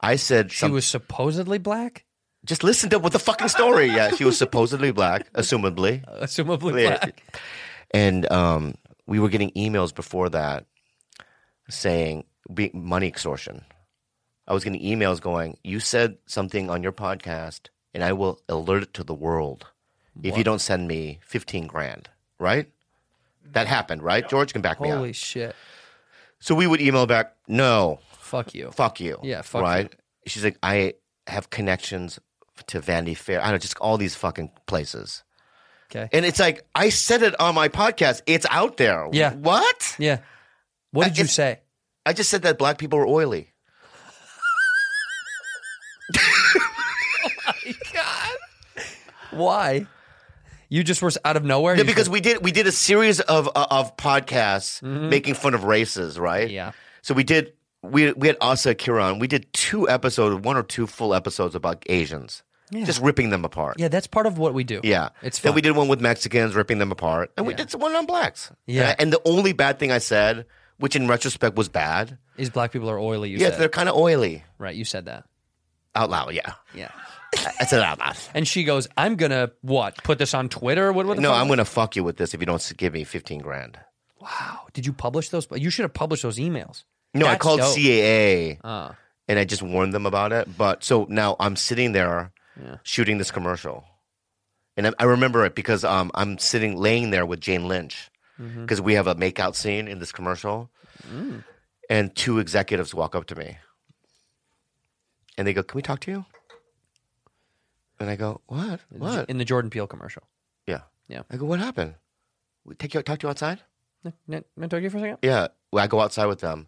Speaker 2: I said
Speaker 1: she
Speaker 2: some-
Speaker 1: was supposedly black,
Speaker 2: Just listen to what the fucking story. Yeah, she was supposedly black, assumably.
Speaker 1: assumably
Speaker 2: Yeah.
Speaker 1: black.
Speaker 2: and um, we were getting emails before that saying be, money extortion. I was getting emails going, "You said something on your podcast, and I will alert it to the world if you
Speaker 1: What?
Speaker 2: don't send me fifteen grand." Right? That happened, right? George can back me
Speaker 1: Mm. Holy
Speaker 2: up.
Speaker 1: shit!
Speaker 2: So we would email back, "No,
Speaker 1: Fuck you.
Speaker 2: fuck you."
Speaker 1: Yeah, fuck you.
Speaker 2: right. She's like, "I have connections to Vanity Fair. I don't know, just all these fucking places."
Speaker 1: Okay.
Speaker 2: And it's like I said it on my podcast. It's out there.
Speaker 1: Yeah.
Speaker 2: What?
Speaker 1: Yeah. What
Speaker 2: I-
Speaker 1: did you
Speaker 2: it's-
Speaker 1: say?
Speaker 2: I just said that black people were oily.
Speaker 1: Why? You just were s- out of nowhere.
Speaker 2: Yeah,
Speaker 1: You
Speaker 2: because
Speaker 1: said-
Speaker 2: we did we did a series of uh, of podcasts making fun of races, right?
Speaker 1: Mm-hmm. yeah,
Speaker 2: So we did we we had Asa Kiran. We did two episodes, one or two full episodes about Asians,
Speaker 1: Yeah.
Speaker 2: just ripping them apart.
Speaker 1: yeah, that's part of what we do.
Speaker 2: Yeah.
Speaker 1: It's
Speaker 2: then
Speaker 1: fun.
Speaker 2: we did one with Mexicans ripping them apart, and we
Speaker 1: Yeah.
Speaker 2: did one on blacks.
Speaker 1: Yeah.
Speaker 2: And, I- and the only bad thing I said, which in retrospect was bad,
Speaker 1: Is black people are oily? You
Speaker 2: yeah,
Speaker 1: said
Speaker 2: they're kind of oily
Speaker 1: right. You said that.
Speaker 2: out loud. Yeah,
Speaker 1: Yeah.
Speaker 2: I said it out loud.
Speaker 1: And she goes, "I'm gonna what? Put this on Twitter? What? what the
Speaker 2: No,
Speaker 1: fuck?
Speaker 2: I'm gonna fuck you with this if you don't s- give me fifteen grand.
Speaker 1: Wow. Did you publish those? You should have published those emails.
Speaker 2: No, I
Speaker 1: That's
Speaker 2: called
Speaker 1: dope.
Speaker 2: CAA.
Speaker 1: Uh,
Speaker 2: and I just warned them about it. But so now I'm sitting there
Speaker 1: Yeah.
Speaker 2: shooting this commercial, and I, I remember it because um, I'm sitting laying there with Jane Lynch
Speaker 1: Mm-hmm.
Speaker 2: because we have a makeout scene in this commercial,
Speaker 1: Mm.
Speaker 2: and two executives walk up to me, and they go, "Can we talk to you?" And I go, "What? What?"
Speaker 1: in the Jordan Peele commercial.
Speaker 2: yeah,
Speaker 1: Yeah.
Speaker 2: I go, "What happened? We take you talk to you outside?"
Speaker 1: Can I talk to you for a second?
Speaker 2: Yeah, well, I go outside with them,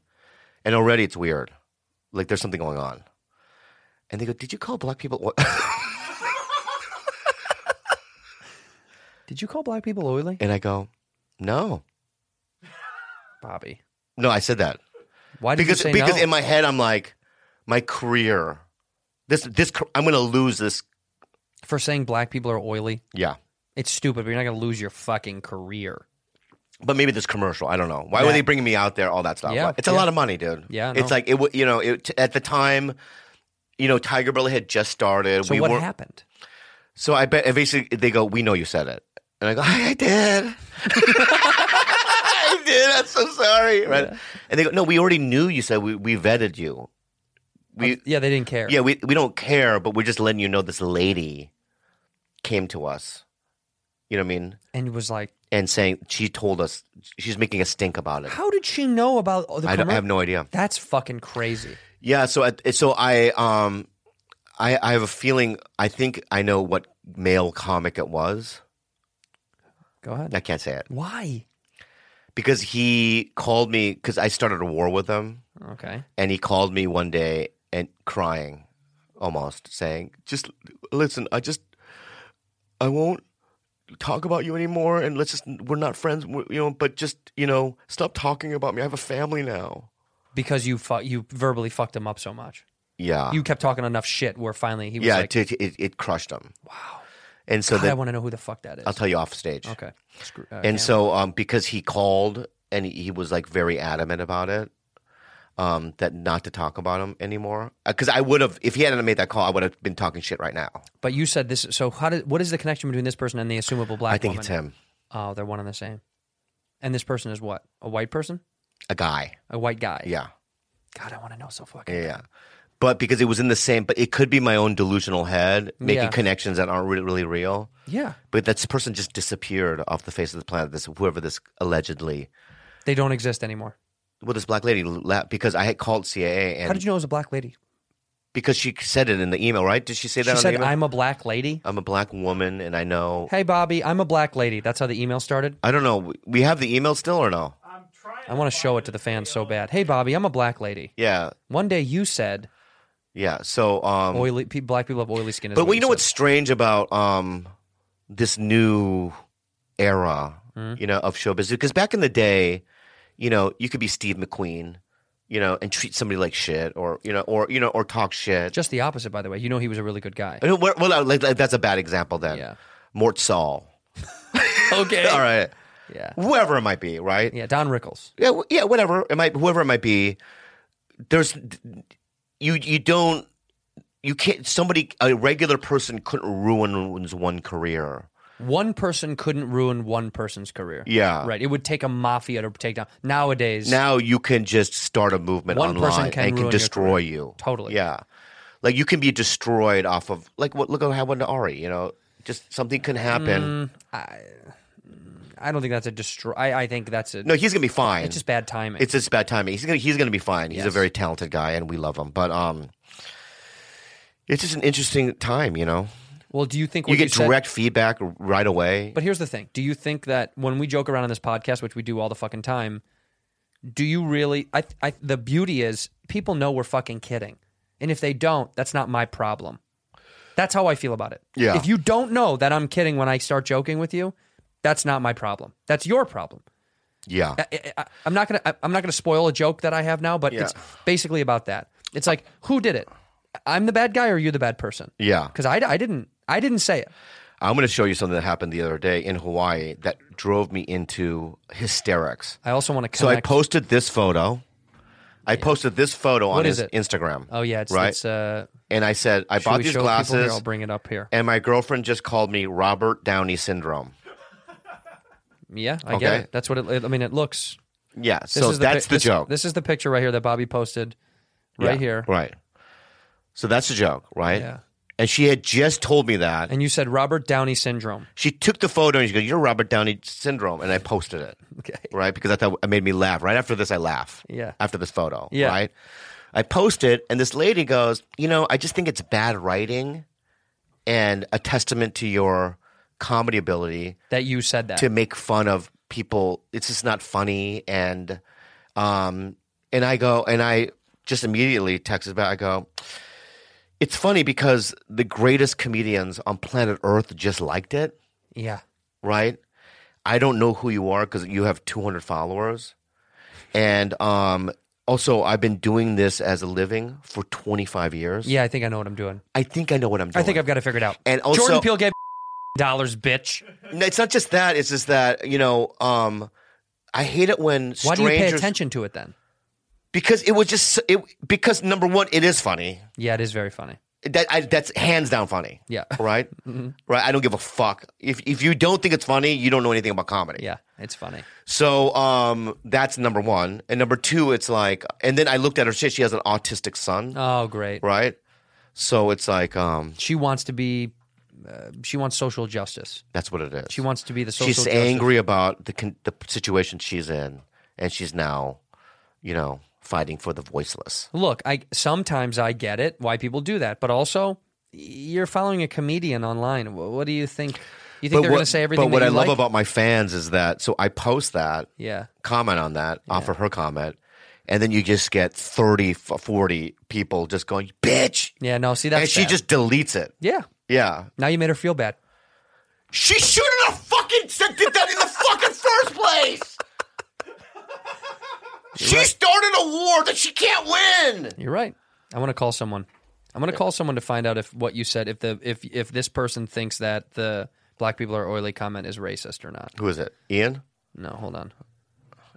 Speaker 2: and already it's weird. Like there's something going on, and they go, "Did you call black people?" What?
Speaker 1: Did you call black people oily?
Speaker 2: and I go, "No,
Speaker 1: Bobby.
Speaker 2: no." I said that
Speaker 1: Why did
Speaker 2: because
Speaker 1: you say
Speaker 2: because
Speaker 1: no?
Speaker 2: in my head I'm like, my career, this this ca- I'm gonna lose this.
Speaker 1: For saying black people are oily.
Speaker 2: Yeah,
Speaker 1: It's stupid, but you're not going to lose your fucking career.
Speaker 2: But maybe this commercial, I don't know. Why were
Speaker 1: Yeah.
Speaker 2: they bringing me out there? All that stuff.
Speaker 1: Yeah,
Speaker 2: Why- It's a
Speaker 1: yeah.
Speaker 2: lot of money, dude.
Speaker 1: Yeah, I know.
Speaker 2: it's like it. wa- You know, it, at the time, you know, Tiger Belly had just started.
Speaker 1: So what
Speaker 2: weren't-
Speaker 1: happened?
Speaker 2: So I bet and basically they go, "We know you said it," and I go, "I did." I did. I'm so sorry. Right? And they go, "No, we already knew you said we, we vetted you. We
Speaker 1: yeah, they didn't care.
Speaker 2: Yeah, we we don't care, but we're just letting you know this lady came to us. You know what I mean?
Speaker 1: And it was like,
Speaker 2: And saying she told us she's making a stink about it.
Speaker 1: how did she know about the
Speaker 2: I, don't, I
Speaker 1: commer-
Speaker 2: have no idea.
Speaker 1: That's fucking crazy.
Speaker 2: Yeah, so I, so I um I I have a feeling I think I know what male comic it was.
Speaker 1: Go ahead.
Speaker 2: I can't say it
Speaker 1: Why?
Speaker 2: because he called me because I started a war with him,
Speaker 1: Okay.
Speaker 2: and he called me one day and crying, almost saying, "Just listen, I just I won't talk about you anymore, and let's just we're not friends, w- you know. But just you know, stop talking about me. I have a family now."
Speaker 1: Because you fu- you verbally fucked him up so much.
Speaker 2: Yeah,
Speaker 1: You kept talking enough shit where finally he was
Speaker 2: yeah,
Speaker 1: like,
Speaker 2: it, it it crushed him. Wow. And so
Speaker 1: God, I
Speaker 2: then
Speaker 1: want to know who the fuck that is.
Speaker 2: I'll tell you off stage.
Speaker 1: Okay. Screw- uh,
Speaker 2: and
Speaker 1: yeah.
Speaker 2: so um, because he called and he, he was like very adamant about it um, that not to talk about him anymore because i would have if he hadn't made that call i would have been talking shit right now
Speaker 1: But you said this. So how did? What is the connection between this person and the assumable black?
Speaker 2: i think
Speaker 1: woman?
Speaker 2: it's him
Speaker 1: Oh, they're one and the same. And this person is what? A white person?
Speaker 2: a guy
Speaker 1: A white guy?
Speaker 2: yeah
Speaker 1: God, I want to know so fucking.
Speaker 2: yeah but because it was in the same but it could be my own delusional head making
Speaker 1: Yeah.
Speaker 2: connections that aren't really, really real
Speaker 1: Yeah.
Speaker 2: but that person just disappeared off the face of the planet this whoever this allegedly
Speaker 1: They don't exist anymore.
Speaker 2: well this black lady la- because i had called caa and
Speaker 1: how did you know it was a black lady?
Speaker 2: because she said it in the email right did she say that
Speaker 1: She
Speaker 2: on
Speaker 1: said,
Speaker 2: the email?
Speaker 1: "I'm a black lady."
Speaker 2: I'm a black woman and I know
Speaker 1: Hey, Bobby, I'm a black lady. That's how the email started.
Speaker 2: I don't know. We have the email still or no?
Speaker 1: I want to show it to the fans so bad. Hey, Bobby, I'm a black lady.
Speaker 2: Yeah.
Speaker 1: One day you said
Speaker 2: Yeah. So um
Speaker 1: oily pe- black people have oily skin. is
Speaker 2: but
Speaker 1: what
Speaker 2: you know what's strange about um this new era,
Speaker 1: Hmm?
Speaker 2: you know, of showbiz because back in the day, you know, you could be Steve McQueen, you know, and treat somebody like shit or you know or you know or talk shit.
Speaker 1: Just the opposite, by the way. You know he was a really good guy.
Speaker 2: I know, well, well, like, like, that's a bad example then. Yeah. Mort Saul.
Speaker 1: okay.
Speaker 2: All right.
Speaker 1: Yeah.
Speaker 2: Whoever it might be, right?
Speaker 1: Yeah, Don Rickles.
Speaker 2: yeah, wh- yeah, whatever it might, whoever it might be. There's you, you don't, you can't. Somebody, a regular person, couldn't ruin one's one career.
Speaker 1: One person couldn't ruin one person's career.
Speaker 2: Yeah.
Speaker 1: Right. It would take a mafia to take down. Nowadays,
Speaker 2: Now you can just start a movement
Speaker 1: One person
Speaker 2: online
Speaker 1: can
Speaker 2: and can
Speaker 1: ruin your
Speaker 2: destroy you.
Speaker 1: Totally.
Speaker 2: Yeah, like you can be destroyed off of like what? Look at what happened to Ari. You know, just something can
Speaker 1: Mm,
Speaker 2: happen.
Speaker 1: I, I don't think that's a destroy. I, I think that's a
Speaker 2: No, he's gonna be fine.
Speaker 1: It's just bad timing.
Speaker 2: It's just bad timing. He's gonna he's gonna be fine. He's a very talented guy, and we love him. But um, it's just an interesting time, you know.
Speaker 1: well, do you think
Speaker 2: You
Speaker 1: what you
Speaker 2: get
Speaker 1: said-
Speaker 2: direct feedback right away.
Speaker 1: But here's the thing: Do you think that when we joke around on this podcast, which we do all the fucking time, do you really? I, I the beauty is people know we're fucking kidding, and if they don't, that's not my problem. That's how I feel about it.
Speaker 2: Yeah.
Speaker 1: If you don't know that I'm kidding when I start joking with you, that's not my problem. That's your problem.
Speaker 2: Yeah.
Speaker 1: I, I, I'm not gonna. I, I'm not gonna spoil a joke that I have now, but
Speaker 2: Yeah.
Speaker 1: it's basically about that. It's like who did it? I'm the bad guy, or you're the bad person?
Speaker 2: Yeah.
Speaker 1: Because I, I didn't. I didn't say it.
Speaker 2: I'm going to show you something that happened the other day in Hawaii that drove me into hysterics.
Speaker 1: I also want to.
Speaker 2: So I
Speaker 1: connect.
Speaker 2: posted this photo. I posted this photo
Speaker 1: What
Speaker 2: on
Speaker 1: is
Speaker 2: his
Speaker 1: it?
Speaker 2: Instagram.
Speaker 1: Oh yeah, it's,
Speaker 2: right.
Speaker 1: it's uh,
Speaker 2: and I said I
Speaker 1: should
Speaker 2: bought
Speaker 1: we
Speaker 2: these
Speaker 1: show people here?
Speaker 2: glasses,
Speaker 1: I'll bring it up here.
Speaker 2: and my girlfriend just called me Robert Downey syndrome.
Speaker 1: Yeah, I get
Speaker 2: Okay.
Speaker 1: it. That's what it. it- I mean, it looks.
Speaker 2: Yeah,
Speaker 1: This
Speaker 2: so
Speaker 1: is
Speaker 2: that's
Speaker 1: pic-
Speaker 2: the
Speaker 1: this-
Speaker 2: joke.
Speaker 1: This is the picture right here that Bobby posted, right
Speaker 2: Yeah,
Speaker 1: here.
Speaker 2: right. So that's the joke, right?
Speaker 1: Yeah.
Speaker 2: And she had just told me that.
Speaker 1: And you said Robert Downey syndrome.
Speaker 2: She took the photo and she goes, "You're Robert Downey syndrome," and I posted it.
Speaker 1: Okay.
Speaker 2: right? Because I thought it made me laugh. Right after this, I laugh.
Speaker 1: Yeah.
Speaker 2: After this photo.
Speaker 1: Yeah.
Speaker 2: Right. I post it, and this lady goes, "You know, I just think it's bad writing, and a testament to your comedy ability
Speaker 1: That you said that.
Speaker 2: to make fun of people. It's just not funny." And, um, and I go, and I just immediately text it back. I go. It's funny because the greatest comedians on planet Earth just liked it
Speaker 1: Yeah.
Speaker 2: right? I don't know who you are because you have 200 followers. And um, also, I've been doing this as a living for 25 years.
Speaker 1: Yeah, I think I know what I'm doing.
Speaker 2: I think I know what I'm doing.
Speaker 1: I think I've got it figured out.
Speaker 2: And also-
Speaker 1: Jordan Peele gave dollars, bitch.
Speaker 2: No, it's not just that. It's just that you know. Um, I hate it when
Speaker 1: Why
Speaker 2: strangers.
Speaker 1: do you pay attention to it then?
Speaker 2: Because it was just it. Because number one, it is funny.
Speaker 1: Yeah, it is very funny.
Speaker 2: That I, that's hands down funny.
Speaker 1: Yeah.
Speaker 2: Right.
Speaker 1: Mhm.
Speaker 2: Right. I don't give a fuck. If if you don't think it's funny, you don't know anything about comedy.
Speaker 1: Yeah, it's funny.
Speaker 2: So um, that's number one, and number two, it's like, and then I looked at her shit. She has an autistic son.
Speaker 1: Oh, great.
Speaker 2: Right. So it's like, um,
Speaker 1: She wants to be. Uh, she wants social justice.
Speaker 2: that's what it is.
Speaker 1: She wants to be the social.
Speaker 2: she's
Speaker 1: justice.
Speaker 2: angry about the con- the situation she's in, and she's now, you know, fighting for the voiceless.
Speaker 1: Look, I sometimes I get it why people do that, but also you're following a comedian online. Wh- What do you think? You think they're
Speaker 2: what-
Speaker 1: going to say everything?
Speaker 2: But what
Speaker 1: that
Speaker 2: I
Speaker 1: you
Speaker 2: love
Speaker 1: like?
Speaker 2: about my fans is that so I post that,
Speaker 1: Yeah.
Speaker 2: comment on that, offer her comment, and then you just get 30, 40 people just going, bitch.
Speaker 1: yeah, no, see that's
Speaker 2: And she
Speaker 1: bad.
Speaker 2: just deletes it.
Speaker 1: yeah.
Speaker 2: Yeah.
Speaker 1: Now you made her feel bad.
Speaker 2: She should have fucking said did that in the fucking first place. She started a war that she can't win.
Speaker 1: You're right. I want to call someone. I'm going to call someone to find out if what you said, if the if if this person thinks that the black people are oily comment is racist or not.
Speaker 2: Who is it? Ian?
Speaker 1: No, hold on.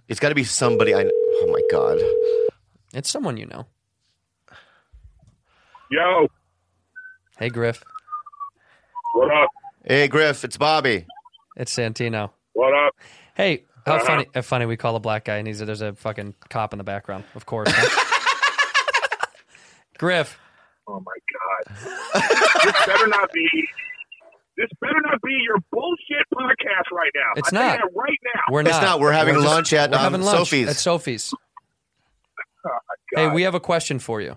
Speaker 2: It's got to be somebody I. Oh my god.
Speaker 1: It's someone you know.
Speaker 15: Yo,
Speaker 1: Hey, Griff.
Speaker 15: what up?
Speaker 2: Hey, Griff. It's Bobby.
Speaker 1: It's Santino.
Speaker 15: What up?
Speaker 1: Hey, how
Speaker 15: Uh-huh.
Speaker 1: funny! How funny we call a black guy and he's there's a fucking cop in the background. Of course. Griff.
Speaker 15: Oh my god. this better not be. This better not be your bullshit podcast right now.
Speaker 1: It's
Speaker 15: I tell you
Speaker 1: not.
Speaker 15: that right now.
Speaker 1: We're not.
Speaker 2: We're having
Speaker 1: just-
Speaker 2: lunch at,
Speaker 1: we're
Speaker 2: um,
Speaker 1: having lunch
Speaker 2: Sophie's.
Speaker 1: At Sophie's.
Speaker 15: Oh, my
Speaker 1: Hey,
Speaker 15: God.
Speaker 1: we have a question for you.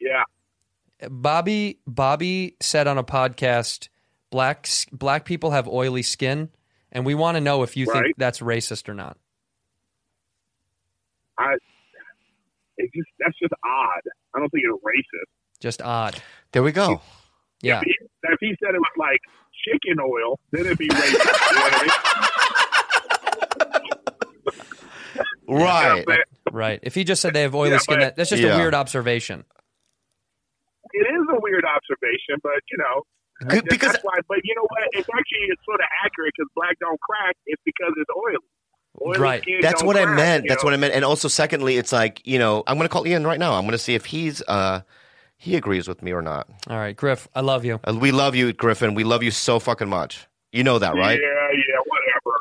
Speaker 15: Yeah.
Speaker 1: Bobby Bobby said on a podcast, black black people have oily skin, and we want to know if you
Speaker 15: Right.
Speaker 1: think that's racist or not.
Speaker 15: I. It just that's just odd. I don't think it's racist.
Speaker 1: Just odd.
Speaker 2: There we go.
Speaker 1: Yeah.
Speaker 15: If he- If he said it was like chicken oil, then it'd be racist. you know what I mean?
Speaker 2: Right.
Speaker 15: Yeah,
Speaker 1: Right. If he just said they have oily
Speaker 15: Yeah,
Speaker 1: skin,
Speaker 15: but-
Speaker 1: that, that's just
Speaker 2: Yeah.
Speaker 1: a weird observation.
Speaker 15: it is a weird observation, but you know,
Speaker 2: Good-
Speaker 15: that-
Speaker 2: because-
Speaker 15: that's why. But you know what? It's actually it's sort of accurate because black don't crack. It's because it's oily. Oily skin
Speaker 2: That's
Speaker 15: don't
Speaker 2: what I
Speaker 15: crack,
Speaker 2: meant.
Speaker 15: you
Speaker 2: That's
Speaker 15: know?
Speaker 2: what I meant. And also, secondly, it's like you know, I'm going to call Ian right now. I'm going to see if he's uh he agrees with me or not.
Speaker 1: All right, Griff, I love you.
Speaker 2: Uh, We love you, Griffin. We love you so fucking much. You know that, right?
Speaker 15: Yeah, yeah, whatever.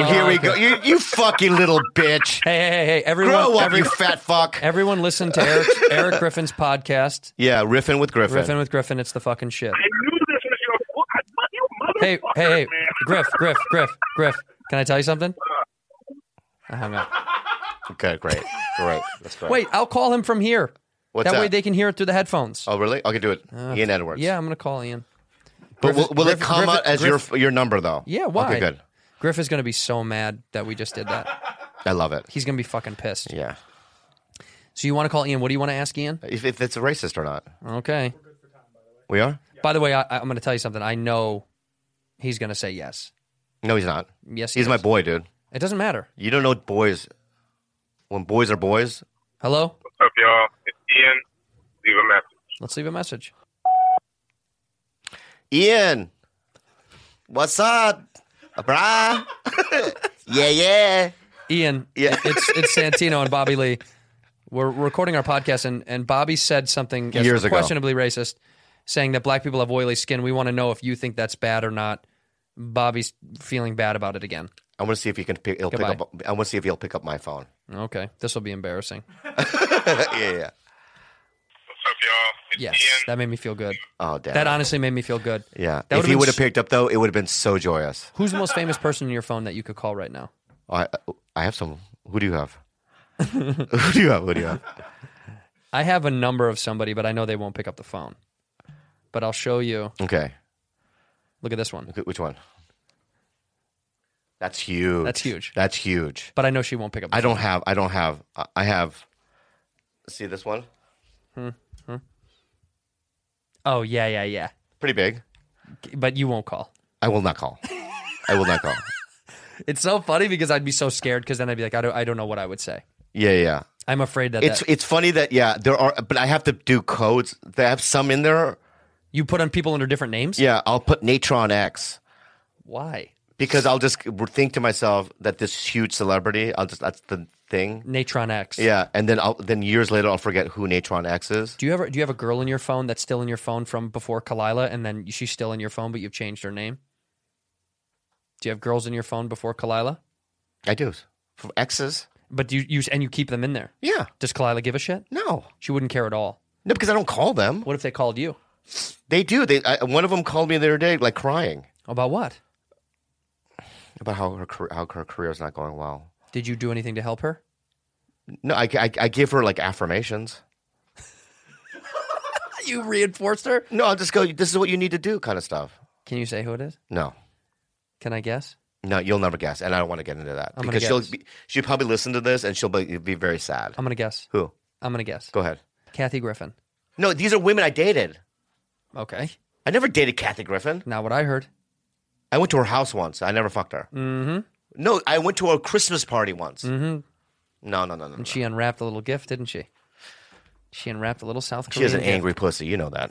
Speaker 2: Oh,
Speaker 15: Okay.
Speaker 2: here we go. You you fucking little bitch.
Speaker 1: Hey, hey, hey, hey, everyone!
Speaker 2: Grow up,
Speaker 1: every-
Speaker 2: you fat fuck.
Speaker 1: Everyone, listen to Eric, Eric Griffin's podcast,
Speaker 2: Yeah, riffing with Griffin.
Speaker 1: Griffin with Griffin. It's the fucking shit.
Speaker 15: I knew this was your I- you mother.
Speaker 1: Hey, hey, hey,
Speaker 15: man.
Speaker 1: Griff, Griff, Griff, Griff. Can I tell you something? I hung up.
Speaker 2: Okay, great, great. That's great.
Speaker 1: Wait, I'll call him from here.
Speaker 2: What's
Speaker 1: that,
Speaker 2: that?
Speaker 1: way they can hear it through the headphones.
Speaker 2: Oh, really? Okay, do it. Ian Edwards.
Speaker 1: Yeah, I'm going to call Ian.
Speaker 2: But will,
Speaker 1: Griffin-
Speaker 2: will it
Speaker 1: Griffin-
Speaker 2: come out
Speaker 1: Griffin-
Speaker 2: as your your number though?
Speaker 1: Yeah, why?
Speaker 2: Okay, good.
Speaker 1: Griff is going to be so mad that we just did that.
Speaker 2: I love it.
Speaker 1: He's going to be fucking pissed.
Speaker 2: Yeah.
Speaker 1: So you want to call Ian? What do you want to ask Ian?
Speaker 2: If, if it's racist or not,
Speaker 1: Okay.
Speaker 2: we are.
Speaker 1: By the way, I, I'm going to tell you something. I know he's going to say yes.
Speaker 2: No, he's not.
Speaker 1: Yes, he
Speaker 2: he's my
Speaker 1: is.
Speaker 2: boy, dude.
Speaker 1: It doesn't matter.
Speaker 2: You don't know boys. When boys are boys,
Speaker 1: Hello?
Speaker 15: What's up, y'all? It's Ian. Leave a message.
Speaker 1: Let's leave a message.
Speaker 2: Ian, what's up, brah? yeah, yeah.
Speaker 1: Ian,
Speaker 2: Yeah.
Speaker 1: it's it's Santino and Bobby Lee. We're recording our podcast, and, and Bobby said something that's
Speaker 2: Years ago.
Speaker 1: questionably racist, saying that black people have oily skin. We want to know if you think that's bad or not. Bobby's feeling bad about it again.
Speaker 2: I want to see if he can pick. He'll pick
Speaker 1: Goodbye.
Speaker 2: up, I want to see if he'll pick up my phone.
Speaker 1: Okay, this will be embarrassing.
Speaker 2: yeah, yeah.
Speaker 1: Yes, that made me feel good.
Speaker 2: Oh, damn.
Speaker 1: That honestly made me feel good.
Speaker 2: Yeah.
Speaker 1: That
Speaker 2: if he
Speaker 1: would've
Speaker 2: would
Speaker 1: been
Speaker 2: have
Speaker 1: s-
Speaker 2: picked up though, it would have been so joyous.
Speaker 1: Who's the most famous person in your phone that you could call right now?
Speaker 2: I I have some. Who do you have? Who do you have? Who do you have?
Speaker 1: I have a number of somebody, but I know they won't pick up the phone. But I'll show you.
Speaker 2: Okay.
Speaker 1: Look at this one.
Speaker 2: Wh- Which one? That's huge.
Speaker 1: That's huge.
Speaker 2: That's huge.
Speaker 1: But I know she won't pick up. The
Speaker 2: I
Speaker 1: phone.
Speaker 2: don't have. I don't have. I- I have. See this one?
Speaker 1: Oh yeah, yeah, yeah.
Speaker 2: Pretty big.
Speaker 1: But you won't call.
Speaker 2: I will not call. I will not call.
Speaker 1: It's so funny because I'd be so scared because then I'd be like, I don't, I don't know what I would say.
Speaker 2: Yeah, yeah, yeah.
Speaker 1: I'm afraid that
Speaker 2: It's
Speaker 1: that-
Speaker 2: it's funny that yeah there are, but I have to do codes. They have some in there
Speaker 1: You put on people under different names?
Speaker 2: Yeah, I'll put Natron X
Speaker 1: Why?
Speaker 2: because I'll just think to myself that this huge celebrity. I'll just that's the thing.
Speaker 1: Natron X.
Speaker 2: Yeah, and then I'll then years later I'll forget who Natron X is.
Speaker 1: Do you ever do you have a girl in your phone that's still in your phone from before Kalila and then she's still in your phone but you've changed her name? Do you have girls in your phone before Kalila?
Speaker 2: I do. From X's?
Speaker 1: But do you, you and you keep them in there?
Speaker 2: Yeah.
Speaker 1: Does Kalila give a shit?
Speaker 2: No.
Speaker 1: She wouldn't care at all.
Speaker 2: No, because I don't call them.
Speaker 1: What if they called you?
Speaker 2: They do. They I, one of them called me the other day, like crying
Speaker 1: About what?
Speaker 2: about how her car- how her career is not going well.
Speaker 1: Did you do anything to help her?
Speaker 2: No, I, I, I give her like affirmations.
Speaker 1: You reinforced her?
Speaker 2: No, I'll just go. This is what you need to do, kind of stuff.
Speaker 1: Can you say who it is?
Speaker 2: No,
Speaker 1: Can I guess?
Speaker 2: no, you'll never guess, and I don't want to get into that
Speaker 1: I'm gonna
Speaker 2: because she'll
Speaker 1: guess.
Speaker 2: be, she'll probably listen to this and she'll be, be very sad.
Speaker 1: I'm gonna guess.
Speaker 2: Who?
Speaker 1: I'm gonna guess.
Speaker 2: Go ahead.
Speaker 1: Kathy Griffin.
Speaker 2: No, these are women I dated.
Speaker 1: Okay.
Speaker 2: I never dated Kathy Griffin.
Speaker 1: Not what I heard.
Speaker 2: I went to her house once. I never fucked her.
Speaker 1: Mm-hmm.
Speaker 2: No, I went to a Christmas party once.
Speaker 1: Mm-hmm.
Speaker 2: No, no, no, no. no.
Speaker 1: And she unwrapped a little gift, didn't she? She unwrapped a little South
Speaker 2: She
Speaker 1: Korean.
Speaker 2: is an
Speaker 1: gift.
Speaker 2: angry pussy. You know that.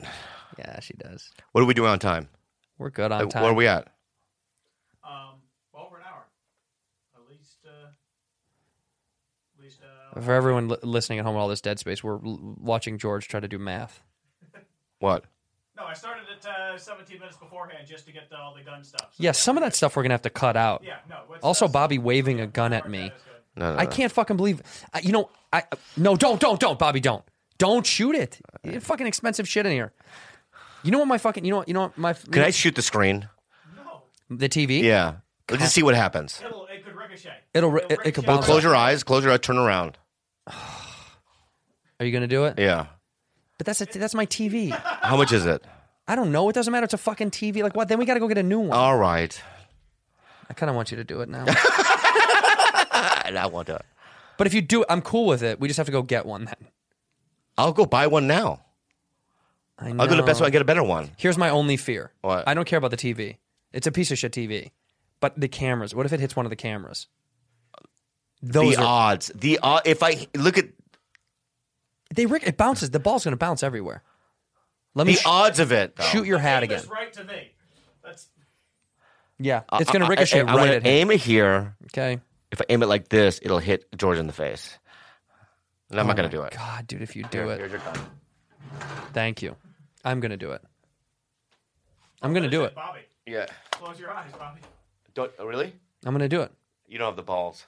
Speaker 1: Yeah, she does.
Speaker 2: What are we doing on time?
Speaker 1: We're good on
Speaker 2: Like,
Speaker 1: time.
Speaker 2: Where are Uh, we at?
Speaker 1: For everyone li- listening at home, with all this dead space, we're l- watching George try to do math.
Speaker 2: What?
Speaker 16: No, I started it uh, 17 minutes beforehand just to get all the gun stuff.
Speaker 1: Yeah, some of that stuff we're gonna have to cut out.
Speaker 16: Yeah, no, what's-
Speaker 1: also, Bobby waving a gun at me.
Speaker 2: No, no,
Speaker 1: I
Speaker 2: no.
Speaker 1: can't fucking believe. I, you know, I no, don't, don't, don't, Bobby, don't, don't shoot it.
Speaker 2: Uh,
Speaker 1: It's fucking expensive shit in here. You know what my fucking. You know what. You know what my.
Speaker 2: Can I shoot the screen?
Speaker 1: The TV.
Speaker 2: Yeah. Let's just see what happens.
Speaker 1: It'll. ri- It, it could
Speaker 2: Well,
Speaker 1: bounce.
Speaker 2: close
Speaker 1: up.
Speaker 2: your eyes. Close your eyes. Turn around.
Speaker 1: Are you gonna do it?
Speaker 2: Yeah.
Speaker 1: But that's a, that's my TV.
Speaker 2: How much is it?
Speaker 1: I don't know. It doesn't matter. It's a fucking TV. Like what? Then we got to go get a new one.
Speaker 2: All right.
Speaker 1: I kind of want you to do it now.
Speaker 2: I won't do it.
Speaker 1: but if you do, I'm cool with it. We just have to go get one then.
Speaker 2: I'll go buy one now.
Speaker 1: I
Speaker 2: I'll go to Best Buy
Speaker 1: know.
Speaker 2: and get a better one.
Speaker 1: Here's my only fear.
Speaker 2: What?
Speaker 1: I don't care about the TV. It's a piece of shit TV. But the cameras. What if it hits one of the cameras? Those
Speaker 2: the
Speaker 1: are-
Speaker 2: odds. The odd. If I look at
Speaker 1: They rick. It bounces. The ball's gonna bounce everywhere. Let me
Speaker 2: the
Speaker 1: sh-
Speaker 2: odds of it. though.
Speaker 1: shoot your hat again.
Speaker 16: Right to me. That's
Speaker 1: Yeah,
Speaker 2: I-
Speaker 1: it's gonna
Speaker 2: I-
Speaker 1: ricochet
Speaker 2: I, uh, I'm
Speaker 1: right
Speaker 2: gonna
Speaker 1: at him.
Speaker 2: aim it here.
Speaker 1: Okay.
Speaker 2: If I aim it like this, it'll hit George in the face. And I'm
Speaker 1: Oh
Speaker 2: not gonna
Speaker 1: my
Speaker 2: do it.
Speaker 1: God, dude, if you do it. Thank you. I'm gonna do it. I'm gonna do it.
Speaker 16: Bobby.
Speaker 2: Yeah.
Speaker 16: Close your eyes, Bobby.
Speaker 2: Don't oh, really?
Speaker 1: I'm gonna do it.
Speaker 2: You don't have the balls.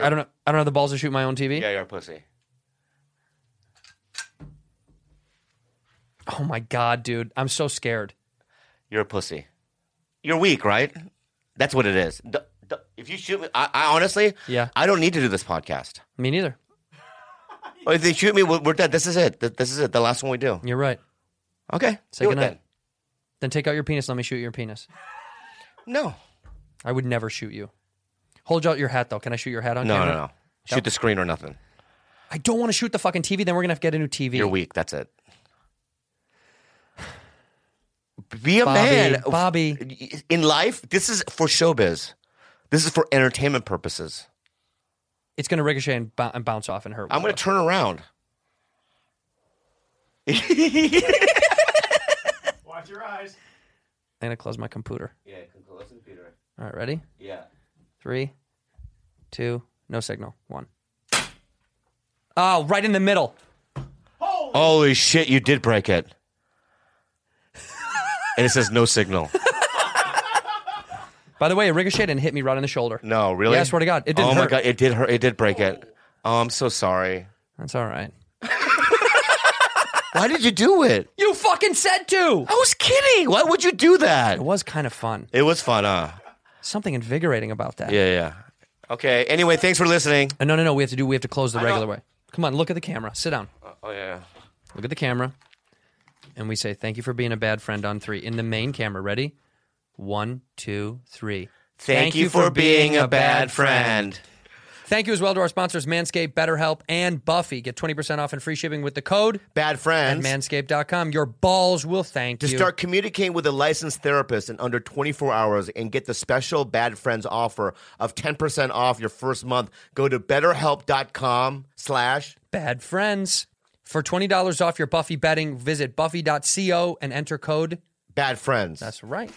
Speaker 1: I don't know. I don't have the balls to shoot my own TV.
Speaker 2: Yeah, you're a pussy.
Speaker 1: Oh my god, dude, I'm so scared.
Speaker 2: You're a pussy. You're weak, right? That's what it is. D- d- if you shoot me, I, I honestly,
Speaker 1: Yeah.
Speaker 2: I don't need to do this podcast.
Speaker 1: Me neither.
Speaker 2: Or if they shoot me, we're, we're dead. This is it. Th- This is it. The last one we do.
Speaker 1: You're right.
Speaker 2: Okay.
Speaker 1: Say
Speaker 2: do it
Speaker 1: goodnight.
Speaker 2: then.
Speaker 1: Then. take out your penis. Let me shoot your penis.
Speaker 2: No.
Speaker 1: I would never shoot you. Hold out your hat though. Can I shoot your hat on
Speaker 2: no,
Speaker 1: camera?
Speaker 2: no, no. Shoot the screen or nothing.
Speaker 1: I don't want to shoot the fucking TV. Then we're gonna have to get a new TV.
Speaker 2: You're weak. That's it. Be a
Speaker 1: Bobby,
Speaker 2: man.
Speaker 1: Bobby.
Speaker 2: In life, this is for showbiz. This is for entertainment purposes.
Speaker 1: It's gonna ricochet and, bou- and bounce off and hurt.
Speaker 2: I'm
Speaker 1: one
Speaker 2: going
Speaker 1: of
Speaker 2: to turn around.
Speaker 16: Watch your eyes.
Speaker 1: us. I'm gonna close my computer.
Speaker 2: Yeah, listen, Peter.
Speaker 1: All right, ready?
Speaker 2: Yeah.
Speaker 1: Three, two, no signal. One. Oh, right in the middle.
Speaker 2: Holy shit, you did break it. and it says no signal.
Speaker 1: By the way, it ricocheted and hit me right on the shoulder.
Speaker 2: No, really?
Speaker 1: Yeah, I swear to God, it didn't
Speaker 2: Oh my
Speaker 1: hurt.
Speaker 2: god, it did hurt. It did break it. Oh, I'm so sorry.
Speaker 1: That's all right.
Speaker 2: Why did you do it?
Speaker 1: You fucking said to.
Speaker 2: I was kidding. Why would you do that?
Speaker 1: It was kind of fun.
Speaker 2: It was fun, huh?
Speaker 1: Something invigorating about that.
Speaker 2: Yeah, yeah. Okay. Anyway, thanks for listening.
Speaker 1: Uh, no, no, no. We have to do. We have to close the regular way. Come on, look at the camera. Sit down.
Speaker 2: Oh yeah.
Speaker 1: Look at the camera, and we say thank you for being a bad friend on three in the main camera. Ready? One, two, three.
Speaker 2: Thank, you, for being a bad friend.
Speaker 1: Thank you as well to our sponsors, Manscaped, BetterHelp, and Buffy. Get 20% off and free shipping with the code
Speaker 2: Bad friends.
Speaker 1: at manscaped.com. Your balls will thank
Speaker 2: To
Speaker 1: you.
Speaker 2: start communicating with a licensed therapist in under 24 hours and get the special Bad Friends offer of 10% off your first month, go to betterhelp.com slash
Speaker 1: bad friends. For $20 off your Buffy betting, visit buffy.co and enter code
Speaker 2: Bad Friends.
Speaker 1: That's right.